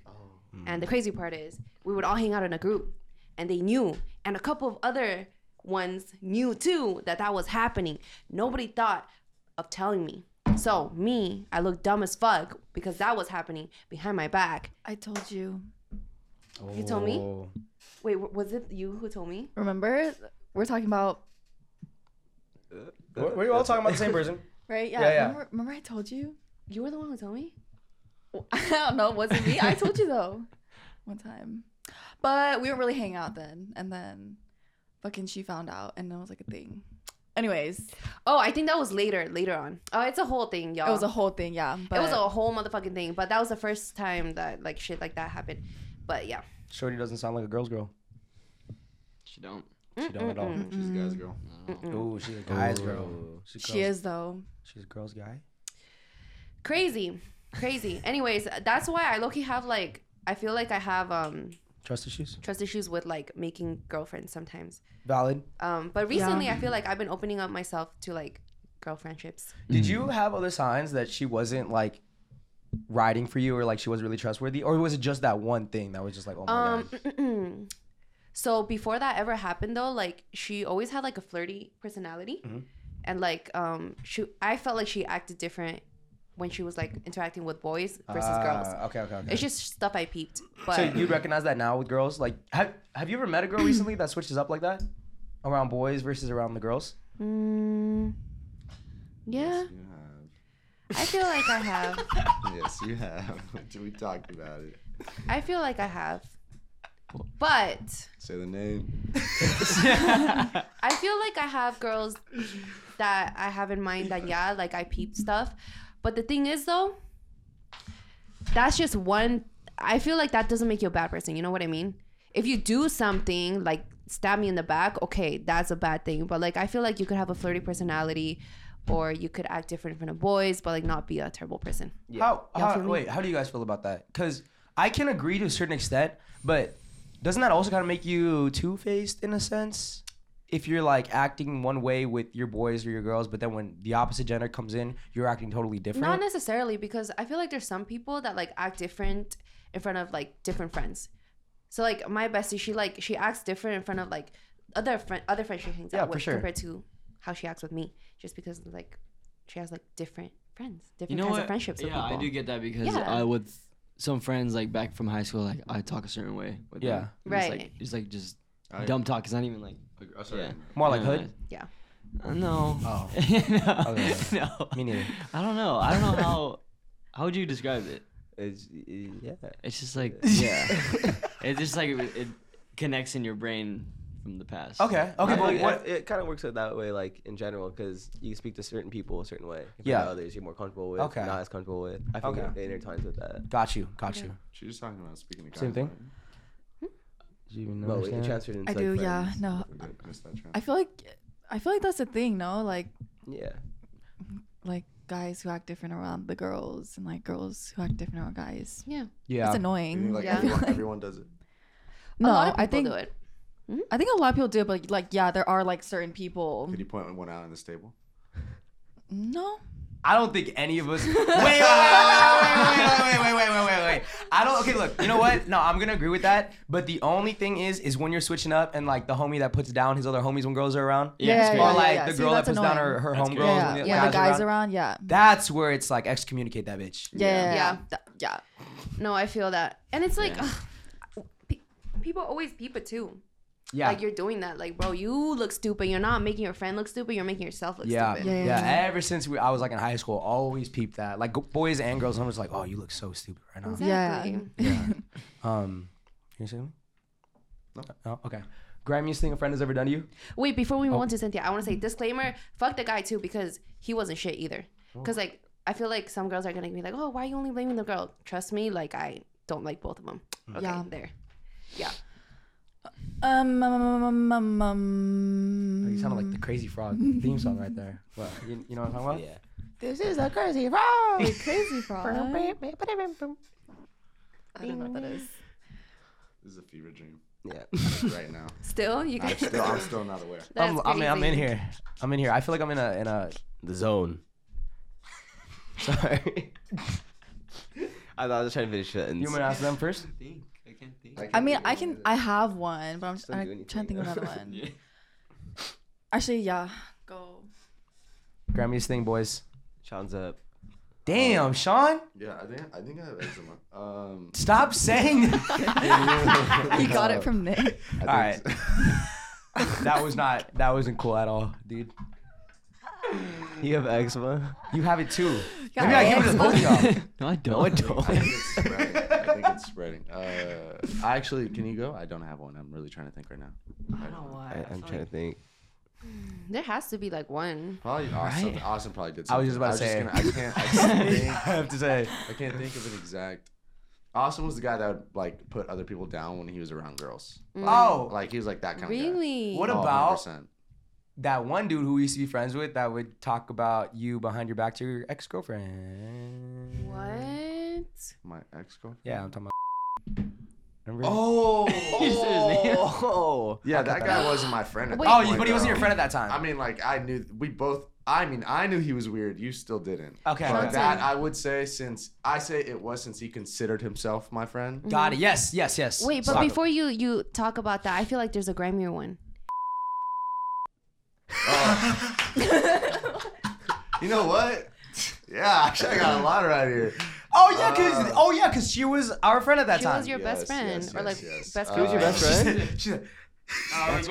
[SPEAKER 7] And the crazy part is, we would all hang out in a group, and they knew, and a couple of other ones knew too that that was happening. Nobody thought of telling me. So, me, I looked dumb as fuck because that was happening behind my back.
[SPEAKER 9] (laughs) I told you.
[SPEAKER 7] You told me?
[SPEAKER 2] Oh.
[SPEAKER 7] Wait, w- was it you who told me?
[SPEAKER 9] Remember? We're talking about
[SPEAKER 2] We're, we're all talking about the same person.
[SPEAKER 9] Right? Yeah.
[SPEAKER 2] Yeah, yeah.
[SPEAKER 9] Remember, remember I told you?
[SPEAKER 7] You were the one who told me?
[SPEAKER 9] (laughs) I don't know. Was it me? I told you though. One time. But we were really hanging out then. And then fucking she found out and it was like a thing. Anyways.
[SPEAKER 7] Oh, I think that was later, later on. Oh, it's a whole thing, y'all.
[SPEAKER 9] It was a whole thing, yeah. But
[SPEAKER 7] It was a whole motherfucking thing. But that was the first time that like shit like that happened. But yeah.
[SPEAKER 2] Shorty doesn't sound like a girl's girl.
[SPEAKER 6] She don't.
[SPEAKER 2] She don't at all.
[SPEAKER 7] Mm-mm.
[SPEAKER 1] She's a guy's girl.
[SPEAKER 2] Ooh, she's a guy's girl. She's
[SPEAKER 9] She
[SPEAKER 2] girls-
[SPEAKER 9] is though.
[SPEAKER 2] She's a girl's guy.
[SPEAKER 7] Crazy. Crazy. Anyways, that's why I low-key have like I feel like I have um
[SPEAKER 2] Trust issues.
[SPEAKER 7] trust issues with like making girlfriends sometimes.
[SPEAKER 2] Valid.
[SPEAKER 7] Um but recently
[SPEAKER 2] Yeah.
[SPEAKER 7] I feel like I've been opening up myself to like girlfriendships.
[SPEAKER 2] Did you have other signs that she wasn't like riding for you, or like she wasn't really trustworthy, or was it just that one thing that was just like, oh my god?
[SPEAKER 7] um (clears throat) so before that ever happened though, like she always had like a flirty personality.
[SPEAKER 2] Mhm.
[SPEAKER 7] and like um she i felt like she acted different when she was like interacting with boys versus
[SPEAKER 2] Ah,
[SPEAKER 7] girls
[SPEAKER 2] okay, okay, okay.
[SPEAKER 7] it's just stuff i peeped but
[SPEAKER 2] So you recognize that now with girls? Like, have have you ever met a girl recently that switches up like that, around boys versus around the girls?
[SPEAKER 7] Mm, yeah i feel like i have
[SPEAKER 1] yes, you have. (laughs) we talked about it.
[SPEAKER 7] i feel like i have but
[SPEAKER 1] Say the name.
[SPEAKER 7] i feel like i have girls that i have in mind that yeah like i peeped stuff but the thing is though that's just one i feel like that doesn't make you a bad person you know what i mean if you do something like stab me in the back okay that's a bad thing but like i feel like you could have a flirty personality or you could act different from the boys but like not be a terrible person
[SPEAKER 2] How,
[SPEAKER 7] Y'all
[SPEAKER 2] how
[SPEAKER 7] feel me?
[SPEAKER 2] wait, how do you guys feel about that? Because I can agree to a certain extent, but doesn't that also kind of make you two faced in a sense? If you're like acting one way with your boys or your girls, but then when the opposite gender comes in, you're acting totally different.
[SPEAKER 7] not necessarily because i feel like there's some people that like act different in front of like different friends so like my bestie she like she acts different in front of like other friend other friends she hangs
[SPEAKER 2] Yeah,
[SPEAKER 7] out
[SPEAKER 2] for
[SPEAKER 7] with
[SPEAKER 2] sure.
[SPEAKER 7] compared to how she acts with me just because like she has like different friends different
[SPEAKER 6] you know
[SPEAKER 7] kinds
[SPEAKER 6] what?
[SPEAKER 7] of friendships
[SPEAKER 6] yeah,
[SPEAKER 7] with people
[SPEAKER 6] I do get that because
[SPEAKER 7] Yeah.
[SPEAKER 6] uh, with some friends like back from high school, like I talk a certain way. With
[SPEAKER 2] Yeah.
[SPEAKER 6] them. And it's,
[SPEAKER 7] Right.
[SPEAKER 6] like, it's like just
[SPEAKER 1] I-
[SPEAKER 6] dumb talk. It's not even like
[SPEAKER 7] oh,
[SPEAKER 1] I started-
[SPEAKER 2] More like
[SPEAKER 6] Yeah.
[SPEAKER 2] hood?
[SPEAKER 7] Yeah.
[SPEAKER 6] Uh, no. (laughs)
[SPEAKER 2] Oh.
[SPEAKER 6] no.
[SPEAKER 2] Okay.
[SPEAKER 6] (laughs) no.
[SPEAKER 2] Me neither.
[SPEAKER 6] I don't know. I don't know how. How would you describe it?
[SPEAKER 17] It's, yeah.
[SPEAKER 6] It's
[SPEAKER 2] (laughs)
[SPEAKER 6] just like yeah. it's just like it, it connects in your brain from the past.
[SPEAKER 2] okay, but
[SPEAKER 4] it,
[SPEAKER 2] what-
[SPEAKER 4] it kind of works out that way, like in general, because you speak to certain people a certain way. compared
[SPEAKER 2] Yeah.
[SPEAKER 4] to others you're more comfortable with.
[SPEAKER 2] Okay.
[SPEAKER 4] Not as comfortable with. I think
[SPEAKER 2] Okay.
[SPEAKER 4] it, it intertwines with that.
[SPEAKER 2] Got you. Got you.
[SPEAKER 1] She was talking about speaking to
[SPEAKER 2] Same
[SPEAKER 1] guys,
[SPEAKER 2] thing?
[SPEAKER 1] right?
[SPEAKER 2] Do you even
[SPEAKER 4] No, it
[SPEAKER 2] understand?
[SPEAKER 4] transferred into.
[SPEAKER 9] I
[SPEAKER 4] like,
[SPEAKER 9] do, yeah.
[SPEAKER 4] friends.
[SPEAKER 9] No.
[SPEAKER 1] I forgot- missed that
[SPEAKER 9] I
[SPEAKER 1] trans-
[SPEAKER 9] feel like I feel like that's a thing, no? Like
[SPEAKER 4] Yeah.
[SPEAKER 9] like guys who act different around the girls and like girls who act different around guys.
[SPEAKER 7] Yeah.
[SPEAKER 2] Yeah.
[SPEAKER 9] It's
[SPEAKER 1] You think,
[SPEAKER 9] annoying.
[SPEAKER 1] like
[SPEAKER 7] Yeah.
[SPEAKER 1] everyone,
[SPEAKER 7] (laughs)
[SPEAKER 1] everyone does it.
[SPEAKER 7] a
[SPEAKER 9] No,
[SPEAKER 7] lot of
[SPEAKER 9] I
[SPEAKER 7] people
[SPEAKER 9] think
[SPEAKER 7] do it
[SPEAKER 9] I think a lot of people do, but like yeah, there are like certain people.
[SPEAKER 1] Can you point one out in this table?
[SPEAKER 9] No.
[SPEAKER 2] I don't think any of
[SPEAKER 9] (laughs)
[SPEAKER 2] us. Wait, wait, wait, wait, wait, wait, wait, wait, wait, wait, wait, wait. I don't. Okay, look. You know what? No, I'm gonna agree with that. But the only thing is, is when you're switching up and like the homie that puts down his other homies when girls are around,
[SPEAKER 9] Yeah, that's yeah,
[SPEAKER 2] or
[SPEAKER 9] yeah,
[SPEAKER 2] like
[SPEAKER 9] yeah.
[SPEAKER 2] the
[SPEAKER 9] See,
[SPEAKER 2] girl that
[SPEAKER 9] that's
[SPEAKER 2] puts down her,
[SPEAKER 9] annoying.
[SPEAKER 2] her
[SPEAKER 6] That's
[SPEAKER 2] homegirls.
[SPEAKER 6] crazy.
[SPEAKER 2] when
[SPEAKER 9] Yeah,
[SPEAKER 2] the
[SPEAKER 9] yeah. When the
[SPEAKER 2] guys
[SPEAKER 9] guys
[SPEAKER 2] are around.
[SPEAKER 9] around, yeah.
[SPEAKER 2] That's where it's like excommunicate that bitch.
[SPEAKER 9] Yeah.
[SPEAKER 7] Yeah.
[SPEAKER 9] Yeah. Th- yeah.
[SPEAKER 7] no i feel that and it's like ugh, pe- people always peep it too
[SPEAKER 2] Yeah.
[SPEAKER 7] like you're doing that like bro you look stupid you're not making your friend look stupid you're making yourself look
[SPEAKER 2] yeah,
[SPEAKER 7] stupid
[SPEAKER 2] yeah,
[SPEAKER 9] Yeah,
[SPEAKER 2] Ever since we, I was like in high school, always peeped that. Like boys and girls, I'm just like, oh, you look so stupid right now.
[SPEAKER 7] Exactly.
[SPEAKER 2] Yeah. um, you see me?
[SPEAKER 1] No.
[SPEAKER 2] Oh, okay. Grimiest thing a friend has ever done to you?
[SPEAKER 7] Wait, before we move
[SPEAKER 2] Oh.
[SPEAKER 7] on to Cynthia, I want to say disclaimer: fuck the guy too because he wasn't shit either.
[SPEAKER 1] Oh.
[SPEAKER 7] Because like I feel like some girls are gonna be like, oh, why are you only blaming the girl? Trust me, like I don't like both of them.
[SPEAKER 1] Mm-hmm.
[SPEAKER 7] Okay,
[SPEAKER 9] Yeah.
[SPEAKER 7] there. Yeah.
[SPEAKER 9] Um, um, um, um, um, um,
[SPEAKER 2] Like, Oh, you sounded like
[SPEAKER 7] Mm.
[SPEAKER 2] the Crazy Frog theme song right there. What? You, you know what I'm talking about? Yeah.
[SPEAKER 9] This is a crazy frog. crazy frog. I don't know what that is.
[SPEAKER 1] This is a fever dream
[SPEAKER 4] Yeah.
[SPEAKER 1] (laughs) right
[SPEAKER 2] (laughs)
[SPEAKER 1] now.
[SPEAKER 7] Still, you
[SPEAKER 1] I'm
[SPEAKER 7] guys.
[SPEAKER 1] still, I'm still not aware.
[SPEAKER 7] That's
[SPEAKER 2] I'm, I mean, I'm in
[SPEAKER 7] crazy.
[SPEAKER 2] here. I'm in here. I feel like I'm in a in a the
[SPEAKER 4] (laughs)
[SPEAKER 2] zone. Sorry.
[SPEAKER 4] I thought I was trying to finish sentence.
[SPEAKER 2] You want to ask them first?
[SPEAKER 6] think. I can't think.
[SPEAKER 9] I mean, I can. I have one, but I'm just
[SPEAKER 4] Doesn't do
[SPEAKER 9] I'm trying to
[SPEAKER 4] anything,
[SPEAKER 9] think of
[SPEAKER 4] though.
[SPEAKER 9] another one.
[SPEAKER 6] Yeah.
[SPEAKER 9] Actually, yeah. Go.
[SPEAKER 2] Grimiest thing, boys.
[SPEAKER 4] Sean's up. Oh.
[SPEAKER 2] Damn, Sean,
[SPEAKER 1] Yeah, I think I think I have eczema.
[SPEAKER 2] (laughs)
[SPEAKER 1] Um,
[SPEAKER 2] stop
[SPEAKER 4] (laughs)
[SPEAKER 2] saying.
[SPEAKER 9] He got
[SPEAKER 1] Uh,
[SPEAKER 9] it from Nick.
[SPEAKER 4] (laughs)
[SPEAKER 2] all right. that was not. That wasn't cool at all, dude.
[SPEAKER 4] You have eczema.
[SPEAKER 2] You have it too.
[SPEAKER 9] Got
[SPEAKER 2] Maybe I give it to both of
[SPEAKER 4] (laughs)
[SPEAKER 2] y'all.
[SPEAKER 11] No, I
[SPEAKER 1] No, (laughs) I
[SPEAKER 6] (laughs)
[SPEAKER 1] don't.
[SPEAKER 2] (laughs)
[SPEAKER 1] I think it's spreading. Uh, I actually, can you go? I don't have one. I'm really trying to think right now. I
[SPEAKER 7] don't know.
[SPEAKER 4] I, am trying
[SPEAKER 2] (laughs)
[SPEAKER 4] to think.
[SPEAKER 7] (laughs) There has to be like one.
[SPEAKER 1] Probably Austin. Austin probably did.
[SPEAKER 2] I
[SPEAKER 1] Something.
[SPEAKER 2] was just about to say.
[SPEAKER 1] I can't. I, can't think,
[SPEAKER 2] have to say.
[SPEAKER 1] I can't think of an exact. Austin was the guy that would like put other people down when he was around girls.
[SPEAKER 9] Mm.
[SPEAKER 1] Like,
[SPEAKER 2] Oh.
[SPEAKER 1] like he was like that kind of guy.
[SPEAKER 7] Really?
[SPEAKER 2] What
[SPEAKER 1] Oh,
[SPEAKER 2] about
[SPEAKER 1] 100%.
[SPEAKER 2] that one dude who we used to be friends with that would talk about you behind your back to your ex girlfriend?
[SPEAKER 7] What?
[SPEAKER 1] my ex girlfriend?
[SPEAKER 2] Yeah, I'm talking about. (laughs) Remember? (laughs)
[SPEAKER 1] Oh.
[SPEAKER 4] Oh.
[SPEAKER 1] Yeah, that guy wasn't my friend. At
[SPEAKER 2] Wait.
[SPEAKER 1] that
[SPEAKER 2] Oh, you-
[SPEAKER 1] point,
[SPEAKER 2] but he wasn't
[SPEAKER 1] though.
[SPEAKER 2] your friend at that time.
[SPEAKER 1] I mean, like I knew we both. I mean, I knew he was weird. You still didn't.
[SPEAKER 2] Okay.
[SPEAKER 1] But
[SPEAKER 2] Shelton.
[SPEAKER 1] that I would say since I say it was since he considered himself my friend.
[SPEAKER 7] (laughs)
[SPEAKER 2] Got it. Yes, yes, yes.
[SPEAKER 7] Wait, but
[SPEAKER 1] Soccer.
[SPEAKER 7] before you you talk about that, I feel like there's a grimier one.
[SPEAKER 1] Oh. You know what? Yeah, actually, I got a lot right here.
[SPEAKER 2] Oh yeah, cause oh yeah, cause she was our friend at that
[SPEAKER 7] She
[SPEAKER 2] time.
[SPEAKER 7] was your best friend, or like best
[SPEAKER 1] Uh,
[SPEAKER 7] girl.
[SPEAKER 1] She was your best (laughs)
[SPEAKER 2] She
[SPEAKER 1] friend?
[SPEAKER 2] said- she said, Ah,
[SPEAKER 1] That's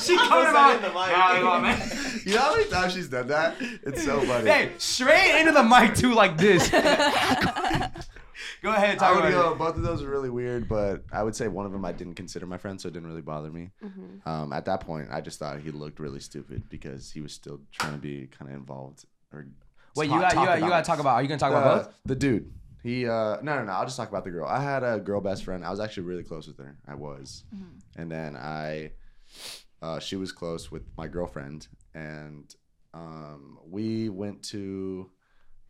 [SPEAKER 1] crazy.
[SPEAKER 2] (laughs) she
[SPEAKER 4] (laughs)
[SPEAKER 2] coming on. Nah, nah, man.
[SPEAKER 1] (laughs) You know how many times she's done that? It's so funny.
[SPEAKER 2] Hey, straight into the mic too, like this. Go
[SPEAKER 1] I
[SPEAKER 2] ahead, talk
[SPEAKER 1] would go,
[SPEAKER 2] about it.
[SPEAKER 1] both of those are really weird, but I would say one of them I didn't consider my friend, so it didn't really bother me. Um, at that point, I just thought he looked really stupid because he was still trying to be kind of involved. Or
[SPEAKER 2] Wait,
[SPEAKER 1] talk-
[SPEAKER 2] you got, you
[SPEAKER 1] talk
[SPEAKER 2] got, you
[SPEAKER 1] about
[SPEAKER 2] got
[SPEAKER 1] it.
[SPEAKER 2] to talk about. Are you gonna talk
[SPEAKER 1] the,
[SPEAKER 2] about both?
[SPEAKER 1] Uh, The dude. He uh no no no, I'll just talk about the girl. I had a girl best friend. I was actually really close with her. I was. And then I uh she was close with my girlfriend and um we went to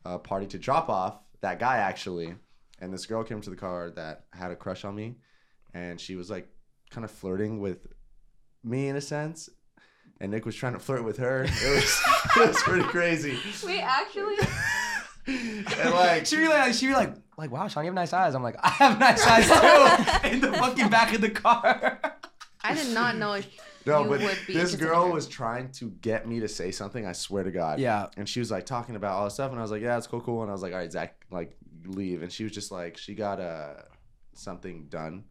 [SPEAKER 1] a party to drop off that guy actually and this girl came to the car that had a crush on me and she was like kind of flirting with me in a sense and Nick was trying to flirt with her. It was, (laughs) it was pretty crazy.
[SPEAKER 7] Wait, actually,
[SPEAKER 1] (laughs) And like
[SPEAKER 2] she be like, she be like, like, wow, Sean, you have nice eyes. I'm like, (laughs) I have nice eyes too. in the fucking back of the car. (laughs)
[SPEAKER 7] I did not know. If
[SPEAKER 1] No,
[SPEAKER 7] you
[SPEAKER 1] but
[SPEAKER 7] would be
[SPEAKER 1] this
[SPEAKER 7] interested in
[SPEAKER 1] girl
[SPEAKER 7] her.
[SPEAKER 1] was trying to get me to say something. I swear to God.
[SPEAKER 2] Yeah.
[SPEAKER 1] And she was like talking about all this stuff, and I was like, "Yeah, it's cool, cool." And I was like, "All right, Zach, like leave." And she was just like, she got uh something done.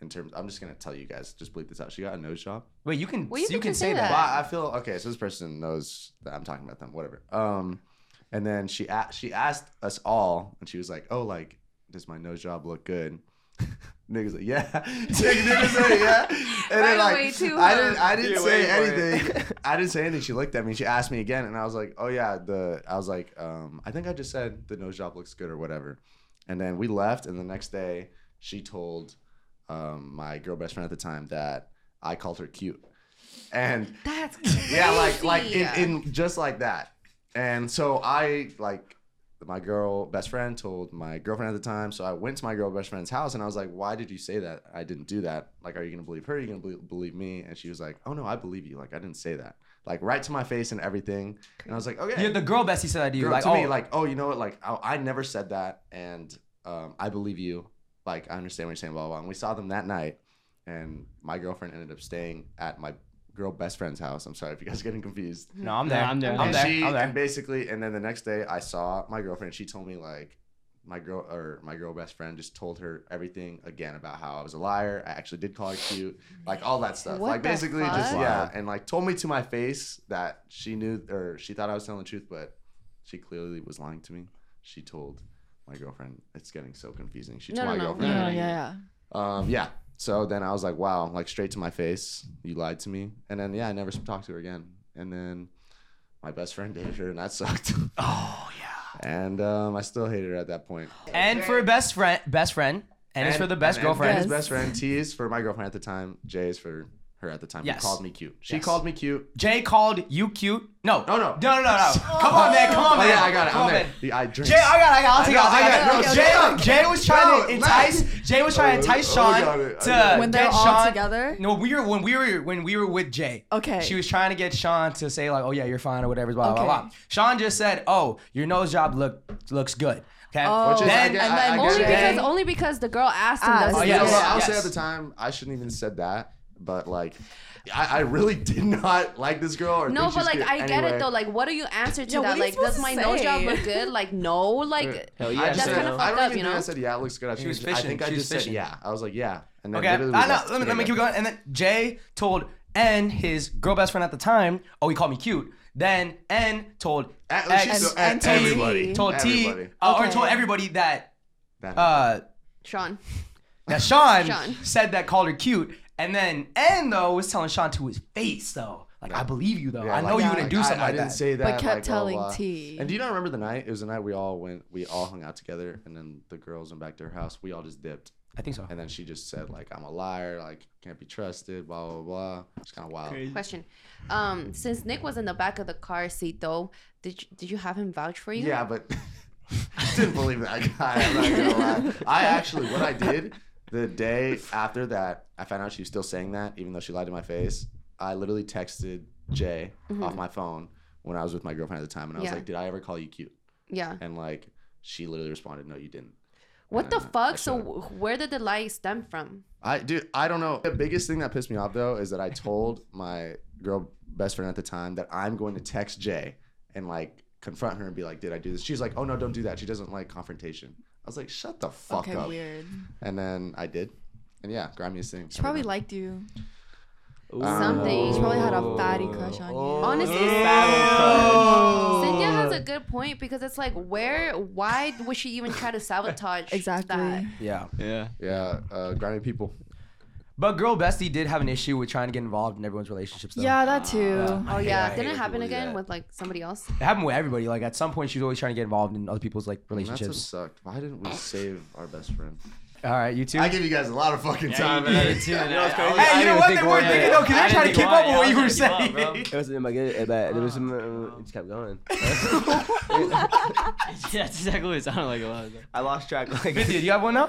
[SPEAKER 1] In terms, I'm just gonna tell you guys. Just bleep this out. She got a nose job.
[SPEAKER 2] Wait, you can
[SPEAKER 7] Well, you
[SPEAKER 2] you
[SPEAKER 7] can
[SPEAKER 2] can
[SPEAKER 7] just
[SPEAKER 2] say
[SPEAKER 7] say
[SPEAKER 2] that.
[SPEAKER 1] But I feel okay. So this person knows that I'm talking about them. Whatever. Um, and then she a- she asked us all, and she was like, "Oh, like, does my nose job look good?" (laughs) Niggas like,
[SPEAKER 7] (laughs)
[SPEAKER 1] yeah. (laughs) Niggas say, yeah. And
[SPEAKER 7] Right
[SPEAKER 1] then like,
[SPEAKER 7] away, too,
[SPEAKER 1] I
[SPEAKER 7] huh?
[SPEAKER 1] didn't, I didn't
[SPEAKER 4] You're
[SPEAKER 1] say
[SPEAKER 4] waiting for it.
[SPEAKER 1] anything. I didn't say anything. She looked at me. She asked me again, and I was like, "Oh yeah." The I was like, um, "I think I just said the nose job looks good or whatever." And then we left, and the next day she told um, my girl best friend at the time that I called her cute, and
[SPEAKER 7] That's
[SPEAKER 1] (laughs) yeah, like like in,
[SPEAKER 7] crazy.
[SPEAKER 1] in just like that. And so I like my girl best friend told my girlfriend at the time. So I went to my girl best friend's house and I was like, "Why did you say that? I didn't do that. Like, are you gonna believe her? Are you gonna believe, believe me?" And she was like, "Oh no, I believe you. Like, I didn't say that. Like, right to my face and everything." And I was like, "Okay."
[SPEAKER 2] Yeah, the girl bestie said that to you.
[SPEAKER 1] Girl,
[SPEAKER 2] like,
[SPEAKER 1] to
[SPEAKER 2] oh,
[SPEAKER 1] me, like, oh, you know what? Like, I, I never said that, and um, I believe you. Like, I understand what you're saying, blah, blah, blah. And we saw them that night, and my girlfriend ended up staying at my girl best friend's house. I'm sorry if you guys are getting confused.
[SPEAKER 2] no, I'm there.
[SPEAKER 11] No, I'm there.
[SPEAKER 2] I'm
[SPEAKER 1] and
[SPEAKER 2] there.
[SPEAKER 1] She,
[SPEAKER 2] I'm there.
[SPEAKER 1] And basically, and then the next day, I saw my girlfriend. and She told me like, my girl or my girl best friend just told her everything again about how I was a liar. I actually did call her cute, like all that stuff.
[SPEAKER 7] What
[SPEAKER 1] like
[SPEAKER 7] the
[SPEAKER 1] basically just
[SPEAKER 7] fuck?
[SPEAKER 1] yeah, and like told me to my face that she knew or she thought I was telling the truth, but she clearly was lying to me. She told my girlfriend. It's getting so confusing. She
[SPEAKER 7] No,
[SPEAKER 1] told
[SPEAKER 7] no,
[SPEAKER 1] my
[SPEAKER 7] no.
[SPEAKER 1] girlfriend.
[SPEAKER 9] (laughs) yeah, yeah.
[SPEAKER 1] Um, yeah. So then I was like, wow, like straight to my face, you lied to me. And then yeah, I never talked to her again. And then my best friend dated her, and that (laughs) sucked.
[SPEAKER 2] Oh yeah.
[SPEAKER 1] and um, I still hated her at that point.
[SPEAKER 2] And for best friend, best friend, and, it's for the best
[SPEAKER 1] and- and
[SPEAKER 2] girlfriend.
[SPEAKER 1] His best friend. T is for my girlfriend at the time. J is for her at the time.
[SPEAKER 2] Yes.
[SPEAKER 1] He called me cute. She
[SPEAKER 2] Yes.
[SPEAKER 1] called me cute.
[SPEAKER 2] Jay called you cute. No,
[SPEAKER 1] No, no.
[SPEAKER 2] no, no, no.
[SPEAKER 7] (laughs)
[SPEAKER 2] no. Come on, man. Come on,
[SPEAKER 1] Oh,
[SPEAKER 2] man.
[SPEAKER 1] yeah, I got it.
[SPEAKER 2] Come
[SPEAKER 1] I'm
[SPEAKER 2] on,
[SPEAKER 1] there.
[SPEAKER 2] man.
[SPEAKER 1] Yeah, I drink.
[SPEAKER 2] Jay, I got it. I got it. I'll take it.
[SPEAKER 1] I
[SPEAKER 2] I
[SPEAKER 1] got it.
[SPEAKER 2] got it.
[SPEAKER 1] Okay,
[SPEAKER 2] Jay,
[SPEAKER 1] okay,
[SPEAKER 2] Jay was trying to
[SPEAKER 1] No,
[SPEAKER 2] entice. Jay was trying to
[SPEAKER 1] I
[SPEAKER 2] entice
[SPEAKER 1] Oh, got
[SPEAKER 2] Sean
[SPEAKER 1] it. I got
[SPEAKER 2] to
[SPEAKER 1] it.
[SPEAKER 9] When they're
[SPEAKER 2] get
[SPEAKER 9] all
[SPEAKER 2] Sean.
[SPEAKER 9] together?
[SPEAKER 2] No, we were when we were when we were with Jay.
[SPEAKER 9] Okay.
[SPEAKER 2] She was trying to get Sean to say like, "Oh yeah, you're fine" or whatever. Blah blah
[SPEAKER 9] Okay.
[SPEAKER 2] blah. Sean just said, "Oh, your nose job look looks good." Okay.
[SPEAKER 9] Oh. Which
[SPEAKER 1] is- I
[SPEAKER 2] then,
[SPEAKER 1] get-
[SPEAKER 2] and
[SPEAKER 1] I-
[SPEAKER 2] then
[SPEAKER 1] I
[SPEAKER 7] only
[SPEAKER 1] get it.
[SPEAKER 7] because only because the girl asked him.
[SPEAKER 9] Ah,
[SPEAKER 7] does
[SPEAKER 1] Oh,
[SPEAKER 7] he
[SPEAKER 1] yeah,
[SPEAKER 7] do
[SPEAKER 2] Yes,
[SPEAKER 1] well,
[SPEAKER 7] it?
[SPEAKER 1] I'll say
[SPEAKER 2] yes.
[SPEAKER 1] at the time I shouldn't even said that, but like, I, I really (laughs) did not like this girl. Or
[SPEAKER 7] No,
[SPEAKER 1] think
[SPEAKER 7] but
[SPEAKER 1] she's
[SPEAKER 7] like
[SPEAKER 1] cute.
[SPEAKER 7] I get
[SPEAKER 1] Anyway,
[SPEAKER 7] it though. Like, what do you answer to
[SPEAKER 9] Yeah, what
[SPEAKER 7] that?
[SPEAKER 9] are you
[SPEAKER 7] Like, does
[SPEAKER 9] supposed
[SPEAKER 7] my
[SPEAKER 9] to
[SPEAKER 7] nose job
[SPEAKER 9] say?
[SPEAKER 7] look good? Like, no. Like,
[SPEAKER 18] Hell
[SPEAKER 1] I
[SPEAKER 18] yeah.
[SPEAKER 1] just
[SPEAKER 7] That's
[SPEAKER 1] said,
[SPEAKER 7] kinda fucked
[SPEAKER 1] I don't
[SPEAKER 7] up,
[SPEAKER 1] even
[SPEAKER 7] you
[SPEAKER 1] think I
[SPEAKER 7] know?
[SPEAKER 1] said yeah, it looks good. I,
[SPEAKER 2] She was
[SPEAKER 1] just- I
[SPEAKER 2] fishing.
[SPEAKER 1] think I
[SPEAKER 2] She was
[SPEAKER 1] just said
[SPEAKER 2] fishing.
[SPEAKER 1] yeah. I was like yeah, and then
[SPEAKER 2] Okay, I
[SPEAKER 1] literally we
[SPEAKER 2] know.
[SPEAKER 1] left
[SPEAKER 2] Let me, let me
[SPEAKER 1] together.
[SPEAKER 2] keep going. And then Jay told and his girl best friend at the time, oh, he called me cute. Then N told
[SPEAKER 1] At-
[SPEAKER 2] X-
[SPEAKER 1] Eh, she told- at-
[SPEAKER 2] Eh, T-
[SPEAKER 1] everybody.
[SPEAKER 2] told T
[SPEAKER 1] Everybody.
[SPEAKER 2] uh, or
[SPEAKER 7] Okay.
[SPEAKER 2] told everybody that uh,
[SPEAKER 7] Sean.
[SPEAKER 2] that Sean,
[SPEAKER 7] Sean.
[SPEAKER 2] said that called her cute, and then N though was telling Sean to his face though, like I believe you though, I know you wouldn't do something
[SPEAKER 1] I,
[SPEAKER 2] like
[SPEAKER 1] didn't
[SPEAKER 2] that.
[SPEAKER 1] say that.
[SPEAKER 9] But kept
[SPEAKER 1] like, blah,
[SPEAKER 9] telling
[SPEAKER 1] blah.
[SPEAKER 9] T.
[SPEAKER 1] And do you not remember the night? It was the night we all went, we all hung out together, and then the girls went back to her house. We all just dipped.
[SPEAKER 2] I think so.
[SPEAKER 1] And then she just said like, "I'm a liar. Like can't be trusted." Blah blah blah. It's kind of wild.
[SPEAKER 7] Question. Um, since Nick was in the back of the car seat though, did you, did you have him vouch for you?
[SPEAKER 1] Yeah, but (laughs) I didn't believe that guy. I'm not gonna lie. I actually, what I did the day after that, I found out she was still saying that, even though she lied to my face. I literally texted Jay
[SPEAKER 7] Mhm.
[SPEAKER 1] off my phone when I was with my girlfriend at the time, and I was
[SPEAKER 7] Yeah.
[SPEAKER 1] like, "Did I ever call you cute?"
[SPEAKER 7] Yeah.
[SPEAKER 1] And like, she literally responded, "No, you didn't."
[SPEAKER 7] What the
[SPEAKER 1] Uh,
[SPEAKER 7] fuck? So wh- where did the lie stem from?
[SPEAKER 1] I dude, I don't know. The biggest thing that pissed me off though is that I told my girl best friend at the time that I'm going to text Jay and like confront her and be like, "Did I do this?" She's like, "Oh no, don't do that. She doesn't like confrontation." I was like, "Shut the fuck
[SPEAKER 9] okay,
[SPEAKER 1] up."
[SPEAKER 9] weird.
[SPEAKER 1] And then I did, and yeah, grimiest thing.
[SPEAKER 9] She probably liked you.
[SPEAKER 7] Something.
[SPEAKER 9] She probably had a fatty crush on you.
[SPEAKER 1] Oh.
[SPEAKER 7] Honestly,
[SPEAKER 2] Oh.
[SPEAKER 7] Cynthia has a good point because it's like, where, why would she even try to
[SPEAKER 9] (laughs)
[SPEAKER 7] sabotage exactly. that?
[SPEAKER 2] Yeah.
[SPEAKER 1] Yeah. Yeah. Uh, grimy people.
[SPEAKER 2] But girl bestie did have an issue with trying to get involved in everyone's relationships. Though.
[SPEAKER 9] Yeah, that too.
[SPEAKER 2] Yeah,
[SPEAKER 7] Oh
[SPEAKER 2] I
[SPEAKER 7] yeah,
[SPEAKER 2] hate
[SPEAKER 7] didn't
[SPEAKER 2] when
[SPEAKER 7] it happen
[SPEAKER 2] people do
[SPEAKER 7] again
[SPEAKER 2] that.
[SPEAKER 7] with like somebody else?
[SPEAKER 2] It happened with everybody. Like at some point, she's always trying to get involved in other people's like
[SPEAKER 1] Man, That
[SPEAKER 2] relationships.
[SPEAKER 1] sucked. Why didn't
[SPEAKER 9] (laughs)
[SPEAKER 1] we save our best friend?
[SPEAKER 2] All right, you two.
[SPEAKER 1] I give you guys a lot of fucking
[SPEAKER 2] Yeah,
[SPEAKER 1] time.
[SPEAKER 2] you
[SPEAKER 1] man.
[SPEAKER 2] did,
[SPEAKER 1] (laughs)
[SPEAKER 2] too, and
[SPEAKER 1] You know what's
[SPEAKER 2] I- I
[SPEAKER 1] crazy?
[SPEAKER 2] was- I Hey, you know didn't what? think They were one- thinking, though, 'cause they're I didn't trying to think keep one, up with yeah, what I you was were trying to keep up, Ah. saying.
[SPEAKER 4] It wasn't my good. It, bad. it was. uh, It just kept going.
[SPEAKER 6] (laughs) yeah, that's exactly what it sounded like a lot. Of
[SPEAKER 4] I lost track. Like,
[SPEAKER 2] Cynthia, do you have one now?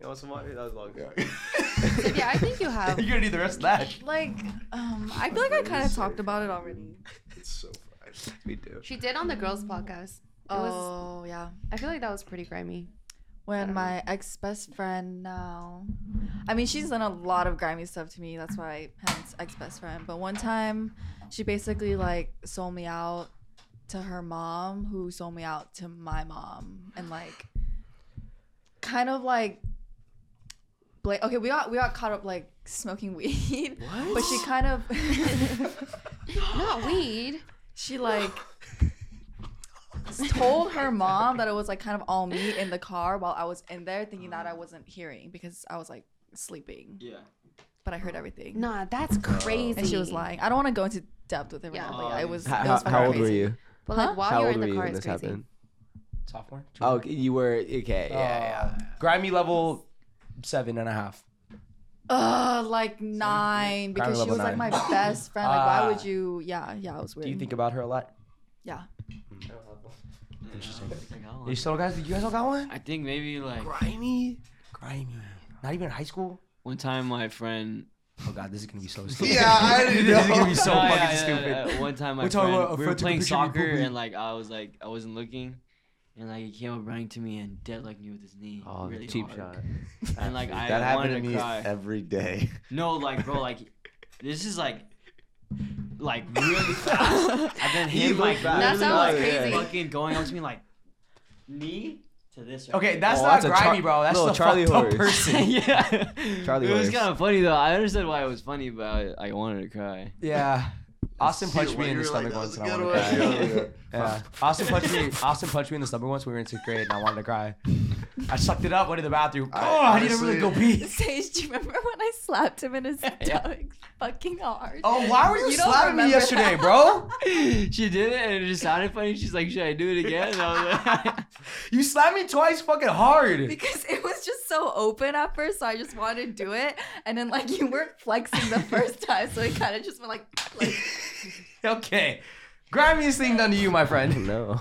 [SPEAKER 4] You want some water? That was long.
[SPEAKER 9] yeah, I think you
[SPEAKER 2] (laughs)
[SPEAKER 9] have.
[SPEAKER 2] You're gonna need the rest of that.
[SPEAKER 9] Like, um, I feel like I kind of talked about it already.
[SPEAKER 1] It's so funny.
[SPEAKER 4] (laughs) We do.
[SPEAKER 7] She did on the girls' podcast. It was,
[SPEAKER 9] Oh yeah.
[SPEAKER 7] I feel like that was pretty grimy. (gasps)
[SPEAKER 9] When my ex best friend now, I mean, she's done a lot of grimy stuff to me. That's why, hence ex best friend. But one time, she basically like sold me out to her mom, who sold me out to my mom, and like, kind of like. Bla- okay, we got we got caught up like smoking (laughs) weed, but she kind of (laughs)
[SPEAKER 7] Not weed.
[SPEAKER 9] She like told her mom that it was like kind of all me in the car while I was in there, thinking
[SPEAKER 2] Uh-huh.
[SPEAKER 9] that I wasn't hearing because I was like sleeping.
[SPEAKER 6] Yeah.
[SPEAKER 9] But I heard everything.
[SPEAKER 7] Nah, that's crazy.
[SPEAKER 9] And she was lying. I don't want to go into depth with it right
[SPEAKER 7] Yeah.
[SPEAKER 9] now. But yeah,
[SPEAKER 2] Um,
[SPEAKER 9] it was.
[SPEAKER 4] How,
[SPEAKER 9] it was
[SPEAKER 4] how- how old were
[SPEAKER 9] crazy.
[SPEAKER 4] you?
[SPEAKER 7] But like while
[SPEAKER 4] how
[SPEAKER 7] you're
[SPEAKER 4] old
[SPEAKER 7] in
[SPEAKER 4] were
[SPEAKER 7] the
[SPEAKER 4] you
[SPEAKER 7] car,
[SPEAKER 4] when
[SPEAKER 7] it's
[SPEAKER 4] this
[SPEAKER 7] crazy.
[SPEAKER 4] happened?
[SPEAKER 2] Sophomore.
[SPEAKER 4] Oh, okay, you were okay. Yeah, yeah.
[SPEAKER 2] Grimy level seven and a half.
[SPEAKER 9] Uh, like nine because she
[SPEAKER 2] level
[SPEAKER 9] was like my
[SPEAKER 2] nine.
[SPEAKER 9] best friend. Like, why
[SPEAKER 2] Ah.
[SPEAKER 9] would you? Yeah, yeah, it was weird.
[SPEAKER 2] Do you think about her a lot?
[SPEAKER 9] Yeah.
[SPEAKER 2] Interesting. You still guys? You guys all got one?
[SPEAKER 6] I think maybe like
[SPEAKER 2] Grimy. Grimy. Not even in high school.
[SPEAKER 6] one time my friend.
[SPEAKER 2] Oh god, this is gonna be so
[SPEAKER 6] stupid.
[SPEAKER 2] Yeah, (laughs) I didn't
[SPEAKER 6] this is
[SPEAKER 2] know.
[SPEAKER 6] gonna be so
[SPEAKER 2] No,
[SPEAKER 6] (laughs) fucking
[SPEAKER 2] yeah, yeah,
[SPEAKER 6] stupid.
[SPEAKER 2] yeah.
[SPEAKER 6] One time my
[SPEAKER 2] We're talking
[SPEAKER 6] friend,
[SPEAKER 2] about a
[SPEAKER 6] we were
[SPEAKER 2] friend took a
[SPEAKER 6] playing
[SPEAKER 2] picture of you
[SPEAKER 6] soccer
[SPEAKER 2] pooping.
[SPEAKER 6] and like I was like I wasn't looking, and like he came up running to me and deadlocked me with his knee.
[SPEAKER 4] Oh, the
[SPEAKER 6] really
[SPEAKER 4] cheap
[SPEAKER 6] hard.
[SPEAKER 4] shot.
[SPEAKER 6] (laughs) And like I
[SPEAKER 1] that
[SPEAKER 6] wanted
[SPEAKER 1] happened to
[SPEAKER 6] to
[SPEAKER 1] me
[SPEAKER 6] cry.
[SPEAKER 1] every
[SPEAKER 4] (laughs)
[SPEAKER 1] day.
[SPEAKER 6] No, like bro, like this is like like
[SPEAKER 4] (laughs)
[SPEAKER 6] really fast. And then
[SPEAKER 4] You
[SPEAKER 6] him
[SPEAKER 4] look
[SPEAKER 6] like
[SPEAKER 4] fast.
[SPEAKER 7] That
[SPEAKER 6] literally,
[SPEAKER 7] sounds
[SPEAKER 6] like,
[SPEAKER 7] crazy.
[SPEAKER 6] fucking going up to me like knee to this. Right
[SPEAKER 2] Okay,
[SPEAKER 6] here.
[SPEAKER 2] that's
[SPEAKER 4] Oh,
[SPEAKER 2] not
[SPEAKER 4] that's a Char-
[SPEAKER 2] grimy, bro. That's
[SPEAKER 4] little
[SPEAKER 2] the
[SPEAKER 4] Charlie
[SPEAKER 2] fucked up
[SPEAKER 4] horse.
[SPEAKER 2] person.
[SPEAKER 6] (laughs) yeah.
[SPEAKER 4] Charlie
[SPEAKER 6] It was
[SPEAKER 4] horse.
[SPEAKER 6] kind of funny though. I understood why it was funny, but I, I wanted to cry.
[SPEAKER 2] Yeah. Austin punched me in the
[SPEAKER 1] You're like,
[SPEAKER 2] stomach
[SPEAKER 1] that was
[SPEAKER 2] once and I
[SPEAKER 1] a
[SPEAKER 2] wanted
[SPEAKER 1] good
[SPEAKER 2] to
[SPEAKER 1] one.
[SPEAKER 2] cry.
[SPEAKER 1] (laughs) Yeah,
[SPEAKER 2] (laughs)
[SPEAKER 1] yeah.
[SPEAKER 2] Yeah.
[SPEAKER 4] Oh,
[SPEAKER 2] Austin punched me. Austin punched me in the stomach once. We were in sixth grade, and I wanted to cry. I sucked it up. Went to the bathroom.
[SPEAKER 1] I-
[SPEAKER 2] oh, I need to really go
[SPEAKER 1] honestly-
[SPEAKER 2] pee.
[SPEAKER 9] (laughs) Sage, do you remember when I slapped him in
[SPEAKER 2] (laughs)
[SPEAKER 9] his stomach fucking hard?
[SPEAKER 2] Oh, why were you,
[SPEAKER 9] You don't
[SPEAKER 2] slapping me
[SPEAKER 9] remember
[SPEAKER 2] yesterday,
[SPEAKER 9] that.
[SPEAKER 2] bro?
[SPEAKER 6] (laughs) she did it and it just sounded funny. She's like, should I do it again? And I was like, (laughs)
[SPEAKER 2] You slapped me twice, fucking
[SPEAKER 7] (laughs)
[SPEAKER 2] hard.
[SPEAKER 9] because it was just so open at first, so I just wanted to do it, and then like you weren't flexing the first time, so it kind of just went like, like
[SPEAKER 2] Okay. Grimiest thing done to you, my friend.
[SPEAKER 4] No,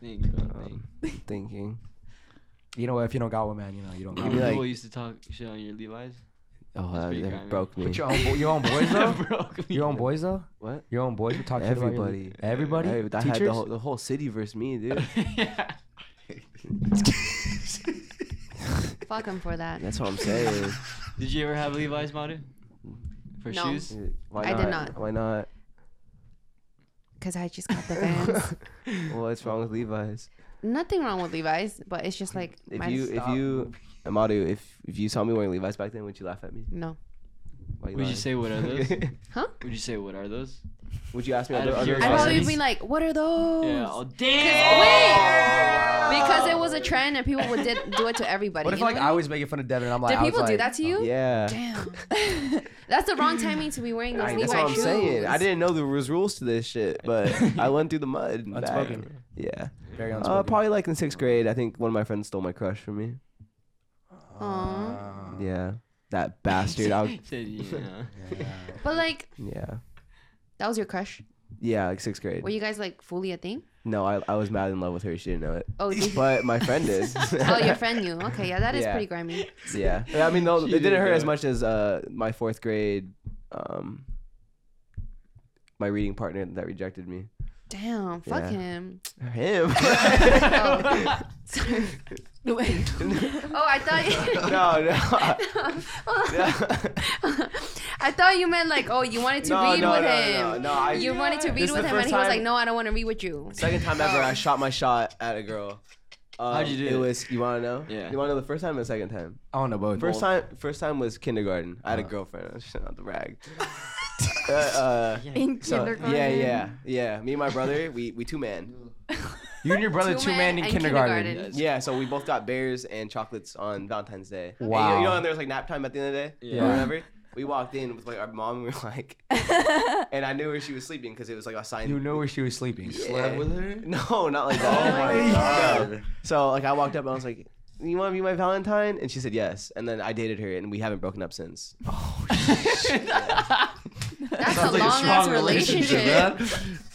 [SPEAKER 6] Think, bro, think.
[SPEAKER 2] Um,
[SPEAKER 4] thinking.
[SPEAKER 2] You know what? If you don't got one, man, you know you don't got
[SPEAKER 4] You'd
[SPEAKER 2] one.
[SPEAKER 4] be
[SPEAKER 6] People
[SPEAKER 4] like,
[SPEAKER 6] used to talk shit on your Levi's.
[SPEAKER 4] oh, that,
[SPEAKER 6] pretty
[SPEAKER 4] that
[SPEAKER 6] grimy.
[SPEAKER 4] broke me.
[SPEAKER 2] But your own, bo- your own
[SPEAKER 4] (laughs)
[SPEAKER 2] boys
[SPEAKER 6] (laughs)
[SPEAKER 2] though.
[SPEAKER 6] Broke me.
[SPEAKER 2] Your own boys though.
[SPEAKER 4] What?
[SPEAKER 2] Your own boys were talking about your-
[SPEAKER 4] Everybody.
[SPEAKER 2] Everybody.
[SPEAKER 4] Hey, I had
[SPEAKER 2] Teachers.
[SPEAKER 4] the whole, the whole city versus me, (laughs) dude.
[SPEAKER 6] yeah.
[SPEAKER 7] Fuck him for that.
[SPEAKER 4] That's what I'm (laughs) saying.
[SPEAKER 6] Did you ever have Levi's, Madu? For
[SPEAKER 7] No.
[SPEAKER 6] shoes?
[SPEAKER 4] Why
[SPEAKER 7] I
[SPEAKER 4] not?
[SPEAKER 7] did not.
[SPEAKER 4] Why not?
[SPEAKER 7] (laughs) Cause I just (laughs) got the Vans.
[SPEAKER 4] What's wrong with Levi's?
[SPEAKER 7] Nothing wrong with Levi's, but it's just like
[SPEAKER 4] If
[SPEAKER 7] mine-
[SPEAKER 4] you, if you, Amadu, if if you saw me wearing Levi's back then, would you laugh at me?
[SPEAKER 7] no.
[SPEAKER 4] Why
[SPEAKER 6] Would you
[SPEAKER 4] lying?
[SPEAKER 6] say what
[SPEAKER 2] (laughs)
[SPEAKER 6] are those?
[SPEAKER 4] (laughs)
[SPEAKER 7] Huh?
[SPEAKER 6] Would you say what are those?
[SPEAKER 4] Would you ask me
[SPEAKER 6] Out
[SPEAKER 4] other-
[SPEAKER 6] of
[SPEAKER 4] other
[SPEAKER 6] curiosity.
[SPEAKER 7] I'd probably be like, what are those?
[SPEAKER 6] Yeah,
[SPEAKER 7] (laughs)
[SPEAKER 6] oh,
[SPEAKER 7] 'Cause-
[SPEAKER 6] damn.
[SPEAKER 7] Wait! Because it was a trend and people would did, do it to everybody.
[SPEAKER 2] What if
[SPEAKER 7] you know
[SPEAKER 2] like
[SPEAKER 7] what
[SPEAKER 2] I was making fun of Devin and I'm like,
[SPEAKER 7] Did
[SPEAKER 2] I was
[SPEAKER 7] people do
[SPEAKER 2] like-
[SPEAKER 7] that to you?
[SPEAKER 4] "Oh, Yeah.
[SPEAKER 7] (laughs) That's the wrong timing to be wearing those
[SPEAKER 4] I-
[SPEAKER 7] Levi's
[SPEAKER 4] that's what I'm
[SPEAKER 7] shoes.
[SPEAKER 4] saying. I didn't know there was rules to this (laughs) shit, but I went through the mud. and back.
[SPEAKER 5] Unspoken.
[SPEAKER 4] Yeah.
[SPEAKER 5] Very
[SPEAKER 4] Uh,
[SPEAKER 5] unspoken.
[SPEAKER 4] probably like in sixth grade, I think one of my friends stole my crush from me.
[SPEAKER 2] Ah,
[SPEAKER 4] Yeah. That bastard.
[SPEAKER 7] (laughs)
[SPEAKER 4] I would,
[SPEAKER 6] (laughs)
[SPEAKER 2] (laughs)
[SPEAKER 6] Said, yeah.
[SPEAKER 7] But like,
[SPEAKER 4] yeah.
[SPEAKER 7] that was your crush.
[SPEAKER 4] Yeah, like sixth grade.
[SPEAKER 7] Were you guys like fully a thing?
[SPEAKER 4] No, I, I was mad in love with her. She didn't
[SPEAKER 7] (laughs)
[SPEAKER 4] know it. (laughs)
[SPEAKER 7] Oh, did-
[SPEAKER 4] but my friend
[SPEAKER 7] (laughs)
[SPEAKER 4] did.
[SPEAKER 7] Oh, your friend knew. Okay, yeah, that is
[SPEAKER 4] Yeah.
[SPEAKER 7] pretty grimy.
[SPEAKER 4] (laughs) Yeah, I mean, though,
[SPEAKER 6] She
[SPEAKER 4] it didn't
[SPEAKER 6] didn't
[SPEAKER 4] hurt
[SPEAKER 6] know
[SPEAKER 4] as
[SPEAKER 6] it.
[SPEAKER 4] much as uh, my fourth grade, um, my reading partner that rejected me.
[SPEAKER 7] Damn, fuck
[SPEAKER 4] Yeah.
[SPEAKER 7] him.
[SPEAKER 4] Him. (laughs)
[SPEAKER 7] (laughs) oh. Sorry. oh, I thought you.
[SPEAKER 4] no, no. (laughs)
[SPEAKER 7] (laughs) I thought you meant like, oh, you wanted to
[SPEAKER 4] No,
[SPEAKER 7] read
[SPEAKER 4] no,
[SPEAKER 7] with
[SPEAKER 4] no,
[SPEAKER 7] him.
[SPEAKER 4] no, no, I-
[SPEAKER 7] you wanted to
[SPEAKER 4] This
[SPEAKER 7] read
[SPEAKER 4] is the
[SPEAKER 7] with him, and
[SPEAKER 4] first
[SPEAKER 7] he was
[SPEAKER 4] time-
[SPEAKER 7] like, no, I don't want to read with you.
[SPEAKER 4] (laughs) Second time ever, I shot my shot at a girl. Uh,
[SPEAKER 6] How'd you do
[SPEAKER 4] It
[SPEAKER 6] it?
[SPEAKER 4] was. You want to know?
[SPEAKER 6] Yeah.
[SPEAKER 4] You want to know the first time or the second time?
[SPEAKER 2] I don't know both.
[SPEAKER 4] First
[SPEAKER 6] Both.
[SPEAKER 4] time. First time was kindergarten. I had a girlfriend. She's not the rag. Uh, uh,
[SPEAKER 9] In
[SPEAKER 4] so,
[SPEAKER 9] kindergarten.
[SPEAKER 4] yeah,
[SPEAKER 9] (laughs)
[SPEAKER 4] yeah, yeah. Me and my brother, we we two man.
[SPEAKER 2] You and your brother, two man in
[SPEAKER 7] and
[SPEAKER 2] kindergarten.
[SPEAKER 7] kindergarten.
[SPEAKER 4] Yeah, so we both got bears and chocolates on Valentine's Day. And,
[SPEAKER 2] Wow.
[SPEAKER 4] you, you know, and there was like nap time at the end of the day
[SPEAKER 2] Yeah.
[SPEAKER 4] or whatever. We walked in with like our mom. and We were like, and I knew where she was sleeping because it was like a sign.
[SPEAKER 2] You know where she was sleeping.
[SPEAKER 4] (laughs) Yeah.
[SPEAKER 1] her?
[SPEAKER 4] (laughs) No, not like that.
[SPEAKER 1] Oh my god.
[SPEAKER 4] So like I walked up and I was like, "You want to be my Valentine?" And she said yes. And then I dated her, and we haven't broken up
[SPEAKER 7] (laughs)
[SPEAKER 4] since.
[SPEAKER 7] That's a long ass relationship.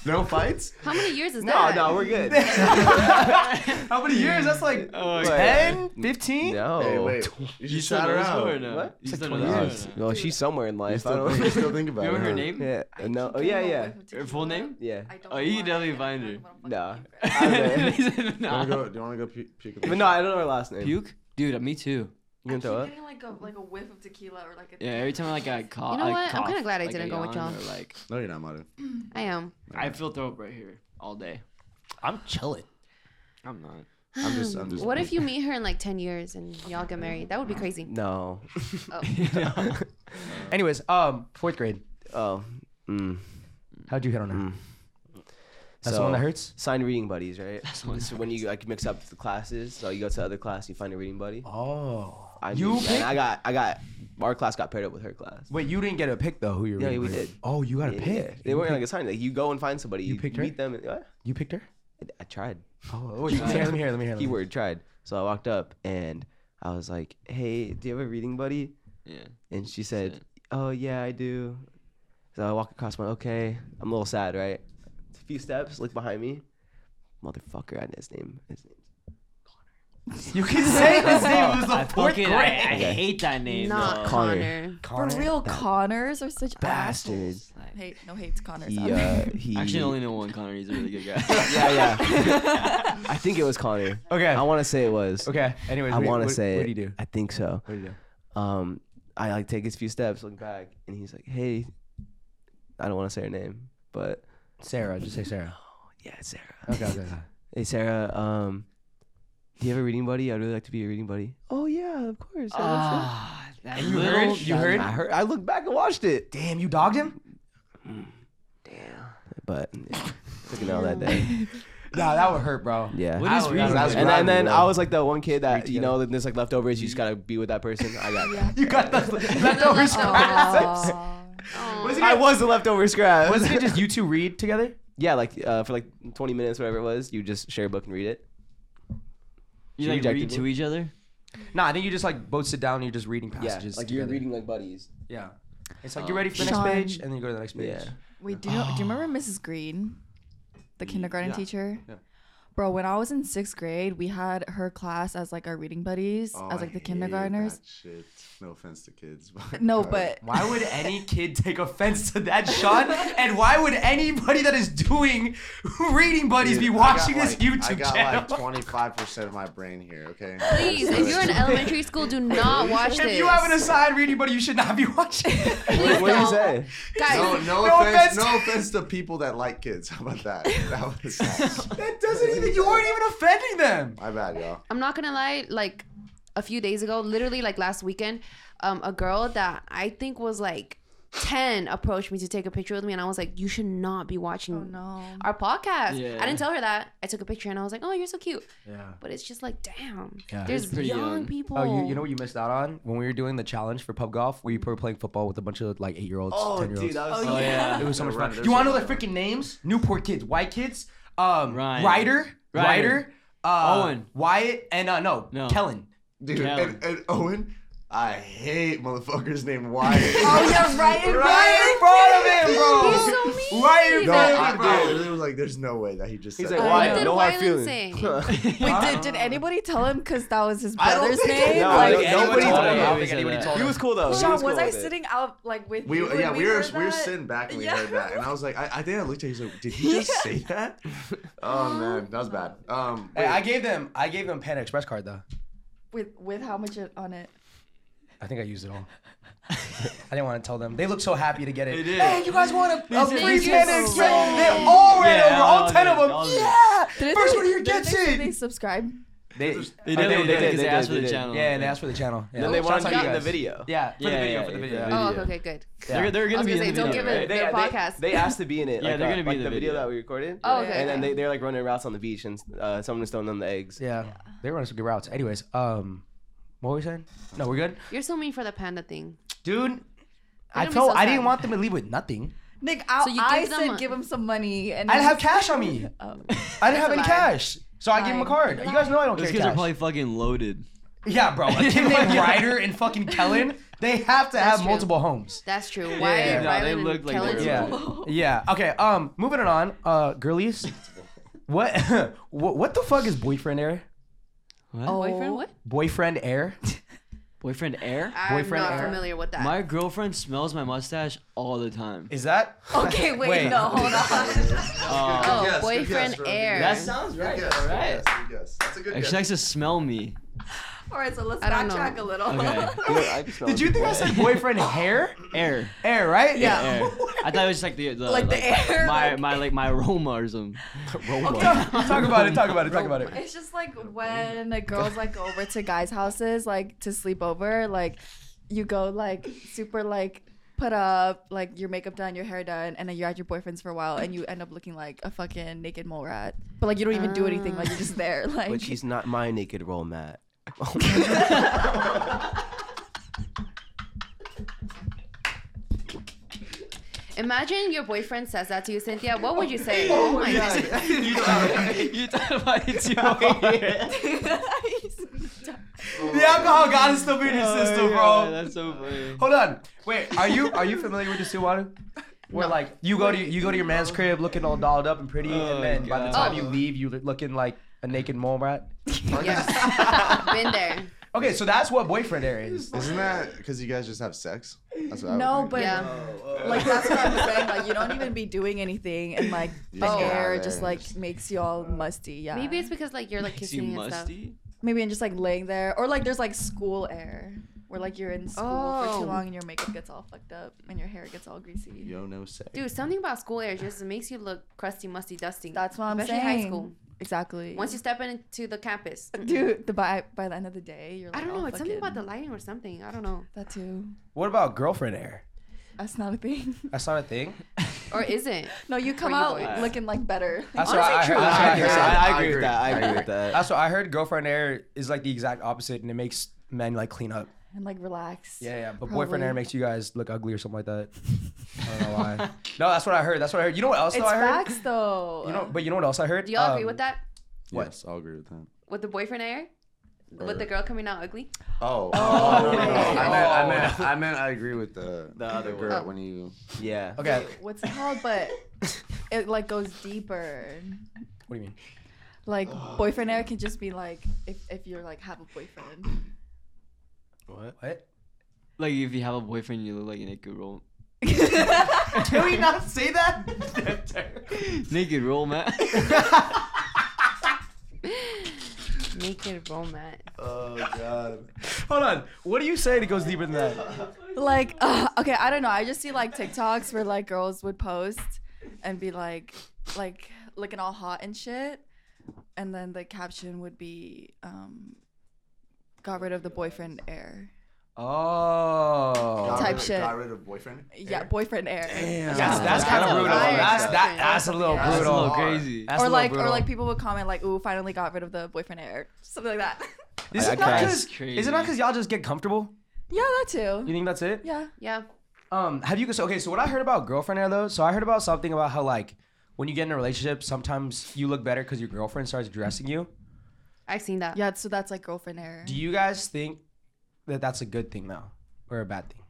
[SPEAKER 1] no fights?
[SPEAKER 7] How many years is
[SPEAKER 4] No,
[SPEAKER 7] that?
[SPEAKER 4] no, we're good.
[SPEAKER 2] (laughs) How many years? That's like
[SPEAKER 6] Oh,
[SPEAKER 4] yeah.
[SPEAKER 6] (laughs)
[SPEAKER 2] 10, 15?
[SPEAKER 4] no.
[SPEAKER 1] Hey, wait. Oh, (laughs) You should shout her out.
[SPEAKER 4] What?
[SPEAKER 6] What? You
[SPEAKER 4] It's
[SPEAKER 6] still
[SPEAKER 4] like
[SPEAKER 6] know
[SPEAKER 4] 20
[SPEAKER 6] this
[SPEAKER 4] years.
[SPEAKER 6] or not?
[SPEAKER 4] Well, she's somewhere in
[SPEAKER 1] You
[SPEAKER 4] life. I
[SPEAKER 1] still,
[SPEAKER 4] don't
[SPEAKER 1] think,
[SPEAKER 4] (laughs)
[SPEAKER 1] you still think
[SPEAKER 6] You
[SPEAKER 1] about
[SPEAKER 6] remember her
[SPEAKER 1] her.
[SPEAKER 6] name?
[SPEAKER 4] Yeah.
[SPEAKER 9] I
[SPEAKER 4] No.
[SPEAKER 9] keep
[SPEAKER 4] Oh
[SPEAKER 9] getting
[SPEAKER 4] yeah,
[SPEAKER 9] away
[SPEAKER 4] yeah.
[SPEAKER 9] with
[SPEAKER 6] Her full
[SPEAKER 9] Tequila.
[SPEAKER 6] name?
[SPEAKER 4] Yeah.
[SPEAKER 9] I don't
[SPEAKER 6] Oh, you
[SPEAKER 9] know
[SPEAKER 6] can
[SPEAKER 9] why.
[SPEAKER 6] definitely
[SPEAKER 9] I
[SPEAKER 6] find
[SPEAKER 9] don't
[SPEAKER 6] her.
[SPEAKER 9] know what
[SPEAKER 4] Nah.
[SPEAKER 9] I'm fucking doing.
[SPEAKER 4] I
[SPEAKER 6] He
[SPEAKER 4] would-
[SPEAKER 6] said,
[SPEAKER 1] Do you
[SPEAKER 6] (laughs) nah.
[SPEAKER 1] want to go, do you wanna go pu- puke a
[SPEAKER 4] but no, I don't know her last name.
[SPEAKER 6] Puke? Dude, me too.
[SPEAKER 4] You gonna
[SPEAKER 9] I
[SPEAKER 4] throw
[SPEAKER 9] keep
[SPEAKER 4] up?
[SPEAKER 9] getting like a like a whiff of tequila or like a.
[SPEAKER 6] Yeah, every time I got caught.
[SPEAKER 7] You know
[SPEAKER 6] I
[SPEAKER 7] what? I'm
[SPEAKER 6] cough,
[SPEAKER 7] kinda glad I
[SPEAKER 6] like,
[SPEAKER 7] didn't go with
[SPEAKER 6] yawn
[SPEAKER 7] y'all.
[SPEAKER 6] or, Like,
[SPEAKER 1] No, you're not, Madu.
[SPEAKER 7] I am.
[SPEAKER 6] I feel throw up right here all day.
[SPEAKER 2] I'm chilling.
[SPEAKER 6] I'm not.
[SPEAKER 1] I'm just, I'm
[SPEAKER 9] (gasps)
[SPEAKER 1] just.
[SPEAKER 7] What if you meet her in like 10 years and y'all get married? That would be crazy.
[SPEAKER 4] No. (laughs)
[SPEAKER 7] Oh.
[SPEAKER 2] Anyways, um, fourth grade.
[SPEAKER 4] Oh. Mm.
[SPEAKER 2] How'd you hit on her?
[SPEAKER 4] Mm.
[SPEAKER 2] That's the one that hurts?
[SPEAKER 4] Sign reading buddies, right?
[SPEAKER 6] That's the one
[SPEAKER 4] So
[SPEAKER 6] that
[SPEAKER 4] when you like mix up the classes, so you go to the other class, you find a reading buddy.
[SPEAKER 2] Oh.
[SPEAKER 4] I
[SPEAKER 2] you
[SPEAKER 4] mean,
[SPEAKER 2] picked?
[SPEAKER 4] and I got I got our class got paired up with her class.
[SPEAKER 2] Wait, you didn't get a pick though. Who you're?
[SPEAKER 4] Yeah,
[SPEAKER 2] reading
[SPEAKER 4] we
[SPEAKER 2] with.
[SPEAKER 4] did.
[SPEAKER 2] Oh, you got a
[SPEAKER 4] Yeah,
[SPEAKER 2] pick.
[SPEAKER 4] yeah. They
[SPEAKER 2] You
[SPEAKER 4] weren't like
[SPEAKER 2] picked-
[SPEAKER 4] assigned. Like you go and find somebody.
[SPEAKER 2] You
[SPEAKER 4] You,
[SPEAKER 2] picked her?
[SPEAKER 4] meet them. And, what?
[SPEAKER 2] You picked her.
[SPEAKER 4] I tried.
[SPEAKER 2] Oh, wait, let me hear. Let me hear. Let me hear. let me hear.
[SPEAKER 4] Keyword tried. So I walked up and I was like, "Hey, do you have a reading buddy?"
[SPEAKER 6] Yeah.
[SPEAKER 4] And she said, "Oh yeah, I do." So I walk across. My okay, I'm a little sad, right? A few steps, look behind me. Motherfucker, I know his name. His name.
[SPEAKER 2] You can say his name. It was
[SPEAKER 6] I
[SPEAKER 2] the fourth
[SPEAKER 6] fucking
[SPEAKER 2] grade.
[SPEAKER 6] I, I hate that name.
[SPEAKER 7] Not
[SPEAKER 6] though.
[SPEAKER 7] Connor.
[SPEAKER 9] For real, Connors are such
[SPEAKER 4] Bastard.
[SPEAKER 9] assholes. Hate no hates Connors.
[SPEAKER 4] He,
[SPEAKER 9] out
[SPEAKER 4] uh,
[SPEAKER 9] there.
[SPEAKER 2] (laughs)
[SPEAKER 4] he.
[SPEAKER 6] I actually only know one Connor. He's a really
[SPEAKER 7] (laughs)
[SPEAKER 6] good guy.
[SPEAKER 4] yeah, yeah. I think it was Connor.
[SPEAKER 2] Okay.
[SPEAKER 4] I want to say it was.
[SPEAKER 2] okay. Anyways,
[SPEAKER 4] I
[SPEAKER 2] what-
[SPEAKER 4] want to
[SPEAKER 2] what-
[SPEAKER 4] say.
[SPEAKER 2] What
[SPEAKER 4] it.
[SPEAKER 2] do you do?
[SPEAKER 4] I think so.
[SPEAKER 2] What do you do?
[SPEAKER 4] Um, I like take his few steps, look back, and he's like, "Hey, I don't want to say her name, but
[SPEAKER 2] Sarah. Just say Sarah.
[SPEAKER 4] yeah, it's Sarah.
[SPEAKER 2] Okay. okay,
[SPEAKER 4] (laughs)
[SPEAKER 2] okay.
[SPEAKER 4] Hey, Sarah. Um, do you have a reading buddy? I'd really like to be a reading buddy. Oh yeah, of course. yeah, that's it."
[SPEAKER 6] Ah, (laughs) that
[SPEAKER 2] You
[SPEAKER 6] little-
[SPEAKER 2] heard? You heard?
[SPEAKER 4] I heard. I looked back and watched it.
[SPEAKER 2] Damn, you dogged him?
[SPEAKER 4] Damn. But yeah, took an L that day.
[SPEAKER 2] Nah, that would hurt, bro.
[SPEAKER 4] Yeah.
[SPEAKER 6] What is
[SPEAKER 2] I-
[SPEAKER 6] reading?
[SPEAKER 2] that's-
[SPEAKER 4] and then, and then
[SPEAKER 2] Survival,
[SPEAKER 4] I
[SPEAKER 2] bro.
[SPEAKER 4] was like the one kid that you
[SPEAKER 2] together.
[SPEAKER 4] know there's like leftovers. You just gotta be with that person. I got.
[SPEAKER 2] You
[SPEAKER 4] (laughs)
[SPEAKER 2] got the leftover (laughs) scraps.
[SPEAKER 9] Aw.
[SPEAKER 2] Wasn't
[SPEAKER 4] I
[SPEAKER 2] it,
[SPEAKER 4] was the leftover scrap.
[SPEAKER 2] wasn't
[SPEAKER 4] (laughs)
[SPEAKER 2] it just you two read together?
[SPEAKER 4] Yeah, like uh, for like 20 minutes, whatever it was, you just share a book and read it.
[SPEAKER 6] You
[SPEAKER 4] She
[SPEAKER 6] like
[SPEAKER 4] rejected
[SPEAKER 6] read to
[SPEAKER 4] me.
[SPEAKER 6] each
[SPEAKER 7] (laughs)
[SPEAKER 6] other?
[SPEAKER 2] Nah, I think you just like both sit down and you're just reading Oh. passages. together.
[SPEAKER 4] like buddies.
[SPEAKER 2] Yeah. It's like you ready for the
[SPEAKER 9] Sean.
[SPEAKER 2] next page, and then you go to the next page.
[SPEAKER 4] Yeah.
[SPEAKER 9] Wait, do you,
[SPEAKER 1] (gasps)
[SPEAKER 9] do you remember Mrs. Green, the kindergarten
[SPEAKER 2] yeah,
[SPEAKER 9] teacher?
[SPEAKER 2] yeah.
[SPEAKER 9] Bro, when I was in sixth grade, we had her class as like our reading buddies,
[SPEAKER 1] Oh,
[SPEAKER 9] as
[SPEAKER 1] I
[SPEAKER 9] like the
[SPEAKER 1] hate
[SPEAKER 9] kindergartners.
[SPEAKER 1] that Shit. No offense to kids. But (laughs)
[SPEAKER 9] No, but
[SPEAKER 2] (laughs) Why would any kid take offense to that, Sean? And why would anybody that is doing (laughs) reading buddies be
[SPEAKER 1] Dude, I
[SPEAKER 2] watching
[SPEAKER 1] got, like-
[SPEAKER 2] this YouTube
[SPEAKER 1] I got
[SPEAKER 2] channel? (laughs)
[SPEAKER 1] like 25% of my brain here,
[SPEAKER 9] (laughs)
[SPEAKER 1] okay?
[SPEAKER 7] Oh, Please, if
[SPEAKER 4] (laughs)
[SPEAKER 7] you're in elementary school, do not watch this.
[SPEAKER 2] if you have an assigned reading buddy, you should not be watching. it.
[SPEAKER 4] What, what do you
[SPEAKER 7] No.
[SPEAKER 4] say?
[SPEAKER 7] Guys,
[SPEAKER 1] No, no,
[SPEAKER 2] No offense
[SPEAKER 1] offense,
[SPEAKER 2] to-
[SPEAKER 1] no offense to people that like kids. How about that? That was
[SPEAKER 2] that doesn't even. You aren't even offending them.
[SPEAKER 1] my bad, y'all.
[SPEAKER 7] I'm not gonna lie, like a few days ago, literally like last weekend, um, a girl that I think was like 10 approached me to take a picture with me and I was like, You should not be watching our podcast.
[SPEAKER 19] Yeah.
[SPEAKER 7] I didn't tell her that. I took a picture and I was like, Oh, you're so cute.
[SPEAKER 2] Yeah.
[SPEAKER 7] But it's just like, damn.
[SPEAKER 2] Yeah.
[SPEAKER 7] There's young, people.
[SPEAKER 2] Oh, you, you know what you missed out on when we were doing the challenge for pub golf? We were playing football with a bunch of like eight year olds,
[SPEAKER 1] Oh,
[SPEAKER 2] ten year olds.
[SPEAKER 1] dude, that was Oh, so yeah.
[SPEAKER 7] (laughs)
[SPEAKER 1] fun.
[SPEAKER 2] it was so
[SPEAKER 1] Yeah,
[SPEAKER 2] much
[SPEAKER 1] Ryan,
[SPEAKER 2] fun.
[SPEAKER 1] there's
[SPEAKER 2] You want to
[SPEAKER 1] so
[SPEAKER 2] know their freaking names? Newport kids, white kids, um,
[SPEAKER 6] Ryan.
[SPEAKER 2] Ryder,
[SPEAKER 6] Ryder.
[SPEAKER 2] Ryder, uh,
[SPEAKER 6] Owen.
[SPEAKER 2] Wyatt, and uh, no,
[SPEAKER 6] No.
[SPEAKER 2] Kellen.
[SPEAKER 1] Dude,
[SPEAKER 2] Kellen.
[SPEAKER 1] and, and Owen, I hate motherfuckers named Wyatt.
[SPEAKER 2] Oh,
[SPEAKER 9] yeah, Ryan,
[SPEAKER 2] Ryan.
[SPEAKER 1] in front of him, bro.
[SPEAKER 2] He's (laughs)
[SPEAKER 7] so
[SPEAKER 1] mean. Right in
[SPEAKER 7] mean.
[SPEAKER 1] front
[SPEAKER 7] No,
[SPEAKER 1] of
[SPEAKER 7] I-
[SPEAKER 1] him,
[SPEAKER 7] I
[SPEAKER 1] bro. I really was like, there's no way that he just
[SPEAKER 7] He's
[SPEAKER 1] said
[SPEAKER 7] like,
[SPEAKER 1] that.
[SPEAKER 7] Why Wyatt, did no hard Wyland feelings. say?
[SPEAKER 2] (laughs)
[SPEAKER 9] Wait, did, did anybody tell him because that was his
[SPEAKER 1] I don't
[SPEAKER 9] brother's
[SPEAKER 1] think-
[SPEAKER 9] name?
[SPEAKER 1] No,
[SPEAKER 9] like,
[SPEAKER 1] no- nobody told
[SPEAKER 9] anyone
[SPEAKER 1] him.
[SPEAKER 9] him.
[SPEAKER 1] I don't think anybody told
[SPEAKER 9] He
[SPEAKER 1] him.
[SPEAKER 9] was cool though.
[SPEAKER 1] He
[SPEAKER 9] Sean,
[SPEAKER 1] was
[SPEAKER 9] was,
[SPEAKER 1] cool
[SPEAKER 9] I
[SPEAKER 1] with it.
[SPEAKER 9] sitting out like with
[SPEAKER 1] We
[SPEAKER 9] you? when
[SPEAKER 1] yeah we were
[SPEAKER 9] heard
[SPEAKER 1] we were
[SPEAKER 9] that?
[SPEAKER 1] sitting back and we
[SPEAKER 9] Yeah.
[SPEAKER 1] heard that and I was like I, I think I looked at you he's like did he just say that? Oh man that was bad. Um
[SPEAKER 2] Hey,
[SPEAKER 1] wait.
[SPEAKER 2] I gave them I gave them Panda Express card though.
[SPEAKER 9] with with how much it- on it?
[SPEAKER 2] I think I used
[SPEAKER 6] (laughs)
[SPEAKER 2] it all. I didn't want to tell them. They looked so happy to get it.
[SPEAKER 6] They did.
[SPEAKER 2] Hey, you guys want a, a
[SPEAKER 6] They
[SPEAKER 2] free
[SPEAKER 6] did
[SPEAKER 2] Panda
[SPEAKER 6] so
[SPEAKER 2] Express?
[SPEAKER 6] well.
[SPEAKER 2] They all ran
[SPEAKER 6] Yeah,
[SPEAKER 2] over, all,
[SPEAKER 6] all
[SPEAKER 2] ten
[SPEAKER 6] did,
[SPEAKER 2] of them.
[SPEAKER 6] all did.
[SPEAKER 2] yeah,
[SPEAKER 9] Did
[SPEAKER 2] first
[SPEAKER 9] they,
[SPEAKER 2] one here
[SPEAKER 9] did
[SPEAKER 2] gets
[SPEAKER 9] they,
[SPEAKER 2] it.
[SPEAKER 9] They subscribe.
[SPEAKER 2] They,
[SPEAKER 6] (laughs) They
[SPEAKER 2] Oh,
[SPEAKER 6] did, they
[SPEAKER 2] because
[SPEAKER 6] did, they did,
[SPEAKER 2] asked for
[SPEAKER 6] they
[SPEAKER 2] the
[SPEAKER 6] did.
[SPEAKER 2] channel. Yeah, and they asked for the channel. Yeah.
[SPEAKER 6] Then they
[SPEAKER 2] Shout out
[SPEAKER 6] wanted
[SPEAKER 2] to
[SPEAKER 6] to
[SPEAKER 2] you
[SPEAKER 6] be in
[SPEAKER 2] guys.
[SPEAKER 6] the video.
[SPEAKER 2] Yeah, for
[SPEAKER 6] Yeah,
[SPEAKER 2] the video,
[SPEAKER 6] yeah,
[SPEAKER 2] for the
[SPEAKER 6] yeah,
[SPEAKER 2] video.
[SPEAKER 6] yeah.
[SPEAKER 7] Oh, okay, okay, good.
[SPEAKER 2] Yeah.
[SPEAKER 6] They're, they're
[SPEAKER 7] I
[SPEAKER 6] gonna
[SPEAKER 7] was
[SPEAKER 6] be
[SPEAKER 7] gonna
[SPEAKER 6] in
[SPEAKER 7] say,
[SPEAKER 6] the
[SPEAKER 7] don't
[SPEAKER 6] video.
[SPEAKER 7] give it-
[SPEAKER 6] right?
[SPEAKER 4] They,
[SPEAKER 7] Their
[SPEAKER 4] they-
[SPEAKER 7] podcast.
[SPEAKER 4] they asked to be in it.
[SPEAKER 6] Yeah,
[SPEAKER 4] like,
[SPEAKER 6] they're
[SPEAKER 4] uh,
[SPEAKER 6] gonna be
[SPEAKER 4] like
[SPEAKER 6] in
[SPEAKER 4] the
[SPEAKER 6] the
[SPEAKER 4] video
[SPEAKER 6] video.
[SPEAKER 4] that we recorded.
[SPEAKER 7] Oh, okay,
[SPEAKER 4] And then
[SPEAKER 7] okay.
[SPEAKER 4] they, they're like running routes on the beach and uh, someone was throwing them the eggs.
[SPEAKER 2] Yeah. They were running some good routes. Anyways, um, what were we saying? No, we're good,
[SPEAKER 7] You're so mean for the panda thing.
[SPEAKER 2] dude.
[SPEAKER 7] They're
[SPEAKER 2] I
[SPEAKER 7] gonna be
[SPEAKER 2] felt
[SPEAKER 7] so
[SPEAKER 2] I
[SPEAKER 7] sad.
[SPEAKER 2] didn't want them to leave with nothing.
[SPEAKER 9] Nick, I,
[SPEAKER 7] So you
[SPEAKER 9] I
[SPEAKER 7] give them
[SPEAKER 9] said
[SPEAKER 7] a-
[SPEAKER 9] give him some money, and
[SPEAKER 2] I didn't
[SPEAKER 9] he-
[SPEAKER 2] have cash on
[SPEAKER 9] (laughs)
[SPEAKER 2] me.
[SPEAKER 1] (laughs)
[SPEAKER 2] I didn't have any
[SPEAKER 9] That's a lie.
[SPEAKER 2] cash, so I gave him a
[SPEAKER 9] Lie.
[SPEAKER 2] card. You guys know I don't
[SPEAKER 6] Those
[SPEAKER 2] carry
[SPEAKER 6] kids are
[SPEAKER 2] cash.
[SPEAKER 6] probably fucking loaded.
[SPEAKER 2] Yeah,
[SPEAKER 9] (laughs)
[SPEAKER 2] bro. A kid named Ryder and fucking Kellen, they have to
[SPEAKER 7] That's
[SPEAKER 2] have
[SPEAKER 7] true.
[SPEAKER 2] multiple homes.
[SPEAKER 7] That's true.
[SPEAKER 6] Yeah,
[SPEAKER 7] Why
[SPEAKER 6] yeah,
[SPEAKER 7] yeah,
[SPEAKER 6] no, they looked like they were
[SPEAKER 2] Yeah. Yeah. Okay. Um, moving it on. Uh,
[SPEAKER 9] (laughs)
[SPEAKER 2] girlies, what, (laughs) what, what the fuck is boyfriend air?
[SPEAKER 7] Boyfriend, what?
[SPEAKER 2] Boyfriend
[SPEAKER 9] (laughs)
[SPEAKER 2] air?
[SPEAKER 6] Boyfriend air?
[SPEAKER 7] I'm
[SPEAKER 2] Boyfriend
[SPEAKER 7] not
[SPEAKER 2] air.
[SPEAKER 7] familiar with that.
[SPEAKER 6] My girlfriend smells my mustache all the time.
[SPEAKER 2] Is that?
[SPEAKER 9] Okay, wait,
[SPEAKER 6] Wait.
[SPEAKER 9] no, hold
[SPEAKER 1] (laughs)
[SPEAKER 9] on.
[SPEAKER 7] oh,
[SPEAKER 1] Yes, good
[SPEAKER 7] boyfriend
[SPEAKER 1] guess, bro.
[SPEAKER 7] air.
[SPEAKER 6] That sounds
[SPEAKER 1] Good
[SPEAKER 6] right.
[SPEAKER 1] guess,
[SPEAKER 6] All
[SPEAKER 1] good
[SPEAKER 6] right.
[SPEAKER 1] guess, good guess. That's a good
[SPEAKER 6] Like,
[SPEAKER 1] guess.
[SPEAKER 6] she likes to smell me.
[SPEAKER 9] All right, so let's
[SPEAKER 7] I don't
[SPEAKER 9] backtrack
[SPEAKER 7] know.
[SPEAKER 9] a little. (laughs)
[SPEAKER 6] Okay.
[SPEAKER 1] (laughs)
[SPEAKER 2] Did you think I said
[SPEAKER 4] (laughs)
[SPEAKER 2] boyfriend hair?
[SPEAKER 6] Air.
[SPEAKER 2] Air, right?
[SPEAKER 9] Yeah.
[SPEAKER 6] Air. I thought it was just like the, the
[SPEAKER 9] Like the air,
[SPEAKER 6] My
[SPEAKER 9] like-
[SPEAKER 6] my like my aroma or something.
[SPEAKER 2] Talk, (laughs) (laughs) talk about it. Talk about it. Talk about it.
[SPEAKER 9] It's just like when the girls like go over to guys' houses like to sleep over, like you go like super like put up, like your makeup done, your hair done, and then you're at your boyfriend's for a while and you end up looking like a fucking naked mole rat. But like you don't even do anything, like you're
[SPEAKER 1] Ah.
[SPEAKER 9] just there. Like
[SPEAKER 4] But she's not my naked role, Matt.
[SPEAKER 7] Imagine your boyfriend says that to you, Cynthia. What would you say? Oh my god.
[SPEAKER 6] you thought you thought about it
[SPEAKER 2] (laughs)
[SPEAKER 6] too hard.
[SPEAKER 2] The alcohol gotta still be in your system,
[SPEAKER 6] Oh, Yeah,
[SPEAKER 2] bro.
[SPEAKER 6] That's so funny.
[SPEAKER 2] Hold on. Wait, are you are you familiar with the Suwannoo? Where like you go to you go to your man's crib looking all dolled up and pretty,
[SPEAKER 6] Oh,
[SPEAKER 2] and then by the
[SPEAKER 6] God.
[SPEAKER 2] time you leave, you look- looking like a naked mole rat.
[SPEAKER 7] Yeah. (laughs) Been there.
[SPEAKER 2] Okay, so that's what boyfriend air is.
[SPEAKER 1] (laughs) Isn't that because you guys just have sex? That's what I would
[SPEAKER 9] no,
[SPEAKER 1] think.
[SPEAKER 9] but uh,
[SPEAKER 7] Yeah.
[SPEAKER 9] (laughs) like
[SPEAKER 1] (laughs)
[SPEAKER 9] that's what I'm saying. Like you don't even be doing anything, and like the
[SPEAKER 1] Oh.
[SPEAKER 9] air
[SPEAKER 1] Yeah,
[SPEAKER 9] just
[SPEAKER 1] yeah.
[SPEAKER 9] like makes you all musty. Yeah,
[SPEAKER 7] Maybe it's because like you're like
[SPEAKER 6] Is you
[SPEAKER 7] kissing and stuff.
[SPEAKER 6] musty?
[SPEAKER 9] maybe and just like laying there, or like there's like school air where like you're in school for
[SPEAKER 7] Oh.
[SPEAKER 9] too long and your makeup gets all fucked up and your hair gets all greasy.
[SPEAKER 1] Yo, no sex.
[SPEAKER 7] Dude, something about school air just makes you look crusty, musty, dusty.
[SPEAKER 9] That's what I'm
[SPEAKER 7] Especially
[SPEAKER 9] saying.
[SPEAKER 7] high school.
[SPEAKER 9] Exactly.
[SPEAKER 7] Once you step into the campus, mm-mm.
[SPEAKER 9] dude, the by by the end of the day, you're.
[SPEAKER 7] I
[SPEAKER 9] Like,
[SPEAKER 7] don't
[SPEAKER 9] "Oh,
[SPEAKER 7] know.
[SPEAKER 9] all
[SPEAKER 7] It's something about the
[SPEAKER 9] fucking-
[SPEAKER 7] lighting or something. I don't know.
[SPEAKER 9] that too.
[SPEAKER 2] What about girlfriend air?
[SPEAKER 9] That's not a thing.
[SPEAKER 2] (laughs) That's not a thing.
[SPEAKER 7] Or is it?
[SPEAKER 9] (laughs) No, you come
[SPEAKER 7] you
[SPEAKER 9] out
[SPEAKER 7] boys.
[SPEAKER 9] looking like better.
[SPEAKER 2] (laughs) That's
[SPEAKER 7] Honestly,
[SPEAKER 2] what I
[SPEAKER 7] true.
[SPEAKER 2] heard. That's what I heard.
[SPEAKER 8] I- I agree with that. I agree with that.
[SPEAKER 2] That's what I heard. Girlfriend air is like the exact opposite, and it makes men like clean up.
[SPEAKER 9] and like relax.
[SPEAKER 2] Yeah, yeah. But boyfriend
[SPEAKER 9] Probably.
[SPEAKER 2] air makes you guys look ugly or something like that. I don't know why. No, that's what I heard. That's what I heard. You know what else
[SPEAKER 9] It's
[SPEAKER 2] though I heard?
[SPEAKER 9] facts though.
[SPEAKER 2] (laughs) You know, but you know what else I heard?
[SPEAKER 7] Do y'all agree
[SPEAKER 2] Um,
[SPEAKER 7] with that?
[SPEAKER 2] What?
[SPEAKER 1] Yes, I'll agree with that.
[SPEAKER 7] With the boyfriend air? With the girl coming out ugly?
[SPEAKER 1] Oh. no,
[SPEAKER 9] Oh.
[SPEAKER 1] no, no. I, meant, I, meant, I meant I agree with the, the
[SPEAKER 4] other
[SPEAKER 1] girl
[SPEAKER 7] Oh.
[SPEAKER 1] when you.
[SPEAKER 4] yeah.
[SPEAKER 2] Okay.
[SPEAKER 9] what's it called?
[SPEAKER 2] (laughs)
[SPEAKER 9] But it like goes deeper.
[SPEAKER 2] What do you mean?
[SPEAKER 9] Like
[SPEAKER 2] Oh,
[SPEAKER 9] boyfriend air can just be like if if you're like have a
[SPEAKER 2] (laughs)
[SPEAKER 9] boyfriend. (laughs)
[SPEAKER 2] What? What?
[SPEAKER 6] (laughs) Like if you have a boyfriend, you look like a naked roll.
[SPEAKER 2] Did we not say that?
[SPEAKER 6] Naked roll, man.
[SPEAKER 7] Naked romance.
[SPEAKER 1] Oh god.
[SPEAKER 2] (laughs) Hold on. What do you say that goes deeper than that?
[SPEAKER 9] Like (laughs) uh, okay, I don't know. I just see like TikToks where like girls would post and be like like looking all hot and shit, and then the caption would be um got rid of the boyfriend air.
[SPEAKER 2] Oh.
[SPEAKER 9] Type shit.
[SPEAKER 1] Got rid of boyfriend.
[SPEAKER 9] Yeah, boyfriend air.
[SPEAKER 2] Damn. That's, that's kind of brutal. That's that, that's a little
[SPEAKER 9] Yeah.
[SPEAKER 2] brutal.
[SPEAKER 6] little crazy.
[SPEAKER 2] That's a
[SPEAKER 9] or
[SPEAKER 2] little
[SPEAKER 9] like, or
[SPEAKER 2] brutal.
[SPEAKER 9] like people would comment like, "Ooh, finally got rid of the boyfriend air," something like that. (laughs)
[SPEAKER 2] Is
[SPEAKER 6] I- I
[SPEAKER 2] it not
[SPEAKER 6] cried.
[SPEAKER 2] because
[SPEAKER 6] That's
[SPEAKER 2] is it not because y'all just get comfortable?
[SPEAKER 9] yeah, that too.
[SPEAKER 2] You think that's it?
[SPEAKER 9] Yeah.
[SPEAKER 7] Yeah.
[SPEAKER 2] Um, have you so okay? So what I heard about girlfriend air though, so I heard about something about how like when you get in a relationship, sometimes you look better because your girlfriend starts dressing you.
[SPEAKER 7] I've seen that.
[SPEAKER 9] Yeah, so that's like girlfriend air.
[SPEAKER 2] Do you guys think that that's a good thing though, or a bad thing?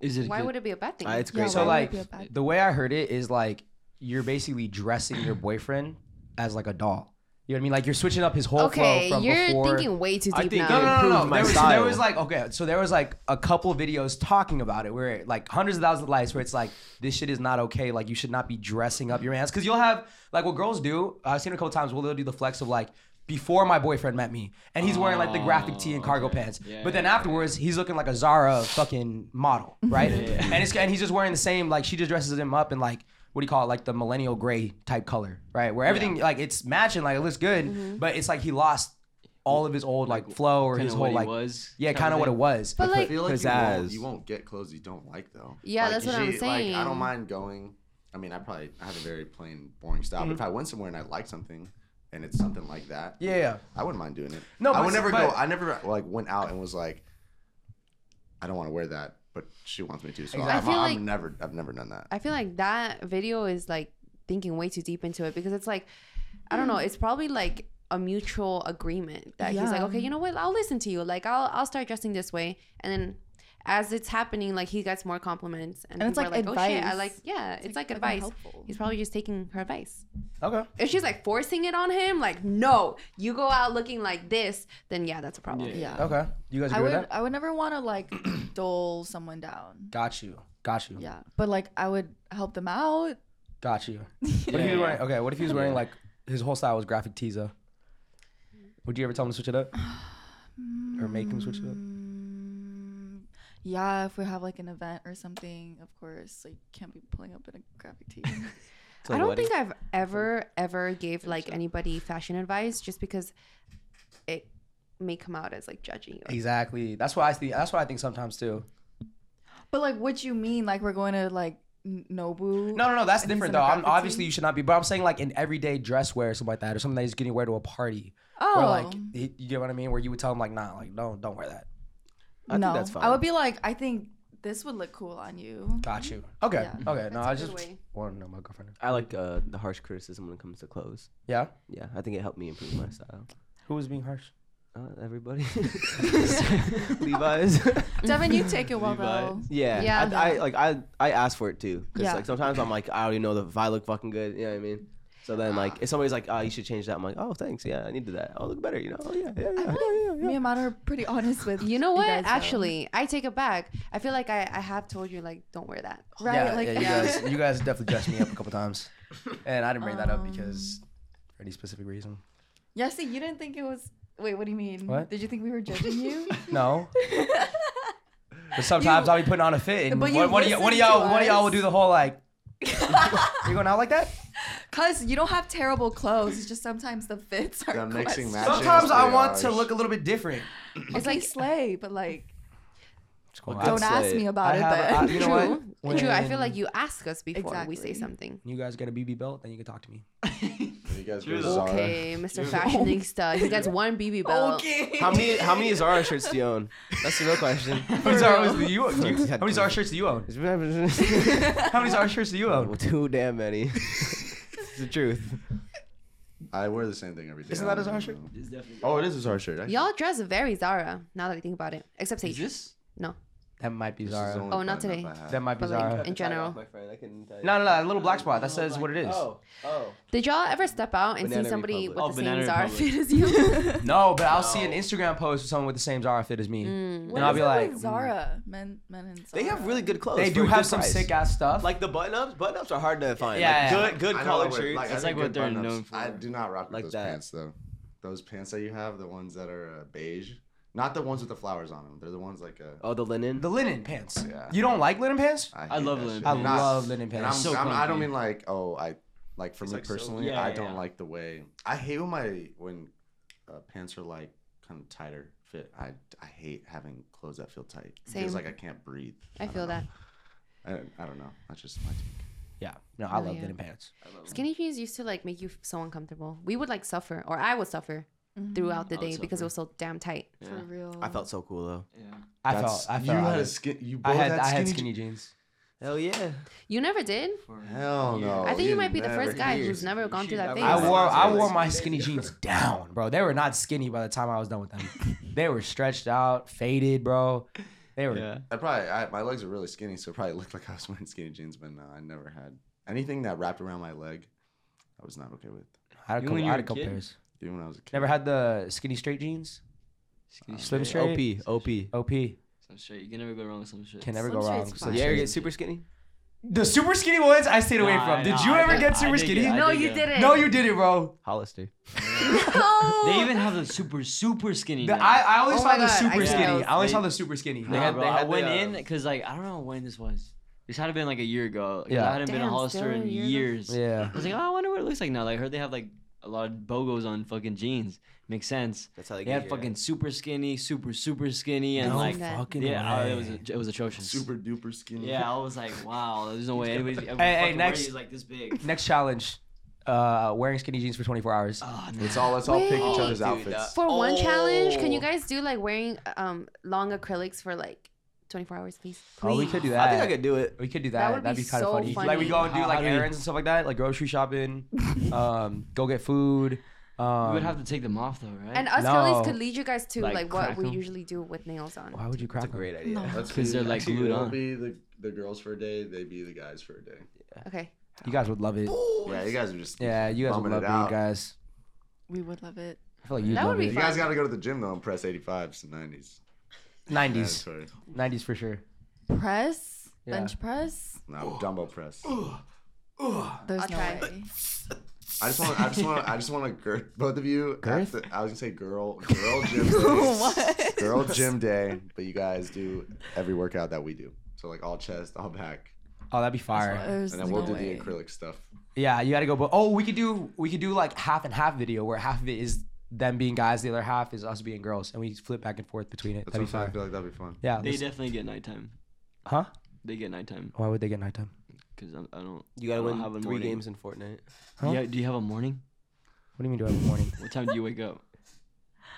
[SPEAKER 2] Is
[SPEAKER 7] Why would it be a bad thing?
[SPEAKER 2] So like
[SPEAKER 7] Would it be a bad-
[SPEAKER 2] the way I heard it is like you're basically dressing your boyfriend as like a doll. You know what I mean? Like you're switching up his whole
[SPEAKER 7] Okay,
[SPEAKER 2] flow from
[SPEAKER 7] you're
[SPEAKER 2] before.
[SPEAKER 7] thinking way too
[SPEAKER 2] I
[SPEAKER 7] deep
[SPEAKER 2] think
[SPEAKER 7] now.
[SPEAKER 2] No, no, no, no.
[SPEAKER 7] Improve my
[SPEAKER 2] There was, so there
[SPEAKER 7] style.
[SPEAKER 2] was like okay, so there was like a couple videos talking about it where it, like hundreds of thousands of likes where it's like this shit is not okay. Like you should not be dressing up your ass because you'll have like what girls do. I've seen it a couple times. Well, they'll do the flex of like. Before my boyfriend met me, and he's wearing like the graphic tee and cargo pants, but then afterwards he's looking like a Zara fucking model, right?
[SPEAKER 6] Yeah.
[SPEAKER 2] And it's and he's just wearing the same like she just dresses him up in like what do you call it like the millennial gray type color, right? Where everything like it's matching, like it looks good,
[SPEAKER 7] Mhm.
[SPEAKER 2] but it's like he lost all of his old like flow or
[SPEAKER 6] kinda
[SPEAKER 2] his
[SPEAKER 6] what
[SPEAKER 2] whole
[SPEAKER 6] he
[SPEAKER 2] like
[SPEAKER 6] was,
[SPEAKER 2] yeah,
[SPEAKER 6] kinda
[SPEAKER 2] kind of what
[SPEAKER 6] thing.
[SPEAKER 2] it was.
[SPEAKER 7] But, like-
[SPEAKER 1] I feel like you
[SPEAKER 2] Pizzazz.
[SPEAKER 1] won't, you won't get clothes you don't like though.
[SPEAKER 7] Yeah,
[SPEAKER 1] Like,
[SPEAKER 7] that's what I'm
[SPEAKER 1] usually, Like, I
[SPEAKER 7] saying.
[SPEAKER 1] don't mind going. I mean, I probably I have a very plain, boring style. But if I went somewhere and I liked something, and it's something like that,
[SPEAKER 2] Mm-hmm. Yeah, yeah.
[SPEAKER 1] I wouldn't mind doing it. No,
[SPEAKER 2] No,
[SPEAKER 1] I
[SPEAKER 2] but-
[SPEAKER 1] would never go.
[SPEAKER 2] but-
[SPEAKER 1] I never like went out and was like, I don't want to wear that, but she wants me to. So
[SPEAKER 7] Exactly. I
[SPEAKER 1] I'm,
[SPEAKER 7] feel
[SPEAKER 1] I'm
[SPEAKER 7] like-
[SPEAKER 1] never. I've never done that.
[SPEAKER 7] I feel like that video is like thinking way too deep into it because it's like, I don't know, it's probably like a mutual agreement that he's like,
[SPEAKER 9] Yeah.
[SPEAKER 7] okay, you know what, I'll listen to you. Like, I'll I'll start dressing this way, and then as it's happening, like he gets more compliments, and,
[SPEAKER 9] And it's
[SPEAKER 7] people
[SPEAKER 9] like
[SPEAKER 7] are oh shit, I
[SPEAKER 9] advice.
[SPEAKER 7] like, yeah, it's, like,
[SPEAKER 9] fucking
[SPEAKER 7] advice.
[SPEAKER 9] helpful.
[SPEAKER 7] He's probably just taking her advice.
[SPEAKER 2] Okay.
[SPEAKER 7] If she's like forcing it on him, like, no, you go out looking like this, then yeah, that's a problem.
[SPEAKER 9] Yeah.
[SPEAKER 2] Okay, you guys
[SPEAKER 9] I
[SPEAKER 2] agree with
[SPEAKER 9] would,
[SPEAKER 7] uh,
[SPEAKER 2] that?
[SPEAKER 9] I would never want to like (clears throat) dole someone down,
[SPEAKER 2] Got you, got you,
[SPEAKER 9] Yeah. but like I would help them out.
[SPEAKER 2] got
[SPEAKER 7] (laughs)
[SPEAKER 2] you. What if he was wearing? Okay, what if he was wearing like his whole style was graphic tees though? Would you ever tell him to switch it up,
[SPEAKER 7] Uh-huh.
[SPEAKER 2] or make him switch it up?
[SPEAKER 9] Mm, Yeah, if we have like an event or something, of course, like can't be pulling up in a graphic tee.
[SPEAKER 2] (laughs)
[SPEAKER 7] I don't think I've ever ever gave like anybody fashion advice just because it may come out as like judgy. Or,
[SPEAKER 2] Exactly. That's what I think. That's what I think sometimes too.
[SPEAKER 9] But like, what you mean? Like we're going to like N- Nobu?
[SPEAKER 2] No, no, no. That's
[SPEAKER 9] and he's
[SPEAKER 2] different
[SPEAKER 9] in a
[SPEAKER 2] though. I'm,
[SPEAKER 9] graphic
[SPEAKER 2] obviously,
[SPEAKER 9] tee?
[SPEAKER 2] you should not be. But I'm saying like in everyday dress wear or something like that, or something that he's getting wear to a party. Or like,
[SPEAKER 9] Oh.
[SPEAKER 2] he- you know what I mean? Where you would tell him like, nah, like don't don't wear that.
[SPEAKER 9] no,
[SPEAKER 2] that's
[SPEAKER 9] I
[SPEAKER 2] fine.
[SPEAKER 9] would be like, I think this would look cool on you.
[SPEAKER 2] Got you. Okay.
[SPEAKER 9] Yeah.
[SPEAKER 2] Okay. No, I
[SPEAKER 7] Mm-hmm. That's a
[SPEAKER 2] just
[SPEAKER 7] good way.
[SPEAKER 2] want to know my girlfriend.
[SPEAKER 4] I like uh, the harsh criticism when it comes to clothes.
[SPEAKER 2] Yeah.
[SPEAKER 4] Yeah, I think it helped me improve my style.
[SPEAKER 2] Who was being harsh?
[SPEAKER 4] Uh, everybody, (laughs) Levi's.
[SPEAKER 2] (laughs)
[SPEAKER 9] Devin, you take it well though.
[SPEAKER 4] yeah,
[SPEAKER 7] Yeah.
[SPEAKER 4] I, I like I I ask for it too because
[SPEAKER 9] Yeah.
[SPEAKER 4] like sometimes I'm like I already know that if I look fucking good, you know what I mean. So then like if somebody's like, oh, you should change that, I'm like, oh, thanks, yeah, I needed that. Oh, look better, you know. Oh yeah, yeah, yeah.
[SPEAKER 9] Me and Matt are pretty honest with
[SPEAKER 7] you know what?
[SPEAKER 9] guys, though.
[SPEAKER 7] Actually, I take it back. I feel like I, I have told you like don't wear that.
[SPEAKER 9] right?
[SPEAKER 2] yeah,
[SPEAKER 9] like
[SPEAKER 2] yeah, you (laughs) guys,
[SPEAKER 9] (laughs)
[SPEAKER 2] you guys definitely dressed me up a couple times, and I didn't bring that up because for any specific reason.
[SPEAKER 9] Yeah, see, you didn't think it was. Wait, what do you mean?
[SPEAKER 2] What?
[SPEAKER 9] Did you think we were judging you? (laughs)
[SPEAKER 2] No. (laughs) But sometimes I'll be putting on a fit, and
[SPEAKER 9] But
[SPEAKER 2] one,
[SPEAKER 9] you
[SPEAKER 2] one of y'all, one of
[SPEAKER 9] listened to
[SPEAKER 2] y'all, one of y'all will
[SPEAKER 9] us.
[SPEAKER 2] do the whole (laughs) like, you going out like that?
[SPEAKER 9] Cause you don't have terrible clothes. It's just sometimes the fits are.
[SPEAKER 1] The mixing
[SPEAKER 9] questionable.
[SPEAKER 1] matching. is
[SPEAKER 2] Sometimes I
[SPEAKER 1] pretty
[SPEAKER 2] want to
[SPEAKER 1] harsh.
[SPEAKER 2] look a little bit different.
[SPEAKER 9] It's like slay, but like
[SPEAKER 2] Well,
[SPEAKER 9] don't ask me about
[SPEAKER 2] I
[SPEAKER 9] it.
[SPEAKER 2] have-
[SPEAKER 4] Uh,
[SPEAKER 9] then. (laughs)
[SPEAKER 2] I- you know what?
[SPEAKER 7] True. True. I feel
[SPEAKER 2] When-
[SPEAKER 7] like you ask us before we say
[SPEAKER 9] Exactly.
[SPEAKER 7] something.
[SPEAKER 2] you guys got a BB belt, then you can talk to me.
[SPEAKER 1] You guys
[SPEAKER 6] True.
[SPEAKER 1] go to Zara.
[SPEAKER 7] Okay, Mr. Fashionista. He gets one BB belt.
[SPEAKER 9] Okay.
[SPEAKER 4] How many how many Zara shirts do you own? That's the real
[SPEAKER 2] (laughs)
[SPEAKER 4] question.
[SPEAKER 2] How many Zara do you own? How many (laughs) Zara shirts do you own? (laughs) How many Zara shirts do you own?
[SPEAKER 4] Too damn many.
[SPEAKER 2] (laughs)
[SPEAKER 4] it's the truth.
[SPEAKER 1] I wear the same thing every day.
[SPEAKER 2] Isn't that
[SPEAKER 1] I
[SPEAKER 2] a Zara
[SPEAKER 1] don't
[SPEAKER 2] shirt?
[SPEAKER 1] know.
[SPEAKER 6] It's definitely.
[SPEAKER 1] Oh, it is a Zara shirt. actually.
[SPEAKER 7] Y'all dress very Zara. Now that I think about it, except Sage.
[SPEAKER 6] Is this?
[SPEAKER 7] No.
[SPEAKER 2] That might be
[SPEAKER 1] This is the
[SPEAKER 2] Zara.
[SPEAKER 1] only
[SPEAKER 7] Oh, not
[SPEAKER 1] button up
[SPEAKER 7] today.
[SPEAKER 1] I have.
[SPEAKER 2] That might be
[SPEAKER 7] But, like,
[SPEAKER 2] Zara.
[SPEAKER 7] in general.
[SPEAKER 4] my friend, I can tell you.
[SPEAKER 2] No, no, no. That little black spot. That says what it is.
[SPEAKER 4] oh.
[SPEAKER 7] Did y'all ever step out and
[SPEAKER 4] Banana
[SPEAKER 7] see somebody
[SPEAKER 4] Republic.
[SPEAKER 7] with
[SPEAKER 6] Oh,
[SPEAKER 7] the same
[SPEAKER 6] Banana
[SPEAKER 7] Zara
[SPEAKER 6] Republic.
[SPEAKER 7] fit as you?
[SPEAKER 2] No, but I'll see an Instagram post with someone with the same Zara fit as me, and
[SPEAKER 9] What
[SPEAKER 2] I'll
[SPEAKER 9] is
[SPEAKER 2] be
[SPEAKER 9] it with
[SPEAKER 2] like, mm.
[SPEAKER 9] Zara, men, men and Zara.
[SPEAKER 4] They have really good clothes.
[SPEAKER 2] they
[SPEAKER 4] for
[SPEAKER 2] do
[SPEAKER 4] a
[SPEAKER 2] have
[SPEAKER 4] good
[SPEAKER 2] some
[SPEAKER 4] price.
[SPEAKER 2] sick ass stuff.
[SPEAKER 4] Like the button ups, button ups are hard to find.
[SPEAKER 2] Yeah.
[SPEAKER 4] like, good good
[SPEAKER 1] I know
[SPEAKER 4] collar
[SPEAKER 1] I wear-
[SPEAKER 4] shirts.
[SPEAKER 1] like, I
[SPEAKER 6] That's
[SPEAKER 1] think
[SPEAKER 6] like
[SPEAKER 1] good
[SPEAKER 6] what they're
[SPEAKER 1] button-ups.
[SPEAKER 6] known for.
[SPEAKER 1] I do not rock with
[SPEAKER 4] Like
[SPEAKER 1] those
[SPEAKER 4] that.
[SPEAKER 1] pants though. Those pants that you have, the ones that are uh, beige, not the ones with the flowers on them. They're the ones like uh,
[SPEAKER 4] oh, the linen.
[SPEAKER 2] the linen pants.
[SPEAKER 1] Yeah.
[SPEAKER 2] You don't like linen pants?
[SPEAKER 6] I
[SPEAKER 1] hate
[SPEAKER 6] love
[SPEAKER 1] that
[SPEAKER 6] linen
[SPEAKER 1] shit.
[SPEAKER 2] I
[SPEAKER 6] Not-
[SPEAKER 2] love linen
[SPEAKER 1] And
[SPEAKER 2] pants.
[SPEAKER 1] I'm,
[SPEAKER 6] so
[SPEAKER 1] I'm, I don't
[SPEAKER 6] comfy.
[SPEAKER 1] mean like oh I like for me personally
[SPEAKER 6] yeah,
[SPEAKER 1] I
[SPEAKER 6] yeah,
[SPEAKER 1] don't
[SPEAKER 6] yeah.
[SPEAKER 1] like the way I hate when my when uh, pants are like kind of tighter fit. I, I hate having clothes that feel tight. It
[SPEAKER 7] Same.
[SPEAKER 1] feels like I can't breathe.
[SPEAKER 7] I
[SPEAKER 1] don't
[SPEAKER 7] feel
[SPEAKER 1] know.
[SPEAKER 7] that.
[SPEAKER 1] I, I don't know. That's just my take.
[SPEAKER 20] Yeah. No, I
[SPEAKER 7] Oh,
[SPEAKER 20] love
[SPEAKER 7] yeah.
[SPEAKER 20] denim pants.
[SPEAKER 7] Skinny jeans used to like make you f- so uncomfortable. We would like suffer, or I would suffer
[SPEAKER 9] Mm-hmm.
[SPEAKER 2] Mm.
[SPEAKER 7] throughout the
[SPEAKER 21] I would
[SPEAKER 7] day because it
[SPEAKER 21] suffer.
[SPEAKER 7] was so damn tight.
[SPEAKER 21] For Yeah. real. I felt so cool though.
[SPEAKER 7] Yeah.
[SPEAKER 2] I
[SPEAKER 21] That's-
[SPEAKER 2] felt. I felt.
[SPEAKER 21] you had
[SPEAKER 2] I
[SPEAKER 21] a
[SPEAKER 2] did.
[SPEAKER 21] skin- you
[SPEAKER 2] I
[SPEAKER 21] both
[SPEAKER 2] had.
[SPEAKER 21] had
[SPEAKER 2] I had
[SPEAKER 21] skinny
[SPEAKER 2] skinny jeans.
[SPEAKER 4] Hell yeah.
[SPEAKER 7] You never did.
[SPEAKER 6] Oh,
[SPEAKER 1] Hell no.
[SPEAKER 7] I think you might be the
[SPEAKER 1] never
[SPEAKER 7] first guy
[SPEAKER 1] did.
[SPEAKER 7] who's never gone through that phase.
[SPEAKER 2] I wore. I
[SPEAKER 21] (laughs)
[SPEAKER 2] wore my skinny jeans down, bro. They were not skinny by the time I was done with them. they were stretched out, faded, bro. They were.
[SPEAKER 1] I probably I, my legs are really skinny, so it probably (laughs) looked like I was wearing skinny jeans. But no, I never had anything that wrapped around my leg. I was not okay with.
[SPEAKER 2] I had a Even couple- when you I had were a a couple kid? pairs.
[SPEAKER 1] Even when I was a kid. (laughs)
[SPEAKER 2] Never had the skinny straight jeans. Skinny Slim
[SPEAKER 6] straight?
[SPEAKER 2] straight. OP. OP.
[SPEAKER 6] Some shit. You can never go wrong with some shit.
[SPEAKER 2] Can never go wrong.
[SPEAKER 4] fine. You ever get super skinny?
[SPEAKER 2] The super skinny ones I stayed away
[SPEAKER 4] Nah,
[SPEAKER 2] from. Did
[SPEAKER 4] nah,
[SPEAKER 2] you
[SPEAKER 4] I
[SPEAKER 2] ever
[SPEAKER 4] did-
[SPEAKER 2] get
[SPEAKER 4] I
[SPEAKER 2] super
[SPEAKER 4] did
[SPEAKER 2] skinny?
[SPEAKER 4] get- I No, did you
[SPEAKER 7] get- didn't.
[SPEAKER 2] No, you didn't, bro.
[SPEAKER 4] Hollister.
[SPEAKER 6] They even have the super super skinny.
[SPEAKER 2] The-
[SPEAKER 6] now.
[SPEAKER 2] I- I always Oh saw my the God, super I see skinny. those. I always
[SPEAKER 6] They-
[SPEAKER 2] saw the super skinny. They
[SPEAKER 6] Nah,
[SPEAKER 2] had-
[SPEAKER 6] bro,
[SPEAKER 2] they
[SPEAKER 6] I
[SPEAKER 2] had the,
[SPEAKER 6] went
[SPEAKER 2] uh,
[SPEAKER 6] in because like I don't know when this was. This had to been like a year ago. 'cause
[SPEAKER 2] Yeah.
[SPEAKER 6] I hadn't been
[SPEAKER 2] Damn,
[SPEAKER 6] a Hollister
[SPEAKER 2] still a
[SPEAKER 6] in
[SPEAKER 2] year ago?
[SPEAKER 6] years.
[SPEAKER 2] Yeah.
[SPEAKER 6] I was like, oh, I wonder what it looks like now. Like, I heard they have like a lot of bogos on fucking jeans. Makes sense. That's how
[SPEAKER 4] they
[SPEAKER 6] They
[SPEAKER 4] get
[SPEAKER 6] had
[SPEAKER 4] here.
[SPEAKER 6] fucking super skinny, super super skinny, and
[SPEAKER 4] No
[SPEAKER 6] like
[SPEAKER 4] fucking
[SPEAKER 6] yeah, oh, it
[SPEAKER 4] way.
[SPEAKER 6] was it was atrocious.
[SPEAKER 1] Super duper skinny.
[SPEAKER 6] Yeah, I was like, wow, there's no way anybody's ever
[SPEAKER 2] Hey, hey,
[SPEAKER 6] fucking wear
[SPEAKER 2] next-
[SPEAKER 6] these like this big.
[SPEAKER 2] Next challenge. Uh, wearing skinny jeans for 24 hours.
[SPEAKER 6] Oh, Uh,
[SPEAKER 1] Let's all let's all pick each other's outfits.
[SPEAKER 7] For one challenge, can you
[SPEAKER 2] Oh.
[SPEAKER 7] guys do like wearing um long acrylics for like 24 hours, please?
[SPEAKER 2] Oh, we could do that.
[SPEAKER 4] I think I could do it.
[SPEAKER 2] We could do
[SPEAKER 7] That
[SPEAKER 2] that.
[SPEAKER 7] would
[SPEAKER 2] That'd
[SPEAKER 7] be
[SPEAKER 2] be, kind
[SPEAKER 7] so
[SPEAKER 2] of funny.
[SPEAKER 7] funny.
[SPEAKER 2] Like we go and do
[SPEAKER 6] How-
[SPEAKER 2] like
[SPEAKER 6] how do we-
[SPEAKER 2] errands and stuff like that, like grocery shopping, um, go get food. Um,
[SPEAKER 6] You would have to take them off though, right?
[SPEAKER 7] And us
[SPEAKER 2] No.
[SPEAKER 7] girlies could lead you guys to
[SPEAKER 2] Like,
[SPEAKER 7] like, what
[SPEAKER 2] crack
[SPEAKER 7] we
[SPEAKER 2] 'em.
[SPEAKER 7] usually do with nails on.
[SPEAKER 2] Why would you crack? That's a great
[SPEAKER 4] idea.
[SPEAKER 7] (laughs)
[SPEAKER 1] Let's
[SPEAKER 6] Because
[SPEAKER 1] be-
[SPEAKER 6] they're, like,
[SPEAKER 1] actually,
[SPEAKER 6] glued
[SPEAKER 1] it'll
[SPEAKER 6] on.
[SPEAKER 1] Be the, the girls for a day. They be the guys for a day.
[SPEAKER 7] Okay.
[SPEAKER 2] You guys would love it.
[SPEAKER 1] Yeah, you guys are just
[SPEAKER 2] Yeah, you guys would
[SPEAKER 1] bumming
[SPEAKER 2] love
[SPEAKER 1] it
[SPEAKER 2] it,
[SPEAKER 1] out.
[SPEAKER 2] guys.
[SPEAKER 9] We would love it.
[SPEAKER 2] I feel like you'd
[SPEAKER 7] That would
[SPEAKER 2] love
[SPEAKER 7] be
[SPEAKER 2] it.
[SPEAKER 1] You guys got to go to the gym though and press 85s and 90s.
[SPEAKER 2] Nineties,
[SPEAKER 1] Yeah, that's
[SPEAKER 2] nineties for sure.
[SPEAKER 9] Press,
[SPEAKER 2] Yeah.
[SPEAKER 9] bench press.
[SPEAKER 1] No, dumbbell press. (gasps)
[SPEAKER 9] There's
[SPEAKER 7] I'll
[SPEAKER 9] no
[SPEAKER 7] try.
[SPEAKER 9] way.
[SPEAKER 1] I just want, I just want, I just want to girt both of you. At
[SPEAKER 2] Girth?
[SPEAKER 1] the, I was gonna say girl, girl
[SPEAKER 7] (laughs)
[SPEAKER 1] gym,
[SPEAKER 9] (laughs)
[SPEAKER 1] day. (laughs) girl gym day, but you guys do every workout that we do. So like all chest, all back,
[SPEAKER 2] Oh, that'd be fire.
[SPEAKER 1] and then we'll do the acrylic stuff.
[SPEAKER 2] Yeah, you gotta go. But oh, we could do we could do like half and half video where half of it is them being guys, the other half is us being girls, and we flip back and forth between it.
[SPEAKER 1] That's
[SPEAKER 2] that'd be
[SPEAKER 1] what I'm saying. I
[SPEAKER 2] fire.
[SPEAKER 1] feel like that'd be fun.
[SPEAKER 2] Yeah.
[SPEAKER 6] they
[SPEAKER 2] let's-
[SPEAKER 6] definitely get nighttime.
[SPEAKER 2] Huh?
[SPEAKER 6] They get nighttime
[SPEAKER 2] Why would they get nighttime?
[SPEAKER 6] because I don't.
[SPEAKER 4] You gotta
[SPEAKER 6] I don't
[SPEAKER 4] win
[SPEAKER 6] have a
[SPEAKER 4] three
[SPEAKER 6] morning.
[SPEAKER 4] games in Fortnite.
[SPEAKER 2] Huh?
[SPEAKER 6] Yeah, do you have a morning?
[SPEAKER 2] What do you mean? Do I have a morning?
[SPEAKER 6] What time do you wake up?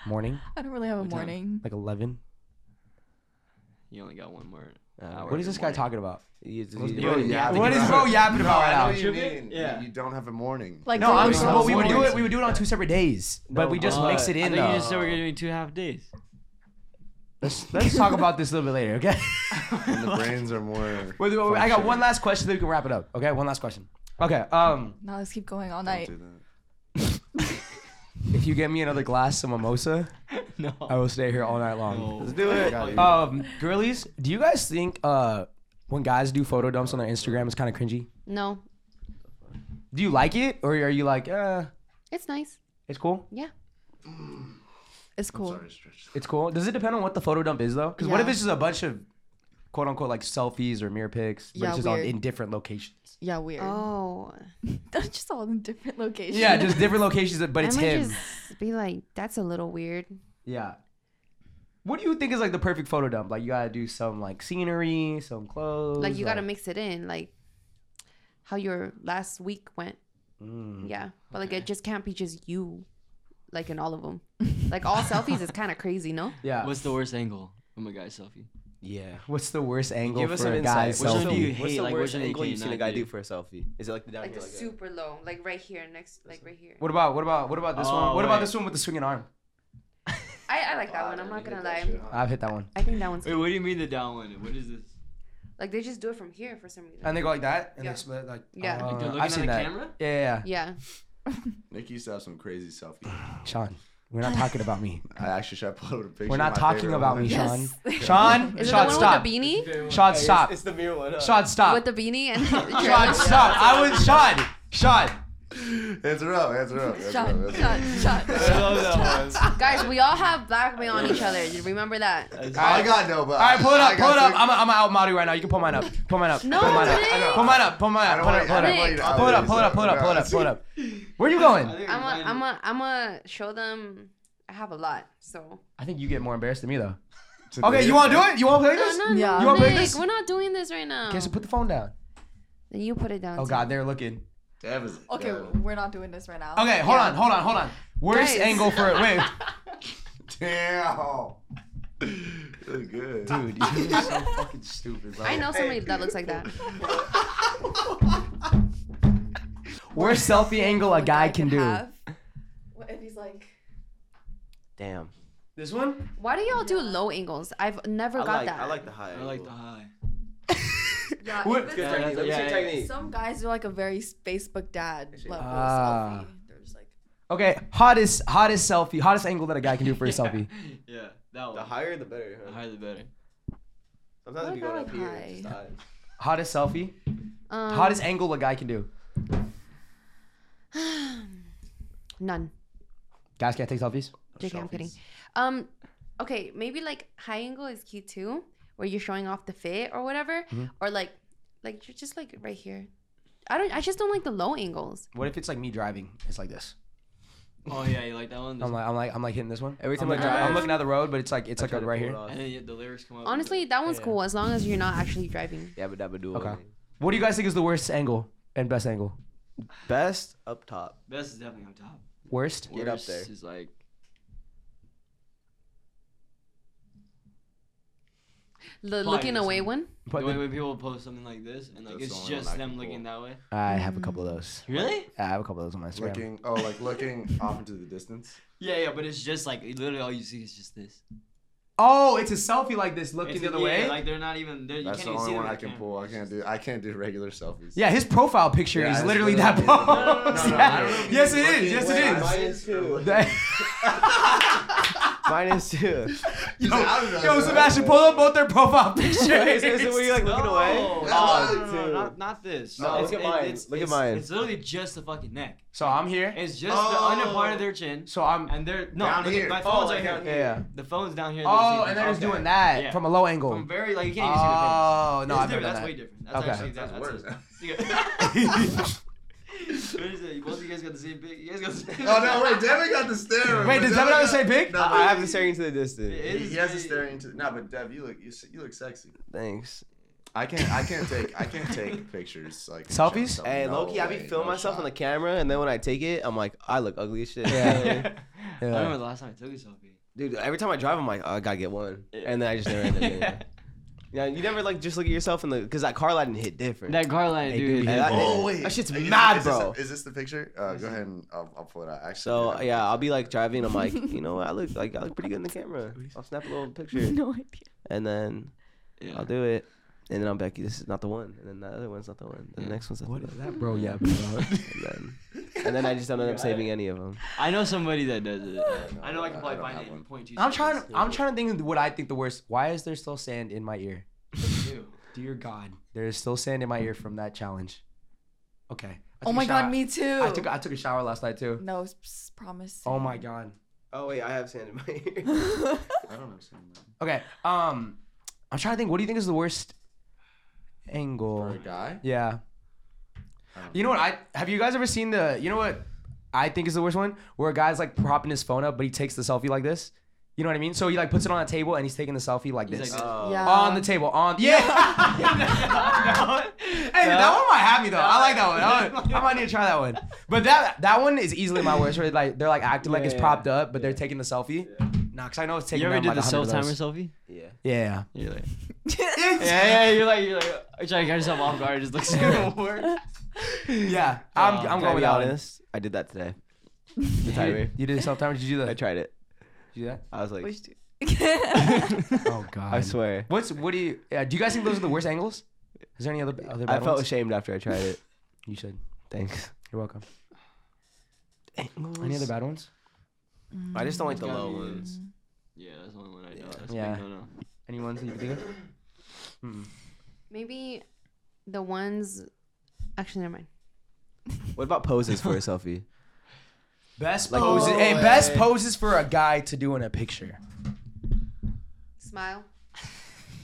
[SPEAKER 2] Morning?
[SPEAKER 9] I don't really have a
[SPEAKER 6] What time?
[SPEAKER 9] morning.
[SPEAKER 2] Like eleven?
[SPEAKER 6] You only got one more hour.
[SPEAKER 2] Uh, What is this guy talking about?
[SPEAKER 1] Bro, yeah,
[SPEAKER 2] What is bro yapping about
[SPEAKER 1] I know
[SPEAKER 2] right
[SPEAKER 1] what
[SPEAKER 2] now?
[SPEAKER 1] you mean. Yeah. You don't have a morning.
[SPEAKER 9] Like
[SPEAKER 2] No, I'm.
[SPEAKER 9] Don't (laughs)
[SPEAKER 2] But we
[SPEAKER 9] have
[SPEAKER 2] would do
[SPEAKER 9] mornings.
[SPEAKER 2] it. We would do it on two separate days. But we just mix it in
[SPEAKER 6] I thought you
[SPEAKER 2] though.
[SPEAKER 6] just said we're doing two half days. (laughs)
[SPEAKER 2] Let's let's talk about this a little bit later,
[SPEAKER 6] (laughs)
[SPEAKER 2] okay?
[SPEAKER 1] When the brains are more.
[SPEAKER 2] Wait, wait, wait, I got
[SPEAKER 1] functioning.
[SPEAKER 2] one last question, then we can wrap it up. Okay, one last question. Okay, um,
[SPEAKER 9] Now let's keep going all night.
[SPEAKER 2] if you get me another glass of mimosa,
[SPEAKER 6] no,
[SPEAKER 2] I will stay here all night long.
[SPEAKER 4] Let's do it.
[SPEAKER 2] Um, girlies, do you guys think uh, when guys do photo dumps on their Instagram, it's kind of cringy?
[SPEAKER 7] No,
[SPEAKER 2] Do you like it, or are you like, uh,
[SPEAKER 7] it's nice.
[SPEAKER 2] it's cool?
[SPEAKER 7] Yeah.
[SPEAKER 9] It's cool.
[SPEAKER 2] It's cool. Does it depend on what the photo dump is though? Because what if
[SPEAKER 9] Yeah.
[SPEAKER 2] it's just a bunch of quote unquote like selfies or mirror pics, but
[SPEAKER 9] Yeah,
[SPEAKER 2] it's just on,
[SPEAKER 9] weird.
[SPEAKER 2] in different locations?
[SPEAKER 9] Yeah, weird.
[SPEAKER 7] Oh.
[SPEAKER 9] (laughs) That's just all in different locations.
[SPEAKER 2] Yeah,
[SPEAKER 9] (laughs)
[SPEAKER 2] just different locations, but it's
[SPEAKER 7] I might
[SPEAKER 2] him.
[SPEAKER 7] just be like, that's a little weird.
[SPEAKER 2] Yeah. What do you think is like the perfect photo dump? Like you gotta do some like scenery, some clothes.
[SPEAKER 7] Like you gotta mix it in, like how your last week went.
[SPEAKER 2] Mm.
[SPEAKER 7] Yeah, but like it just can't be just you, like in all
[SPEAKER 2] (laughs)
[SPEAKER 7] of them. Like all selfies is kind of crazy, no?
[SPEAKER 2] Yeah.
[SPEAKER 6] What's the worst angle from a guy's selfie?
[SPEAKER 4] Yeah.
[SPEAKER 2] What's the worst angle
[SPEAKER 4] Give us
[SPEAKER 2] for
[SPEAKER 4] some
[SPEAKER 2] a guy's
[SPEAKER 4] insight. What's
[SPEAKER 2] selfie?
[SPEAKER 4] the-
[SPEAKER 6] do you
[SPEAKER 4] What's
[SPEAKER 6] hate?
[SPEAKER 4] the
[SPEAKER 6] Like,
[SPEAKER 4] worst
[SPEAKER 6] which one you
[SPEAKER 4] angle
[SPEAKER 6] can
[SPEAKER 4] you've seen a
[SPEAKER 6] not
[SPEAKER 4] guy
[SPEAKER 6] do?
[SPEAKER 4] do for a selfie? Is it like the down
[SPEAKER 7] (laughs) Like
[SPEAKER 4] here,
[SPEAKER 7] the
[SPEAKER 4] like a-
[SPEAKER 7] super low, like right here next, like right here.
[SPEAKER 2] What about what about what about this one?
[SPEAKER 6] Oh,
[SPEAKER 2] What about
[SPEAKER 6] wait.
[SPEAKER 2] this one with the swinging arm?
[SPEAKER 7] I, I like that one. I'm not gonna lie.
[SPEAKER 2] I've hit that one.
[SPEAKER 7] I think that one's
[SPEAKER 6] Wait, what do you mean the down one? What is this?
[SPEAKER 7] like they just do it from here for some reason.
[SPEAKER 2] And they go like that, and
[SPEAKER 7] Yeah.
[SPEAKER 2] they split like.
[SPEAKER 7] Yeah. Like
[SPEAKER 6] they're
[SPEAKER 2] uh,
[SPEAKER 6] looking
[SPEAKER 2] I've
[SPEAKER 6] at
[SPEAKER 2] seen
[SPEAKER 6] the
[SPEAKER 2] that.
[SPEAKER 6] camera?
[SPEAKER 2] Yeah, yeah, yeah.
[SPEAKER 7] Yeah.
[SPEAKER 1] Nick used to have some crazy selfies.
[SPEAKER 2] Sean, we're not talking about me.
[SPEAKER 1] I actually should have put a picture.
[SPEAKER 2] We're
[SPEAKER 1] of
[SPEAKER 2] not
[SPEAKER 1] my
[SPEAKER 2] talking
[SPEAKER 1] favorite
[SPEAKER 2] about
[SPEAKER 1] one. (laughs)
[SPEAKER 2] me, Sean.
[SPEAKER 9] (laughs)
[SPEAKER 7] Yes.
[SPEAKER 2] (laughs) Sean,
[SPEAKER 7] Is it the
[SPEAKER 2] Sean,
[SPEAKER 7] one
[SPEAKER 2] stop.
[SPEAKER 7] with the beanie?
[SPEAKER 2] Sean, stop.
[SPEAKER 4] It's the mirror one.
[SPEAKER 2] (laughs)
[SPEAKER 4] Huh?
[SPEAKER 2] Sean, stop.
[SPEAKER 7] With the beanie
[SPEAKER 2] (laughs)
[SPEAKER 7] and
[SPEAKER 2] Sean, stop. I was Sean. Sean.
[SPEAKER 1] Answer up. Answer up. Answer
[SPEAKER 7] Shot,
[SPEAKER 1] up. answer up.
[SPEAKER 4] (laughs)
[SPEAKER 7] shot, shot,
[SPEAKER 4] love
[SPEAKER 7] shot. Guys, we all have blackmail on each other. You remember that?
[SPEAKER 1] I got no, but
[SPEAKER 2] All right, pull it
[SPEAKER 1] I got
[SPEAKER 2] up, pull it up.
[SPEAKER 1] some-
[SPEAKER 2] I'm, I'm out Maudie right now. You can pull mine up. Pull mine up.
[SPEAKER 7] No,
[SPEAKER 2] pull mine up.
[SPEAKER 7] Nick. I know.
[SPEAKER 2] Pull mine up. Pull mine
[SPEAKER 1] I
[SPEAKER 2] up.
[SPEAKER 1] don't
[SPEAKER 2] Pull it
[SPEAKER 1] wanna-
[SPEAKER 2] up. Pull
[SPEAKER 1] I
[SPEAKER 2] it
[SPEAKER 1] don't wanna eat
[SPEAKER 2] up.
[SPEAKER 7] Nick.
[SPEAKER 2] Pull it up.
[SPEAKER 1] others,
[SPEAKER 2] Pull it up. Pull it up.
[SPEAKER 1] so-
[SPEAKER 2] Pull it up. Pull it up. Where you going?
[SPEAKER 7] I'm a, I'm a, I'm a show them I have a lot, so.
[SPEAKER 2] I think you get more embarrassed than me though.
[SPEAKER 1] Today.
[SPEAKER 2] Okay, you want to do it? You want to play
[SPEAKER 7] No,
[SPEAKER 2] this?
[SPEAKER 7] No, no,
[SPEAKER 2] You want to play
[SPEAKER 7] Nick,
[SPEAKER 2] this?
[SPEAKER 7] We're not doing this right now.
[SPEAKER 2] Okay, so put the phone down.
[SPEAKER 7] Then you put it down.
[SPEAKER 2] Oh
[SPEAKER 7] too.
[SPEAKER 2] God, they're looking.
[SPEAKER 9] Okay, we're not doing this right now.
[SPEAKER 2] Okay, hold on, hold on, hold on. Worst
[SPEAKER 9] Guys.
[SPEAKER 2] angle for it. Wait,
[SPEAKER 1] Damn. That's good.
[SPEAKER 2] dude,
[SPEAKER 1] (laughs)
[SPEAKER 2] you're so fucking stupid, bro.
[SPEAKER 7] I know somebody that looks like that.
[SPEAKER 2] Worst selfie angle a guy can do.
[SPEAKER 9] What if he's like?
[SPEAKER 2] Damn. This one?
[SPEAKER 7] (laughs) Why do y'all do low angles? I've never got that.
[SPEAKER 4] the high.
[SPEAKER 11] I like the high.
[SPEAKER 9] Yeah,
[SPEAKER 2] What-
[SPEAKER 9] if
[SPEAKER 2] Good
[SPEAKER 9] it's-
[SPEAKER 2] technique, yeah, yeah, yeah.
[SPEAKER 9] Some guys do like a very Facebook dad level
[SPEAKER 2] Ah.
[SPEAKER 9] selfie. They're just like,
[SPEAKER 2] Okay, hottest, hottest selfie, hottest angle that a guy can do for a selfie.
[SPEAKER 6] (laughs) Yeah, that one.
[SPEAKER 18] The higher the better.
[SPEAKER 6] The higher the better.
[SPEAKER 18] Sometimes
[SPEAKER 7] What
[SPEAKER 18] if you go
[SPEAKER 7] about
[SPEAKER 18] up here,
[SPEAKER 7] high?
[SPEAKER 18] it's just eyes.
[SPEAKER 2] Hottest selfie,
[SPEAKER 7] Um,
[SPEAKER 2] hottest angle a guy can do.
[SPEAKER 7] (sighs) None.
[SPEAKER 2] Guys can't take selfies.
[SPEAKER 7] JK, I'm kidding. Um, okay, maybe like high angle is cute too, where you're showing off the fit or whatever,
[SPEAKER 2] Mhm.
[SPEAKER 7] or like, like you're just like right here. I don't. I just don't like the low angles.
[SPEAKER 2] What if it's like me driving? It's like this.
[SPEAKER 6] Oh yeah, you like that one?
[SPEAKER 2] I'm like, I'm like, I'm like hitting this one every time
[SPEAKER 6] I'm
[SPEAKER 2] I'm,
[SPEAKER 6] like
[SPEAKER 2] driving. I'm
[SPEAKER 6] driving.
[SPEAKER 2] looking at the road, but it's like, it's
[SPEAKER 4] I
[SPEAKER 2] like
[SPEAKER 4] try to
[SPEAKER 2] right
[SPEAKER 4] pull it
[SPEAKER 2] here.
[SPEAKER 4] off.
[SPEAKER 6] and then yeah, the lyrics come up.
[SPEAKER 7] Honestly, that one's
[SPEAKER 4] Yeah.
[SPEAKER 7] cool as long as you're not actually driving.
[SPEAKER 4] Yabba dabba do.
[SPEAKER 2] Okay. What do you guys think is the worst angle and best angle?
[SPEAKER 4] Best up top.
[SPEAKER 6] Best is definitely on top.
[SPEAKER 2] Worst?
[SPEAKER 18] Get up
[SPEAKER 6] Worst
[SPEAKER 18] there.
[SPEAKER 6] Is like
[SPEAKER 7] The
[SPEAKER 6] Fire
[SPEAKER 7] looking away
[SPEAKER 6] scene.
[SPEAKER 7] one.
[SPEAKER 2] But
[SPEAKER 6] the way
[SPEAKER 2] the-
[SPEAKER 6] when people post something like this and like
[SPEAKER 1] That's
[SPEAKER 6] it's
[SPEAKER 1] the only one I
[SPEAKER 6] just them
[SPEAKER 1] can
[SPEAKER 6] looking that way.
[SPEAKER 2] I have a couple of those.
[SPEAKER 6] Really?
[SPEAKER 2] I have a couple of those on my Instagram.
[SPEAKER 1] Looking, oh, like looking off into the distance.
[SPEAKER 6] Yeah, yeah, but it's just like literally all you see is just this.
[SPEAKER 2] Oh, it's a selfie like this, looking
[SPEAKER 6] It's-
[SPEAKER 2] the other
[SPEAKER 6] yeah,
[SPEAKER 2] way.
[SPEAKER 6] Like they're not even. They're, you
[SPEAKER 1] That's
[SPEAKER 6] can't
[SPEAKER 1] the
[SPEAKER 6] even see
[SPEAKER 1] only
[SPEAKER 6] them
[SPEAKER 1] one
[SPEAKER 6] on
[SPEAKER 1] I can
[SPEAKER 6] camera.
[SPEAKER 1] pull. I can't do. I can't do regular selfies. (laughs)
[SPEAKER 2] yeah, his profile picture
[SPEAKER 1] Yeah,
[SPEAKER 2] is
[SPEAKER 1] it's
[SPEAKER 2] literally that
[SPEAKER 1] literally-
[SPEAKER 2] pose.
[SPEAKER 1] No, no, no, no, I don't know if
[SPEAKER 2] (laughs) yes, it
[SPEAKER 1] he's
[SPEAKER 2] is. Yes, it is. That-
[SPEAKER 4] Minus two.
[SPEAKER 1] Yo,
[SPEAKER 2] (laughs) Yo, Sebastian, pull up both
[SPEAKER 1] (laughs)
[SPEAKER 2] their profile pictures.
[SPEAKER 4] is, is it where you like looking
[SPEAKER 6] No,
[SPEAKER 4] away?
[SPEAKER 6] no,
[SPEAKER 1] Oh,
[SPEAKER 6] no, no,
[SPEAKER 4] dude.
[SPEAKER 6] not, not this.
[SPEAKER 4] No, look at
[SPEAKER 6] it-
[SPEAKER 4] mine. Look at
[SPEAKER 6] it's-
[SPEAKER 4] mine.
[SPEAKER 6] It's literally just the fucking neck.
[SPEAKER 2] so I'm here.
[SPEAKER 6] It's just the
[SPEAKER 1] Oh.
[SPEAKER 6] under part of their chin.
[SPEAKER 2] So I'm.
[SPEAKER 6] And they're no,
[SPEAKER 1] Down
[SPEAKER 6] look at-
[SPEAKER 1] here.
[SPEAKER 6] my
[SPEAKER 1] Oh,
[SPEAKER 6] phone's
[SPEAKER 1] like
[SPEAKER 6] right
[SPEAKER 1] down
[SPEAKER 6] here.
[SPEAKER 2] Yeah.
[SPEAKER 6] The phone's down here.
[SPEAKER 2] Oh, and
[SPEAKER 6] see the
[SPEAKER 2] they're just
[SPEAKER 6] face.
[SPEAKER 2] doing that
[SPEAKER 6] Yeah.
[SPEAKER 2] from a low angle.
[SPEAKER 6] From very like you can't even see the face.
[SPEAKER 2] oh no,
[SPEAKER 6] it's
[SPEAKER 2] I've never
[SPEAKER 6] different.
[SPEAKER 2] done
[SPEAKER 6] That's
[SPEAKER 2] that.
[SPEAKER 6] way different. That's
[SPEAKER 2] Okay.
[SPEAKER 6] actually
[SPEAKER 1] That's
[SPEAKER 6] that,
[SPEAKER 1] worse. (laughs)
[SPEAKER 6] that's (laughs) it. You got- What is it? You Both of you guys got the same big. You guys got the same.
[SPEAKER 1] Oh no! Wait, Devin got the stare.
[SPEAKER 2] Wait, does Devin always say big?
[SPEAKER 1] No,
[SPEAKER 4] I I have the staring into the distance.
[SPEAKER 6] (laughs) It
[SPEAKER 1] He,
[SPEAKER 6] is
[SPEAKER 1] he has a
[SPEAKER 6] big.
[SPEAKER 1] stare into. No, but Dev, you look you, s- you look sexy.
[SPEAKER 4] Thanks.
[SPEAKER 1] I can't I can't take I can't take pictures like
[SPEAKER 2] Selfies?
[SPEAKER 1] shit,
[SPEAKER 4] Hey,
[SPEAKER 1] Oh, no
[SPEAKER 4] Loki, I be
[SPEAKER 1] way,
[SPEAKER 4] filming
[SPEAKER 1] no
[SPEAKER 4] myself on the
[SPEAKER 1] shot.
[SPEAKER 4] camera, and then when I take it, I'm like, I look ugly as
[SPEAKER 2] (laughs)
[SPEAKER 4] shit.
[SPEAKER 6] (laughs)
[SPEAKER 2] Yeah.
[SPEAKER 6] I
[SPEAKER 2] Yeah.
[SPEAKER 6] remember the last time I took a selfie.
[SPEAKER 4] (laughs) Dude, every time I drive, I'm like, oh, I gotta get one, and then I just never end up
[SPEAKER 2] (laughs)
[SPEAKER 4] getting one. Yeah, you never like just look at yourself in the because that car lighting hit different.
[SPEAKER 6] (laughs) That car line, dude.
[SPEAKER 4] Yeah, that-
[SPEAKER 1] Oh wait,
[SPEAKER 4] that shit's
[SPEAKER 1] Is- is
[SPEAKER 4] mad,
[SPEAKER 1] this
[SPEAKER 4] bro.
[SPEAKER 1] the- Is this the picture? Uh, go ahead and I'll, I'll pull it out. Actually,
[SPEAKER 4] So
[SPEAKER 1] dude,
[SPEAKER 4] yeah, I'll be like driving. I'm like, you know, what? I look like I look pretty good in
[SPEAKER 2] (laughs)
[SPEAKER 4] the camera. I'll snap a little picture,
[SPEAKER 9] no idea.
[SPEAKER 4] and then
[SPEAKER 6] Yeah. (laughs)
[SPEAKER 4] I'll do it, and then I'm back. This is not the one, and then the other one's not the one. The next one's not the one.
[SPEAKER 2] Bro, yeah, bro. (laughs)
[SPEAKER 4] And then, and then I just don't end up saving any of them.
[SPEAKER 6] I know somebody that does it. I know I
[SPEAKER 1] I
[SPEAKER 6] can probably
[SPEAKER 1] don't
[SPEAKER 6] find
[SPEAKER 1] have
[SPEAKER 6] it
[SPEAKER 1] one.
[SPEAKER 6] in point two.
[SPEAKER 2] I'm trying.
[SPEAKER 6] seconds.
[SPEAKER 2] I'm trying to think of what I think the worst. Why is there still sand in my ear?
[SPEAKER 6] Ew.
[SPEAKER 2] Dear God, there is still sand in my ear from that challenge. Okay. I took
[SPEAKER 9] Oh
[SPEAKER 2] a
[SPEAKER 9] my
[SPEAKER 2] shower-
[SPEAKER 9] god, me too.
[SPEAKER 2] I took I took a shower last night too.
[SPEAKER 9] no, s- s- promise. (laughs)
[SPEAKER 2] Oh my God.
[SPEAKER 4] Oh wait, I have sand in
[SPEAKER 6] (laughs)
[SPEAKER 4] my ear.
[SPEAKER 1] I don't understand that.
[SPEAKER 2] Okay. Um, I'm trying to think. What do you think is the worst
[SPEAKER 1] For
[SPEAKER 2] angle?
[SPEAKER 1] a guy,
[SPEAKER 2] Yeah.
[SPEAKER 1] I don't
[SPEAKER 2] You know what? I have you guys ever seen the? You know what? I think is the worst one where a guy's like propping his phone up, but he takes the selfie like this. You know what I mean? So he like puts it on a table and he's taking the selfie like
[SPEAKER 6] He's
[SPEAKER 2] this.
[SPEAKER 6] like,
[SPEAKER 9] Yeah.
[SPEAKER 2] on the table, on yeah. (laughs) hey, that one might have me though. I like that one. That one- I might need to try that one. But that that one is easily my worst. Where like they're like acting like it's
[SPEAKER 11] Yeah.
[SPEAKER 2] propped up, but they're taking the selfie. Nah, cause I know it's taking.
[SPEAKER 6] you ever
[SPEAKER 2] down,
[SPEAKER 6] did
[SPEAKER 2] like,
[SPEAKER 6] the
[SPEAKER 2] 100
[SPEAKER 6] self
[SPEAKER 2] of those.
[SPEAKER 6] timer selfie?
[SPEAKER 4] yeah.
[SPEAKER 2] Yeah. (laughs)
[SPEAKER 6] You're like, yeah, yeah, you're like, you're like, you're trying to get yourself off guard. It
[SPEAKER 2] (laughs)
[SPEAKER 6] just looks like work.
[SPEAKER 2] Yeah. I'm I'm
[SPEAKER 6] Um,
[SPEAKER 4] Can I
[SPEAKER 2] going
[SPEAKER 4] be
[SPEAKER 2] with that one.
[SPEAKER 4] honest? I did that today. The timer.
[SPEAKER 2] You did a self timer? Did you do
[SPEAKER 4] I
[SPEAKER 2] that?
[SPEAKER 4] tried it.
[SPEAKER 2] Did you do
[SPEAKER 4] I was like,
[SPEAKER 9] Which
[SPEAKER 2] (laughs)
[SPEAKER 9] do-
[SPEAKER 2] that? Oh god.
[SPEAKER 4] I swear.
[SPEAKER 2] What's what do you? Uh, do you guys think those are the worst angles? Is there any other other bad
[SPEAKER 4] I felt
[SPEAKER 2] ones?
[SPEAKER 4] ashamed after I tried it.
[SPEAKER 2] you should.
[SPEAKER 4] Thanks.
[SPEAKER 2] You're welcome.
[SPEAKER 4] Angles.
[SPEAKER 2] Any other bad ones?
[SPEAKER 4] (laughs) I just don't like the
[SPEAKER 6] Gotta
[SPEAKER 4] low
[SPEAKER 6] be-
[SPEAKER 4] ones.
[SPEAKER 6] Yeah, that's the only one I know. That's
[SPEAKER 2] Yeah.
[SPEAKER 6] yeah. No, no.
[SPEAKER 2] Any ones that you can think of? Mm-mm.
[SPEAKER 7] Maybe the ones. Actually, never mind.
[SPEAKER 4] What about poses for a selfie?
[SPEAKER 2] Best
[SPEAKER 4] Like-
[SPEAKER 2] poses.
[SPEAKER 4] Oh,
[SPEAKER 2] hey, best poses for a guy to do in a picture.
[SPEAKER 7] Smile.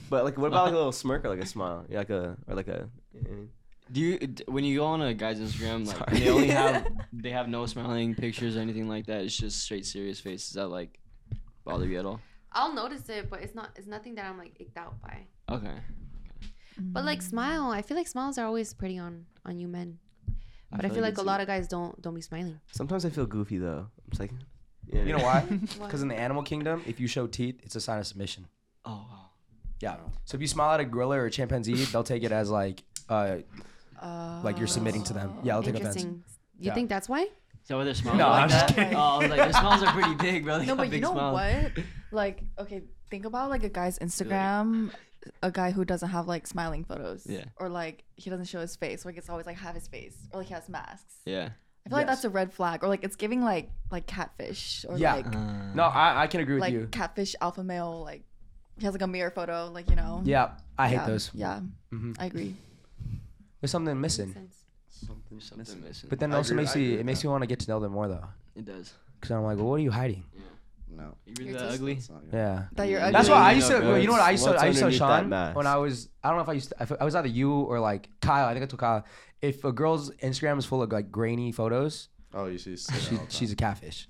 [SPEAKER 4] But like, what about like a eh. little smirk or like a smile? Yeah, like a or like a.
[SPEAKER 6] Do you d- when you go on a guy's Instagram, like they
[SPEAKER 2] (laughs)
[SPEAKER 6] only have they have no smiling pictures or anything like that. It's just straight serious faces that like bother you at all.
[SPEAKER 7] I'll notice it, but it's not. It's nothing that I'm like icked out by.
[SPEAKER 6] Okay.
[SPEAKER 7] But like smile, I feel like smiles are always pretty on on you men.
[SPEAKER 4] I
[SPEAKER 7] But I
[SPEAKER 4] feel
[SPEAKER 7] feel
[SPEAKER 4] like
[SPEAKER 7] like a lot of guys don't don't be smiling.
[SPEAKER 4] Sometimes I feel goofy though. I'm just like,
[SPEAKER 2] You know why?
[SPEAKER 7] Why?
[SPEAKER 2] Because in the animal kingdom, if you show teeth, it's a sign of submission.
[SPEAKER 6] Oh.
[SPEAKER 2] Yeah. So if you smile at a gorilla or a chimpanzee, they'll take it as like, uh, like you're submitting to them. Yeah, they'll take offense.
[SPEAKER 7] Interesting. You
[SPEAKER 2] Yeah.
[SPEAKER 7] think that's why?
[SPEAKER 6] So their smiles
[SPEAKER 2] No,
[SPEAKER 6] are like
[SPEAKER 2] I'm just
[SPEAKER 6] that.
[SPEAKER 2] kidding.
[SPEAKER 6] Oh, I was like, their smiles are pretty big, bro. (laughs) They
[SPEAKER 9] no,
[SPEAKER 6] got
[SPEAKER 9] but you
[SPEAKER 6] big
[SPEAKER 9] know
[SPEAKER 6] smiles.
[SPEAKER 9] what? Like, okay, think about like a guy's Instagram, a guy who doesn't have like smiling photos.
[SPEAKER 6] Yeah.
[SPEAKER 9] Or like he doesn't show his face. Like it's always like have his face, or like he has masks.
[SPEAKER 6] Yeah.
[SPEAKER 9] I feel like that's a red flag, or like it's giving like like catfish, or
[SPEAKER 2] yeah.
[SPEAKER 6] Uh,
[SPEAKER 9] like
[SPEAKER 2] no, I, I can agree with
[SPEAKER 9] like
[SPEAKER 2] you.
[SPEAKER 9] catfish alpha male. Like he has like a mirror photo, like you know.
[SPEAKER 2] Yeah, I hate
[SPEAKER 9] Yeah,
[SPEAKER 2] those.
[SPEAKER 9] Yeah,
[SPEAKER 2] Mhm.
[SPEAKER 9] I agree.
[SPEAKER 2] There's something missing.
[SPEAKER 1] Something,
[SPEAKER 6] something missing.
[SPEAKER 2] But then it also makes you it makes you want to get to know them more though.
[SPEAKER 6] It does.
[SPEAKER 2] Because I'm like, well, what are you hiding?
[SPEAKER 1] No.
[SPEAKER 6] You really that ugly?
[SPEAKER 2] Yeah.
[SPEAKER 9] That you're
[SPEAKER 2] That's why
[SPEAKER 9] ugly.
[SPEAKER 2] I used to.
[SPEAKER 9] Yeah,
[SPEAKER 2] well, you know what I used to?
[SPEAKER 4] what's
[SPEAKER 2] I used to tell
[SPEAKER 4] underneath that
[SPEAKER 2] Sean
[SPEAKER 4] mask?
[SPEAKER 2] when I was. I don't know if I used. To, I f- I was either you or like Kyle. I think I told Kyle if a girl's Instagram is full of like grainy photos.
[SPEAKER 1] Oh, you see.
[SPEAKER 2] She, she's a catfish.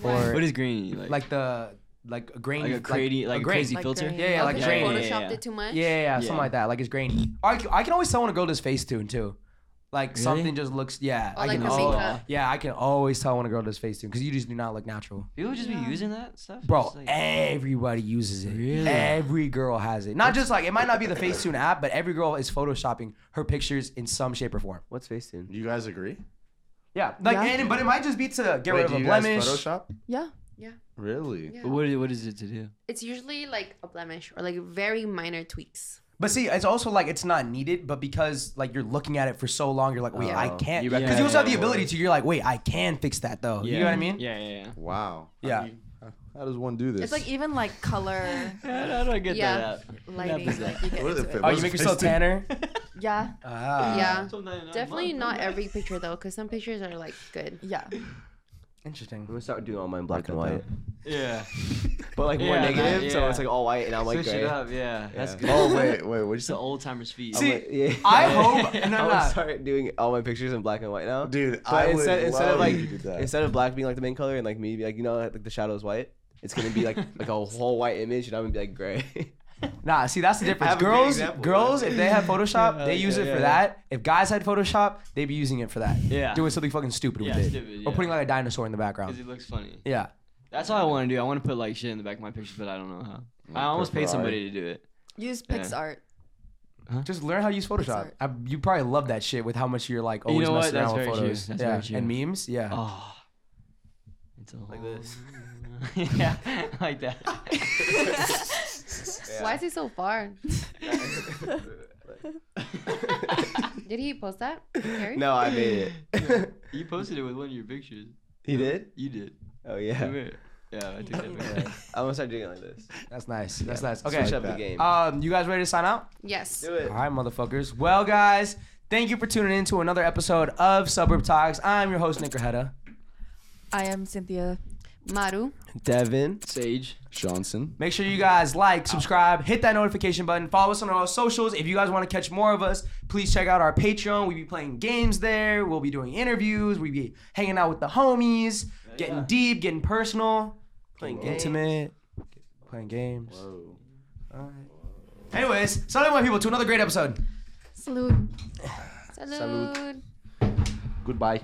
[SPEAKER 6] Why? What is grainy? Like-
[SPEAKER 2] the like a grainy
[SPEAKER 6] Like a crazy- like a
[SPEAKER 2] grainy-
[SPEAKER 6] crazy Like filter? grainy.
[SPEAKER 2] Yeah, yeah,
[SPEAKER 6] Oh,
[SPEAKER 2] like
[SPEAKER 6] because
[SPEAKER 2] grainy.
[SPEAKER 6] you
[SPEAKER 2] Yeah,
[SPEAKER 6] photoshopped
[SPEAKER 2] yeah,
[SPEAKER 6] it too much?
[SPEAKER 2] Yeah, yeah, yeah, something
[SPEAKER 6] Yeah.
[SPEAKER 2] like that. Like it's grainy. I, c- I can always tell when a girl does Facetune too. Like
[SPEAKER 6] Really?
[SPEAKER 2] something just looks. Yeah,
[SPEAKER 6] Oh,
[SPEAKER 2] I
[SPEAKER 6] like
[SPEAKER 2] can.
[SPEAKER 6] her
[SPEAKER 2] al-
[SPEAKER 6] makeup.
[SPEAKER 2] yeah, I can always tell when a girl does Facetune because you just do not look natural.
[SPEAKER 6] People just be using that stuff.
[SPEAKER 2] Bro, eh.
[SPEAKER 6] It's like-
[SPEAKER 2] everybody uses it. Every girl has it. Not just like it might not be the Facetune app, but every girl is photoshopping her pictures in some shape or form.
[SPEAKER 4] What's Facetune?
[SPEAKER 1] You guys agree?
[SPEAKER 2] Yeah, like
[SPEAKER 1] Yeah.
[SPEAKER 2] And, but it might just be to get
[SPEAKER 1] Wait,
[SPEAKER 2] rid of
[SPEAKER 1] do
[SPEAKER 2] a
[SPEAKER 1] you guys
[SPEAKER 2] blemish.
[SPEAKER 1] Photoshop?
[SPEAKER 9] Yeah.
[SPEAKER 7] Yeah.
[SPEAKER 1] Really?
[SPEAKER 7] Yeah.
[SPEAKER 6] What is, what is it to do?
[SPEAKER 7] It's usually like a blemish or like very minor tweaks.
[SPEAKER 2] But see, it's also like it's not needed, but because like you're looking at it for so long, you're like, wait, I
[SPEAKER 1] Oh.
[SPEAKER 2] can't.
[SPEAKER 1] You
[SPEAKER 2] Because
[SPEAKER 1] recognize
[SPEAKER 2] you also have the
[SPEAKER 1] it.
[SPEAKER 2] ability to. You're like, wait, I can fix that though. You know what I mean?
[SPEAKER 6] Yeah, yeah, yeah.
[SPEAKER 1] Wow.
[SPEAKER 2] Yeah.
[SPEAKER 1] How, do you- how- how does one do this?
[SPEAKER 9] It's like even like color.
[SPEAKER 6] How do I get
[SPEAKER 9] yeah.
[SPEAKER 6] that out?
[SPEAKER 9] Lighting,
[SPEAKER 6] What
[SPEAKER 9] like
[SPEAKER 6] is
[SPEAKER 9] you get
[SPEAKER 6] it?
[SPEAKER 9] into it.
[SPEAKER 2] Oh,
[SPEAKER 1] (laughs)
[SPEAKER 2] you make yourself tanner.
[SPEAKER 9] (laughs)
[SPEAKER 6] (laughs)
[SPEAKER 9] Yeah.
[SPEAKER 2] Ah.
[SPEAKER 7] yeah.
[SPEAKER 6] $12.99
[SPEAKER 7] Definitely
[SPEAKER 6] month,
[SPEAKER 7] not
[SPEAKER 6] okay.
[SPEAKER 7] every picture though, because some pictures are like good.
[SPEAKER 9] Yeah.
[SPEAKER 2] Interesting. I'm
[SPEAKER 4] gonna start doing all mine black and white.
[SPEAKER 6] Yeah.
[SPEAKER 4] But like more
[SPEAKER 6] Yeah, that-
[SPEAKER 4] negative, so
[SPEAKER 6] yeah.
[SPEAKER 4] it's like all white and I'm like
[SPEAKER 6] Switch
[SPEAKER 4] gray.
[SPEAKER 6] it up, yeah. That's
[SPEAKER 4] Yeah.
[SPEAKER 6] good.
[SPEAKER 4] Oh, wait, wait,
[SPEAKER 1] what'd you
[SPEAKER 6] say? old timer's feet.
[SPEAKER 4] I'm like- (laughs) yeah.
[SPEAKER 2] I
[SPEAKER 6] (laughs)
[SPEAKER 2] hope- no,
[SPEAKER 4] I'm
[SPEAKER 2] no,
[SPEAKER 4] gonna
[SPEAKER 2] no.
[SPEAKER 4] start doing all my pictures in black and white now,
[SPEAKER 1] dude.
[SPEAKER 4] But
[SPEAKER 1] I would
[SPEAKER 4] instead, instead of
[SPEAKER 1] love
[SPEAKER 4] like
[SPEAKER 1] if you did that.
[SPEAKER 4] instead of black being like the main color and like me be like you know like the shadow is white, it's gonna be like
[SPEAKER 1] (laughs)
[SPEAKER 4] like a whole white image and I'm gonna be like gray.
[SPEAKER 6] (laughs)
[SPEAKER 2] Nah, see that's the
[SPEAKER 4] I have
[SPEAKER 2] difference.
[SPEAKER 4] a good
[SPEAKER 2] Girls,
[SPEAKER 4] example.
[SPEAKER 2] girls, if they have Photoshop,
[SPEAKER 4] Yeah,
[SPEAKER 2] they
[SPEAKER 4] yeah,
[SPEAKER 2] use it
[SPEAKER 4] yeah,
[SPEAKER 2] for
[SPEAKER 4] yeah.
[SPEAKER 2] that. If guys had Photoshop, they'd be using it for that.
[SPEAKER 6] Yeah.
[SPEAKER 2] doing something fucking stupid
[SPEAKER 6] Yeah,
[SPEAKER 2] with it,
[SPEAKER 6] stupid,
[SPEAKER 2] or
[SPEAKER 6] yeah.
[SPEAKER 2] putting like a dinosaur in the
[SPEAKER 6] Because
[SPEAKER 2] background.
[SPEAKER 6] it looks funny.
[SPEAKER 2] Yeah.
[SPEAKER 6] That's what I want to do. I want to put like shit in the back of my pictures, but I don't know how.
[SPEAKER 2] Like
[SPEAKER 6] I almost paid
[SPEAKER 2] Purple
[SPEAKER 6] somebody to do it.
[SPEAKER 9] Use
[SPEAKER 6] Yeah.
[SPEAKER 9] PixArt.
[SPEAKER 2] Just learn how to use Photoshop. I, you probably love that shit with how much you're like
[SPEAKER 6] You
[SPEAKER 2] always
[SPEAKER 6] know what?
[SPEAKER 2] messing
[SPEAKER 6] That's
[SPEAKER 2] around with
[SPEAKER 6] very true.
[SPEAKER 2] photos.
[SPEAKER 6] That's
[SPEAKER 2] yeah.
[SPEAKER 6] very true.
[SPEAKER 2] And memes. Yeah.
[SPEAKER 6] Oh. It's all
[SPEAKER 4] like this.
[SPEAKER 6] (laughs) yeah, (laughs)
[SPEAKER 2] (laughs)
[SPEAKER 6] like that.
[SPEAKER 7] Why is he so far? Did he post that?
[SPEAKER 4] (laughs)
[SPEAKER 7] Harry?
[SPEAKER 4] no, I made
[SPEAKER 2] (laughs)
[SPEAKER 4] it.
[SPEAKER 6] You posted it with one of your pictures.
[SPEAKER 4] he did.
[SPEAKER 6] You did.
[SPEAKER 4] Oh yeah.
[SPEAKER 6] Come here. Yeah, I took that picture.
[SPEAKER 4] Yeah. I'm gonna start doing it like this.
[SPEAKER 2] That's nice. That's
[SPEAKER 4] Yeah.
[SPEAKER 2] nice. Okay.
[SPEAKER 4] Switch up the game.
[SPEAKER 2] Um, you guys ready to sign out?
[SPEAKER 7] Yes.
[SPEAKER 2] All right, motherfuckers. Well, guys, thank you for tuning in to another episode of Suburb Talks. I'm your host, Nick Rajeda.
[SPEAKER 9] I am Cynthia.
[SPEAKER 7] Maru.
[SPEAKER 4] Devin.
[SPEAKER 6] Sage.
[SPEAKER 1] Johnson.
[SPEAKER 2] Make sure you guys like, subscribe, hit that notification button, follow us on our socials. If you guys want to catch more of us, please check out our Patreon. We'll be playing games there. We'll be doing interviews. We'll be hanging out with the homies, getting deep, getting personal,
[SPEAKER 4] Playing
[SPEAKER 2] getting
[SPEAKER 4] games.
[SPEAKER 2] intimate, playing games. All right. Anyways, salute my people to another great episode.
[SPEAKER 9] Salute.
[SPEAKER 7] Salud.
[SPEAKER 1] Goodbye.